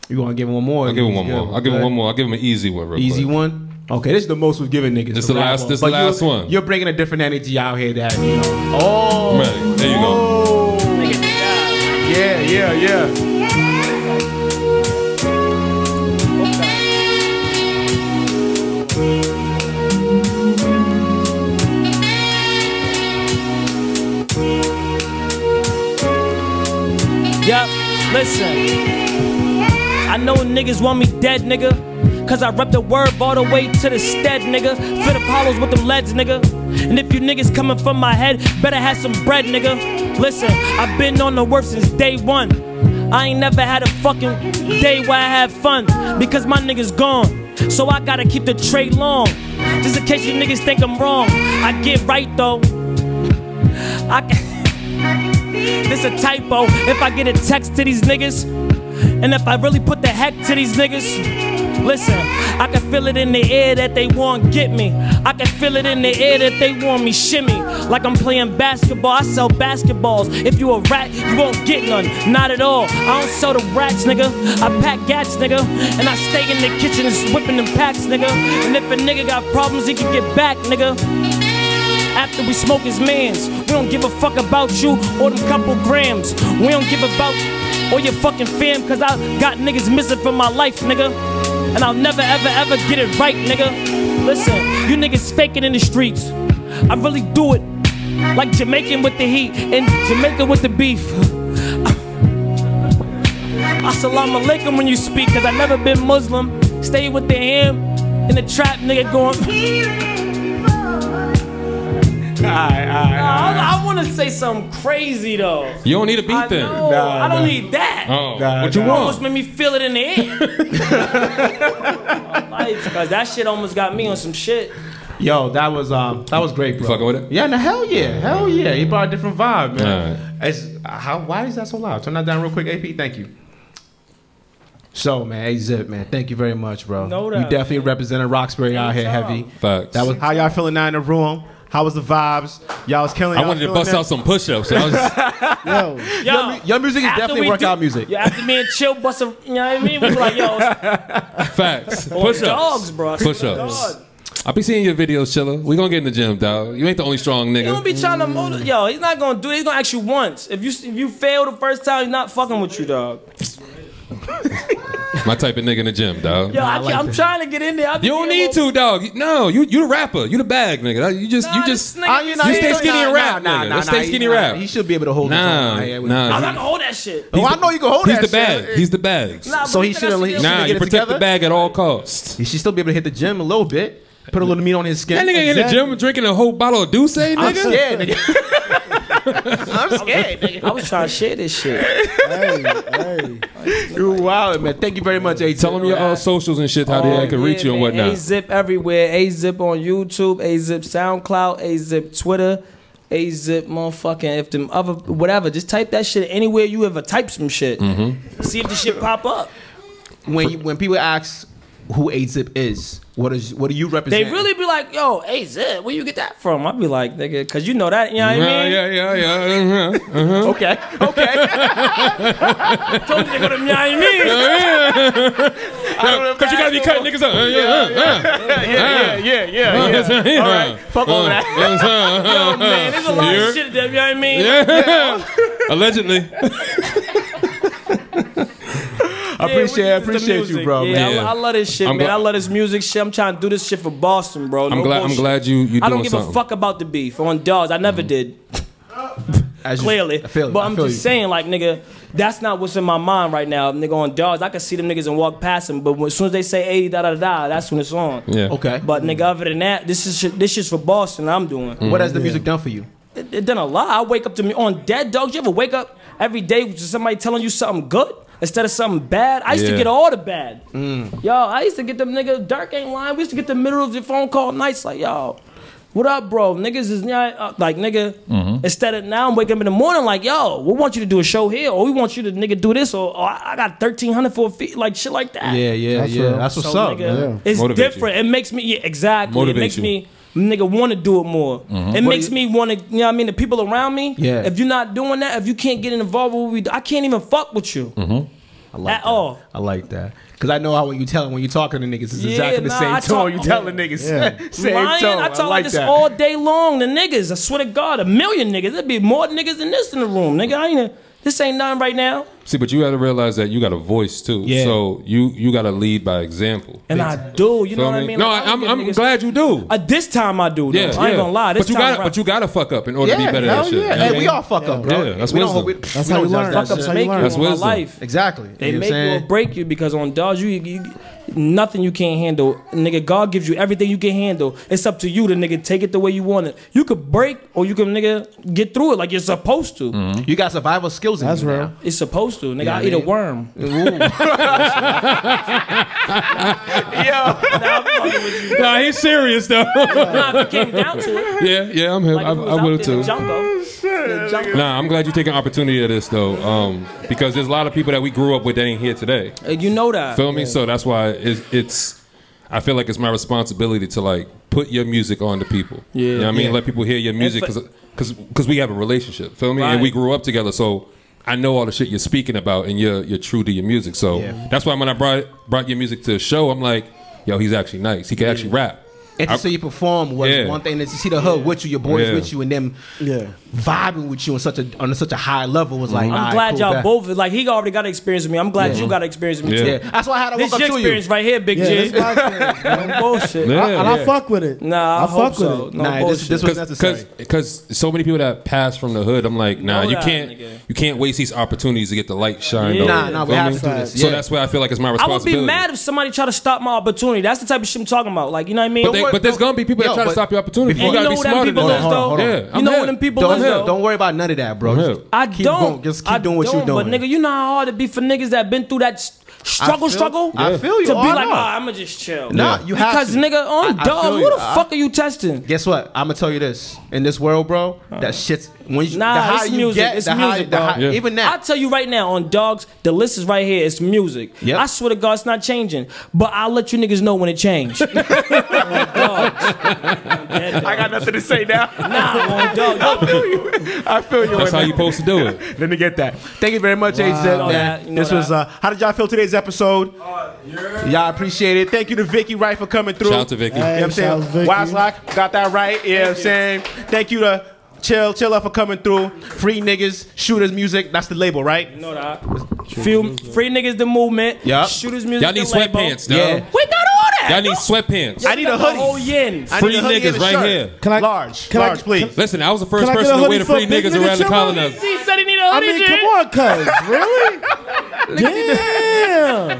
Speaker 3: You want to give him one more?
Speaker 2: I'll give him one
Speaker 3: Good,
Speaker 2: more. I'll give him
Speaker 3: good.
Speaker 2: one more. I'll give him an easy one. Real
Speaker 3: Easy
Speaker 2: quick.
Speaker 3: one. Okay, this is the most we've given niggas.
Speaker 2: This
Speaker 3: for
Speaker 2: the
Speaker 3: rap
Speaker 2: last-
Speaker 3: ones.
Speaker 2: this the
Speaker 3: But
Speaker 2: last
Speaker 3: you're,
Speaker 2: one.
Speaker 3: You're bringing a different energy out here that you know. Oh,
Speaker 2: Ready. There you go.
Speaker 3: Yeah, yeah, yeah.
Speaker 15: Yup, listen. I know niggas want me dead, nigga. Cause I rep the word all the way to the stead, nigga. Fill the hollows with them leads, nigga. And if you niggas coming from my head, better have some bread, nigga. Listen, I've been on the work since day one. I ain't never had a fucking day where I had fun. Because my niggas gone. So I gotta keep the trade long. Just in case you niggas think I'm wrong. I get right though. I This a typo. If I get a text to these niggas, and if I really put the heck to these niggas, listen, I can feel it in the air that they want get me. I can feel it in the air that they want me shimmy. Like I'm playing basketball, I sell basketballs. If you a rat, you won't get none. Not at all. I don't sell the rats, nigga. I pack gats, nigga. And I stay in the kitchen and s- whipping them packs, nigga. And if a nigga got problems, he can get back, nigga after we smoke his mans. We don't give a fuck about you or them couple grams. We don't give about or your fucking fam, cause I got niggas missing from my life, nigga. And I'll never, ever, ever get it right, nigga. Listen, you niggas faking in the streets. I really do it. Like Jamaican with the heat and Jamaica with the beef. Assalamu alaikum when you speak, cause I never been Muslim. Stay with the ham in the trap, nigga, going. I, want to say something crazy though.
Speaker 2: You don't need a beat
Speaker 15: I
Speaker 2: then.
Speaker 15: know.
Speaker 2: Nah,
Speaker 15: I don't
Speaker 2: nah.
Speaker 15: need that.
Speaker 2: Oh, Nah, what you nah. want?
Speaker 15: Almost made me feel it in the air. Because that shit almost got me on some shit.
Speaker 3: Yo, that was um, that was great, bro.
Speaker 2: fucking with it?
Speaker 3: Yeah, no, hell yeah, hell yeah. He brought a different vibe,
Speaker 2: All
Speaker 3: man. It's how why is that so loud? Turn that down real quick, AP. Thank you. So man, hey Zip, man, thank you very much, bro.
Speaker 19: No
Speaker 3: you
Speaker 19: doubt,
Speaker 3: definitely represented Roxbury out here, heavy.
Speaker 2: Facts.
Speaker 3: That was
Speaker 19: How y'all feeling now in the room? How was the vibes? Y'all was killing.
Speaker 2: I
Speaker 19: Y'all
Speaker 2: wanted to
Speaker 19: feeling
Speaker 2: bust
Speaker 19: it?
Speaker 2: out some push-ups. I was
Speaker 3: yo,
Speaker 15: Yo,
Speaker 3: your music is
Speaker 15: after
Speaker 3: definitely
Speaker 15: we
Speaker 3: workout music.
Speaker 15: Yeah, after me and Chill bust a, you know what I mean? We were like, yo,
Speaker 2: facts.
Speaker 15: Or
Speaker 2: Push-ups.
Speaker 15: dogs, bro. I see
Speaker 2: Push-ups. I be seeing your videos, chiller. We gonna get in the gym, dog. You ain't the only strong
Speaker 15: he don't
Speaker 2: nigga.
Speaker 15: be trying to motivate. Yo, he's not gonna do it. He's gonna ask you once. If you if you fail the first time, he's not fucking with you, dog.
Speaker 2: My type of nigga in the gym, dog.
Speaker 15: Yo, I can't, I'm trying to get in there. I be
Speaker 2: You don't
Speaker 15: getting
Speaker 2: need to, dog. No, you you the rapper. You the bag, nigga. That- You just you just
Speaker 3: Ah,
Speaker 15: nigga-
Speaker 2: you
Speaker 15: Nah,
Speaker 2: stay skinny and rap,
Speaker 3: Nah,
Speaker 2: nigga.
Speaker 3: nah,
Speaker 2: Let's
Speaker 3: nah,
Speaker 2: stay
Speaker 3: he-
Speaker 2: skinny
Speaker 3: nah,
Speaker 2: rap.
Speaker 3: He should be able to hold. his
Speaker 2: Nah,
Speaker 3: own. yeah, with-
Speaker 2: nah.
Speaker 15: I'm not gonna hold that shit.
Speaker 3: Oh, I know you can hold
Speaker 2: He's
Speaker 3: that
Speaker 2: the
Speaker 3: shit.
Speaker 2: bag. He's the bag.
Speaker 15: Nah, but
Speaker 3: so
Speaker 15: you
Speaker 3: he
Speaker 15: think I should
Speaker 3: should have.
Speaker 15: be able
Speaker 2: Nah, you protect the bag at all costs.
Speaker 3: He should still be able to hit the gym a little bit. Put a little meat on his skin.
Speaker 2: That nigga in the
Speaker 3: Exactly.
Speaker 2: gym drinking a whole bottle of Douce, nigga.
Speaker 3: I'm scared, nigga.
Speaker 15: I'm scared. Nigga. I was trying to share this shit.
Speaker 3: You wild, man. Thank you very much, A. Tell
Speaker 2: them your uh, socials and shit, how
Speaker 15: Oh,
Speaker 2: they I can reach you and
Speaker 15: A
Speaker 2: whatnot.
Speaker 15: Zip everywhere. A Zip on YouTube. A Zip SoundCloud. A Zip Twitter. A Zip motherfucking if them other whatever. Just type that shit anywhere you ever type some shit.
Speaker 2: Mm-hmm.
Speaker 15: See if the shit pop up.
Speaker 3: When you, when people ask who A Zip is, what is what do you represent?
Speaker 15: They really be like, yo, A Zip, where you get that from? I'd be like, nigga, cause you know that. You know what I
Speaker 2: Yeah,
Speaker 15: mean?
Speaker 2: yeah, yeah, yeah. Uh-huh, uh-huh.
Speaker 15: Okay. Okay. Told you to go to me. I mean. 아,
Speaker 2: Because you gotta be cutting niggas up. Uh,
Speaker 15: 예,
Speaker 2: yeah, uh, uh,
Speaker 15: yeah, yeah, yeah, yeah.
Speaker 2: yeah.
Speaker 15: 예,
Speaker 2: Uh,
Speaker 15: All right, fuck all of that. 네, Yo, man, there's a lot
Speaker 2: Yeah.
Speaker 15: of shit that 어, you 예. know what I mean. 네.
Speaker 2: Yeah. Allegedly.
Speaker 3: I appreciate, I appreciate you, bro.
Speaker 15: Yeah,
Speaker 3: man.
Speaker 15: I, I love this shit,
Speaker 2: I'm
Speaker 15: man. I
Speaker 2: gla-
Speaker 15: love this music shit. I'm trying to do this shit for Boston, bro.
Speaker 2: I'm
Speaker 15: No
Speaker 2: glad- I'm
Speaker 15: bullshit.
Speaker 2: glad you- you
Speaker 15: I don't
Speaker 2: doing
Speaker 15: give a
Speaker 2: something. Mm-hmm.
Speaker 15: fuck about the beef on dogs. I never did.
Speaker 3: As you-
Speaker 15: Clearly,
Speaker 3: I feel you,
Speaker 15: but
Speaker 3: I
Speaker 15: I'm
Speaker 3: feel
Speaker 15: just
Speaker 3: you.
Speaker 15: saying, like nigga, that's not what's in my mind right now. Nigga on dogs, I can see them niggas and walk past them, but when, as soon as they say eighty da da da, that's when it's on.
Speaker 3: Yeah. Okay.
Speaker 15: But nigga, other than that, this is shit- this shit's for Boston. I'm doing.
Speaker 3: What
Speaker 2: Mm-hmm.
Speaker 3: has the music done for you?
Speaker 15: It, it done a lot. I wake up to me on dead dogs. You ever wake up every day with somebody telling you something good instead of something bad? I used
Speaker 3: Yeah.
Speaker 15: to get all the bad.
Speaker 3: Mm.
Speaker 15: Yo, I used to get them niggas. Dirk ain't lying. We used to get the middle of the phone call nights like, yo, what up, bro? Niggas is not uh, like nigga.
Speaker 2: Mm-hmm.
Speaker 3: Mm-hmm.
Speaker 11: Mhm.
Speaker 15: Instead of now, I'm waking up in the morning like, yo, we want you to do a show here, or we want you to nigga do this, or, or I I got thirteen hundred for a fee, like shit like that.
Speaker 3: Yeah, yeah, That's yeah. real. That's what's up, man. Yeah.
Speaker 15: It's
Speaker 3: Motivate you.
Speaker 15: different. It makes me yeah, exactly.
Speaker 3: Motivate
Speaker 15: it makes
Speaker 3: you.
Speaker 15: me nigga want to do it more.
Speaker 3: Mhm.
Speaker 15: It
Speaker 3: What
Speaker 15: makes
Speaker 3: do
Speaker 15: me want to. You know what I mean? The people around me.
Speaker 3: Yeah.
Speaker 15: If you're not doing that, if you can't get involved with what we do, I can't even fuck with you.
Speaker 3: Mm-hmm. I like
Speaker 15: At
Speaker 3: that.
Speaker 15: all.
Speaker 3: I like that because I know how when you tell when you talking to niggas, it's
Speaker 15: Yeah,
Speaker 3: exactly the
Speaker 15: nah,
Speaker 3: same
Speaker 15: I
Speaker 3: tone
Speaker 15: talk-
Speaker 3: you telling niggas.
Speaker 15: Yeah.
Speaker 3: same
Speaker 15: Lying,
Speaker 3: tone.
Speaker 15: I talk
Speaker 3: like
Speaker 15: like this
Speaker 3: that.
Speaker 15: all day long. The niggas, I swear to God, a million niggas. There'd be more niggas than this in the room, nigga. I ain't. This ain't nothing right now.
Speaker 2: See, but you got to realize that you got a voice too.
Speaker 15: Yeah.
Speaker 2: So you you got to lead by example.
Speaker 15: And I do, you
Speaker 2: Feel
Speaker 15: know what I
Speaker 2: me?
Speaker 15: mean?
Speaker 2: No,
Speaker 15: Like,
Speaker 2: I,
Speaker 15: don't
Speaker 2: I'm
Speaker 15: give
Speaker 2: I'm
Speaker 15: niggas-
Speaker 2: glad you do.
Speaker 15: Uh, this time I do. Though.
Speaker 2: Yeah,
Speaker 15: I ain't gonna lie. This
Speaker 2: but you
Speaker 15: time
Speaker 2: got
Speaker 15: around-
Speaker 2: but you got to fuck up in order to be
Speaker 3: Yeah,
Speaker 2: better
Speaker 3: hell
Speaker 2: at shit.
Speaker 3: yeah.
Speaker 2: You know
Speaker 3: Hey,
Speaker 2: what I
Speaker 3: we
Speaker 2: mean?
Speaker 3: all fuck up, bro.
Speaker 2: Yeah, that's
Speaker 3: We don't-
Speaker 2: wisdom.
Speaker 3: we-
Speaker 15: That's how you learn. Fuck ups make you
Speaker 2: That's
Speaker 15: all my
Speaker 2: wisdom.
Speaker 15: life.
Speaker 3: Exactly.
Speaker 15: They
Speaker 3: You know
Speaker 15: make
Speaker 3: what I'm
Speaker 15: you or
Speaker 3: saying?
Speaker 15: break you because on dogs you, you nothing you can't handle. Nigga, God gives you everything you can handle. It's up to you to nigga take it the way you want it. You could break or you can nigga get through it like you're supposed to.
Speaker 3: Mm-hmm. You got survival skills. In
Speaker 15: That's
Speaker 3: you
Speaker 15: real.
Speaker 3: Now.
Speaker 15: It's supposed to, nigga.
Speaker 3: Yeah,
Speaker 15: I eat a
Speaker 3: man.
Speaker 15: worm.
Speaker 2: Nah, he's serious though.
Speaker 15: Nah, if it came down to it.
Speaker 2: Yeah, yeah, I'm him.
Speaker 15: Like,
Speaker 2: I,
Speaker 15: if it was
Speaker 2: I
Speaker 15: out
Speaker 2: would have
Speaker 15: there in
Speaker 2: too.
Speaker 15: the
Speaker 3: Oh,
Speaker 15: Jungle. the jungle.
Speaker 2: Nah, I'm glad you take an opportunity of this though, um, because there's a lot of people that we grew up with that ain't here today.
Speaker 15: Uh, You know that.
Speaker 2: Feel me? So that's why it's, it's. I feel like it's my responsibility to like put your music on to people.
Speaker 15: Yeah.
Speaker 2: you know what I mean,
Speaker 15: Yeah.
Speaker 2: let people hear your
Speaker 15: And
Speaker 2: music
Speaker 15: for-
Speaker 2: because because we have a relationship. Feel me? And
Speaker 15: Right.
Speaker 2: we grew up together, so I know all the shit you're speaking about, and you're you're true to your music. So that's why when I brought brought your music to the show, I'm like, yo, he's actually nice. He can actually rap.
Speaker 3: And
Speaker 2: I-
Speaker 3: to see you perform was
Speaker 2: Yeah.
Speaker 3: one thing. And to see the hood with you, your boys
Speaker 2: Yeah.
Speaker 3: with you, and them vibing with you on such a on such a high level was like.
Speaker 2: Mm-hmm.
Speaker 15: I'm
Speaker 3: all right,
Speaker 15: glad
Speaker 3: cool,
Speaker 15: y'all
Speaker 3: bet.
Speaker 15: both like he already got experience with me. I'm glad
Speaker 3: Yeah.
Speaker 15: you got experience with me
Speaker 3: Yeah.
Speaker 15: too.
Speaker 3: Yeah. That's why I had to
Speaker 15: this
Speaker 3: walk
Speaker 15: your
Speaker 3: up to you.
Speaker 15: experience right here, Big
Speaker 3: Yeah,
Speaker 15: G.
Speaker 3: that's
Speaker 15: No bullshit.
Speaker 2: Yeah. I-
Speaker 5: and I fuck with it.
Speaker 15: Nah, I,
Speaker 5: I
Speaker 15: hope
Speaker 5: fuck with
Speaker 15: so.
Speaker 5: it.
Speaker 15: No
Speaker 5: Nah, this-
Speaker 15: bullshit.
Speaker 5: this was necessary.
Speaker 2: because so many people that pass from the hood, I'm like, nah,
Speaker 15: Know
Speaker 2: you
Speaker 15: that,
Speaker 2: can't you can't waste these opportunities to get the light shine.
Speaker 15: Yeah.
Speaker 2: on
Speaker 15: Nah,
Speaker 2: you.
Speaker 15: nah, we
Speaker 2: Feel
Speaker 15: have
Speaker 2: me?
Speaker 15: to do this,
Speaker 2: So
Speaker 15: yeah.
Speaker 2: that's why I feel like it's my
Speaker 15: I would
Speaker 2: responsibility.
Speaker 15: be mad if somebody tried to stop my opportunity. That's the type of shit I'm talking about. Like you know what I mean?
Speaker 2: But, they, but there's gonna be people
Speaker 15: Yo,
Speaker 2: that try to
Speaker 15: but-
Speaker 2: stop your opportunity.
Speaker 15: And you
Speaker 2: you gotta
Speaker 15: know
Speaker 2: be
Speaker 15: who them
Speaker 2: smarter
Speaker 15: people
Speaker 2: than
Speaker 15: is,
Speaker 2: that.
Speaker 15: though?
Speaker 2: Yeah,
Speaker 15: You
Speaker 2: I'm
Speaker 15: know
Speaker 2: here.
Speaker 15: who them people
Speaker 3: Don't,
Speaker 15: is, though?
Speaker 3: don't worry about none of that, bro.
Speaker 2: I'm
Speaker 3: Just
Speaker 2: here.
Speaker 15: I
Speaker 3: keep
Speaker 15: don't.
Speaker 3: Going. Just keep
Speaker 15: I
Speaker 3: doing what
Speaker 15: don't,
Speaker 3: you're doing.
Speaker 15: But nigga, you know how hard it be for niggas that been through that s- struggle,
Speaker 3: I feel-
Speaker 15: struggle.
Speaker 3: I Yeah. feel you.
Speaker 15: To
Speaker 3: Oh,
Speaker 15: be
Speaker 3: I
Speaker 15: like,
Speaker 3: know.
Speaker 15: oh, I'ma just chill.
Speaker 3: Nah, you have
Speaker 15: because
Speaker 3: to.
Speaker 15: nigga on
Speaker 3: I- I
Speaker 15: dog.
Speaker 3: feel
Speaker 15: Who the
Speaker 3: I-
Speaker 15: fuck are you testing?
Speaker 3: Guess what? I'm gonna tell you this. In this world, bro, that shit's when you,
Speaker 15: Nah,
Speaker 3: the higher
Speaker 15: it's
Speaker 3: you
Speaker 15: music.
Speaker 3: get,
Speaker 15: it's
Speaker 3: the
Speaker 15: music,
Speaker 3: higher, the
Speaker 15: bro.
Speaker 3: high, even now.
Speaker 15: I tell you right now, on dogs, the list is right here. It's music. I swear to God, it's not changing. But I'll let you niggas know when it changed. Oh on dogs. I
Speaker 3: got nothing to say now.
Speaker 15: nah, on dogs. I feel you.
Speaker 3: I feel you.
Speaker 2: That's how you supposed to do it.
Speaker 3: Let me get that. Thank you very much,
Speaker 19: Wow.
Speaker 3: AZ.
Speaker 19: You know
Speaker 3: man.
Speaker 19: that, you know
Speaker 3: this was uh, how did y'all feel today's episode?
Speaker 15: Oh,
Speaker 3: Y'all appreciate it. Thank you to Vicky Wright for coming through.
Speaker 2: Shout out to Vicky.
Speaker 3: You know what I'm
Speaker 2: Hey, shout
Speaker 3: saying?
Speaker 2: out to Vicky.
Speaker 3: Wiselock got that right. Yeah, I'm saying. Thank you to Chill Chiller for coming through. Free niggas, shooters music. That's the label, right?
Speaker 15: You know that. Few, free niggas the movement.
Speaker 3: Yup.
Speaker 15: Shooters music.
Speaker 2: Y'all need
Speaker 15: the label.
Speaker 2: sweatpants, dog. Yeah.
Speaker 15: We got all that.
Speaker 2: Y'all need sweatpants.
Speaker 15: I need a hoodie. Whole yen.
Speaker 2: Free niggas right here.
Speaker 5: Can I,
Speaker 3: large,
Speaker 5: can
Speaker 3: large,
Speaker 5: I,
Speaker 3: please.
Speaker 2: Listen, I was the first
Speaker 5: Can I get a
Speaker 2: person to
Speaker 5: hoodie
Speaker 2: wear the
Speaker 5: for
Speaker 2: free
Speaker 5: Big
Speaker 2: niggas
Speaker 5: Nigga
Speaker 2: around the
Speaker 5: Chumbo?
Speaker 2: colonizer.
Speaker 15: He said he need a
Speaker 5: I
Speaker 15: hoodie. G.
Speaker 5: mean, come on, cuz. Really? Damn.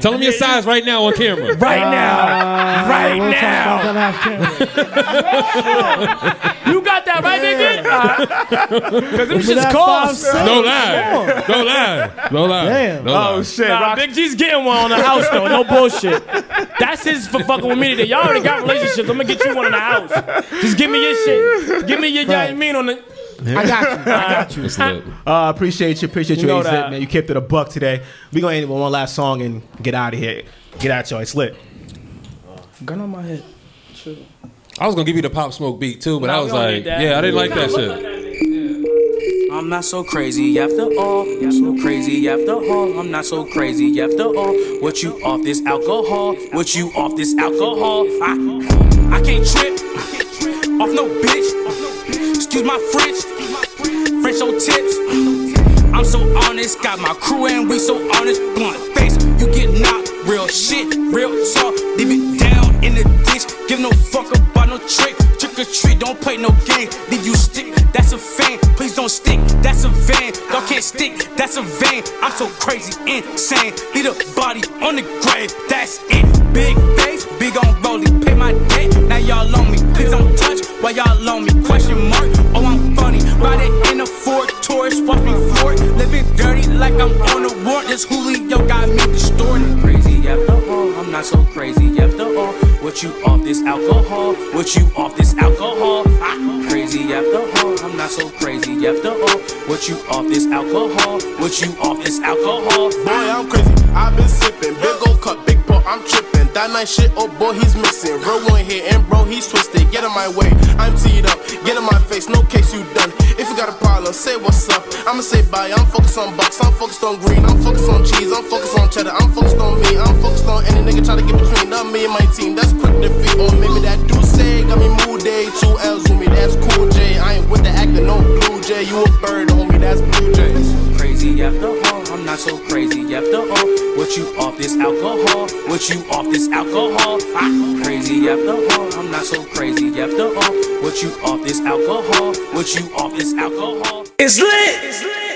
Speaker 2: Tell them your size right now on camera.
Speaker 15: Right now. right right
Speaker 11: We'll talk
Speaker 15: now.
Speaker 11: about that after.
Speaker 15: You got that right, nigga? Because them
Speaker 11: Give me
Speaker 15: shit's
Speaker 11: that
Speaker 15: cost.
Speaker 11: five cents.
Speaker 2: No lie. No lie. No lie.
Speaker 15: Damn.
Speaker 2: No lie.
Speaker 15: Nah, Big G's getting one on the house though. No bullshit. That's his for fucking with me today. Y'all already got relationships. I'm gonna get you one in the house. Just give me your shit. Give me your right. mean on the.
Speaker 3: I got you. I got you.
Speaker 2: It's lit.
Speaker 3: Uh, appreciate you. Appreciate you,
Speaker 15: You know
Speaker 3: AZ,
Speaker 15: that.
Speaker 3: man. You kept it a buck today. We gonna end it with one last song and get out of here. Get out, y'all. It's lit.
Speaker 15: Gun on my head.
Speaker 2: I was gonna give you the pop smoke beat too, but
Speaker 15: Nah,
Speaker 2: I
Speaker 15: we
Speaker 2: was
Speaker 15: don't
Speaker 2: like,
Speaker 15: need that.
Speaker 2: yeah, I didn't like that
Speaker 15: Nah,
Speaker 2: shit.
Speaker 20: I'm not so crazy after all. I'm so crazy after all. I'm not so crazy after all. What you off this alcohol? What you off this alcohol? I I can't trip off no bitch. Excuse my French. French on tips. I'm so honest, got my crew and we so honest. Blunt face, you get knocked. Real shit, real talk. Leave it down in the ditch. Give no fuck about no trick. Trick or treat, don't play no game. Leave you stick, that's a fan. Please don't stick, that's a van. Y'all can't stick, that's a van. I'm so crazy, insane. Leave the body on the grave, that's it. Big face, big on rollie, pay my debt. Now y'all on me, please don't touch. Why y'all on me? Question mark. Oh, I'm funny, ride it in a Ford Taurus, watch me for it. Living dirty like I'm on a warrant. This Julio got me distorted. Crazy after all, I'm not so crazy after all. What you off this alcohol? What you off this alcohol? I, crazy after all, I'm not so crazy after all. What you off this alcohol? What you off this alcohol?
Speaker 10: Boy, I'm crazy. I've been sipping. Big old cup, big boy, I'm tripping. That night shit, oh boy, he's missing. Real one here, and bro, he's twisted. Get in my way. I'm teed up. Get in my face. No case you done. If you got a problem, say what's up. I'ma say bye. I'm focused on bucks. I'm focused on green. I'm focused on cheese. I'm focused on cheddar. I'm focused on me. I'm focused on any nigga try to get between the me and my team. That's quick defeat. Or maybe that do say got me mood day. Two L's with me. That's cool, J. I ain't with the actor, no blue J. You a bird on me. That's blue Jays.
Speaker 20: Crazy after all, I'm not so crazy after all. What you off this alcohol? What you off this alcohol? I, crazy after all, I'm not so crazy after all. What you off this alcohol? What you off this alcohol?
Speaker 21: It's lit.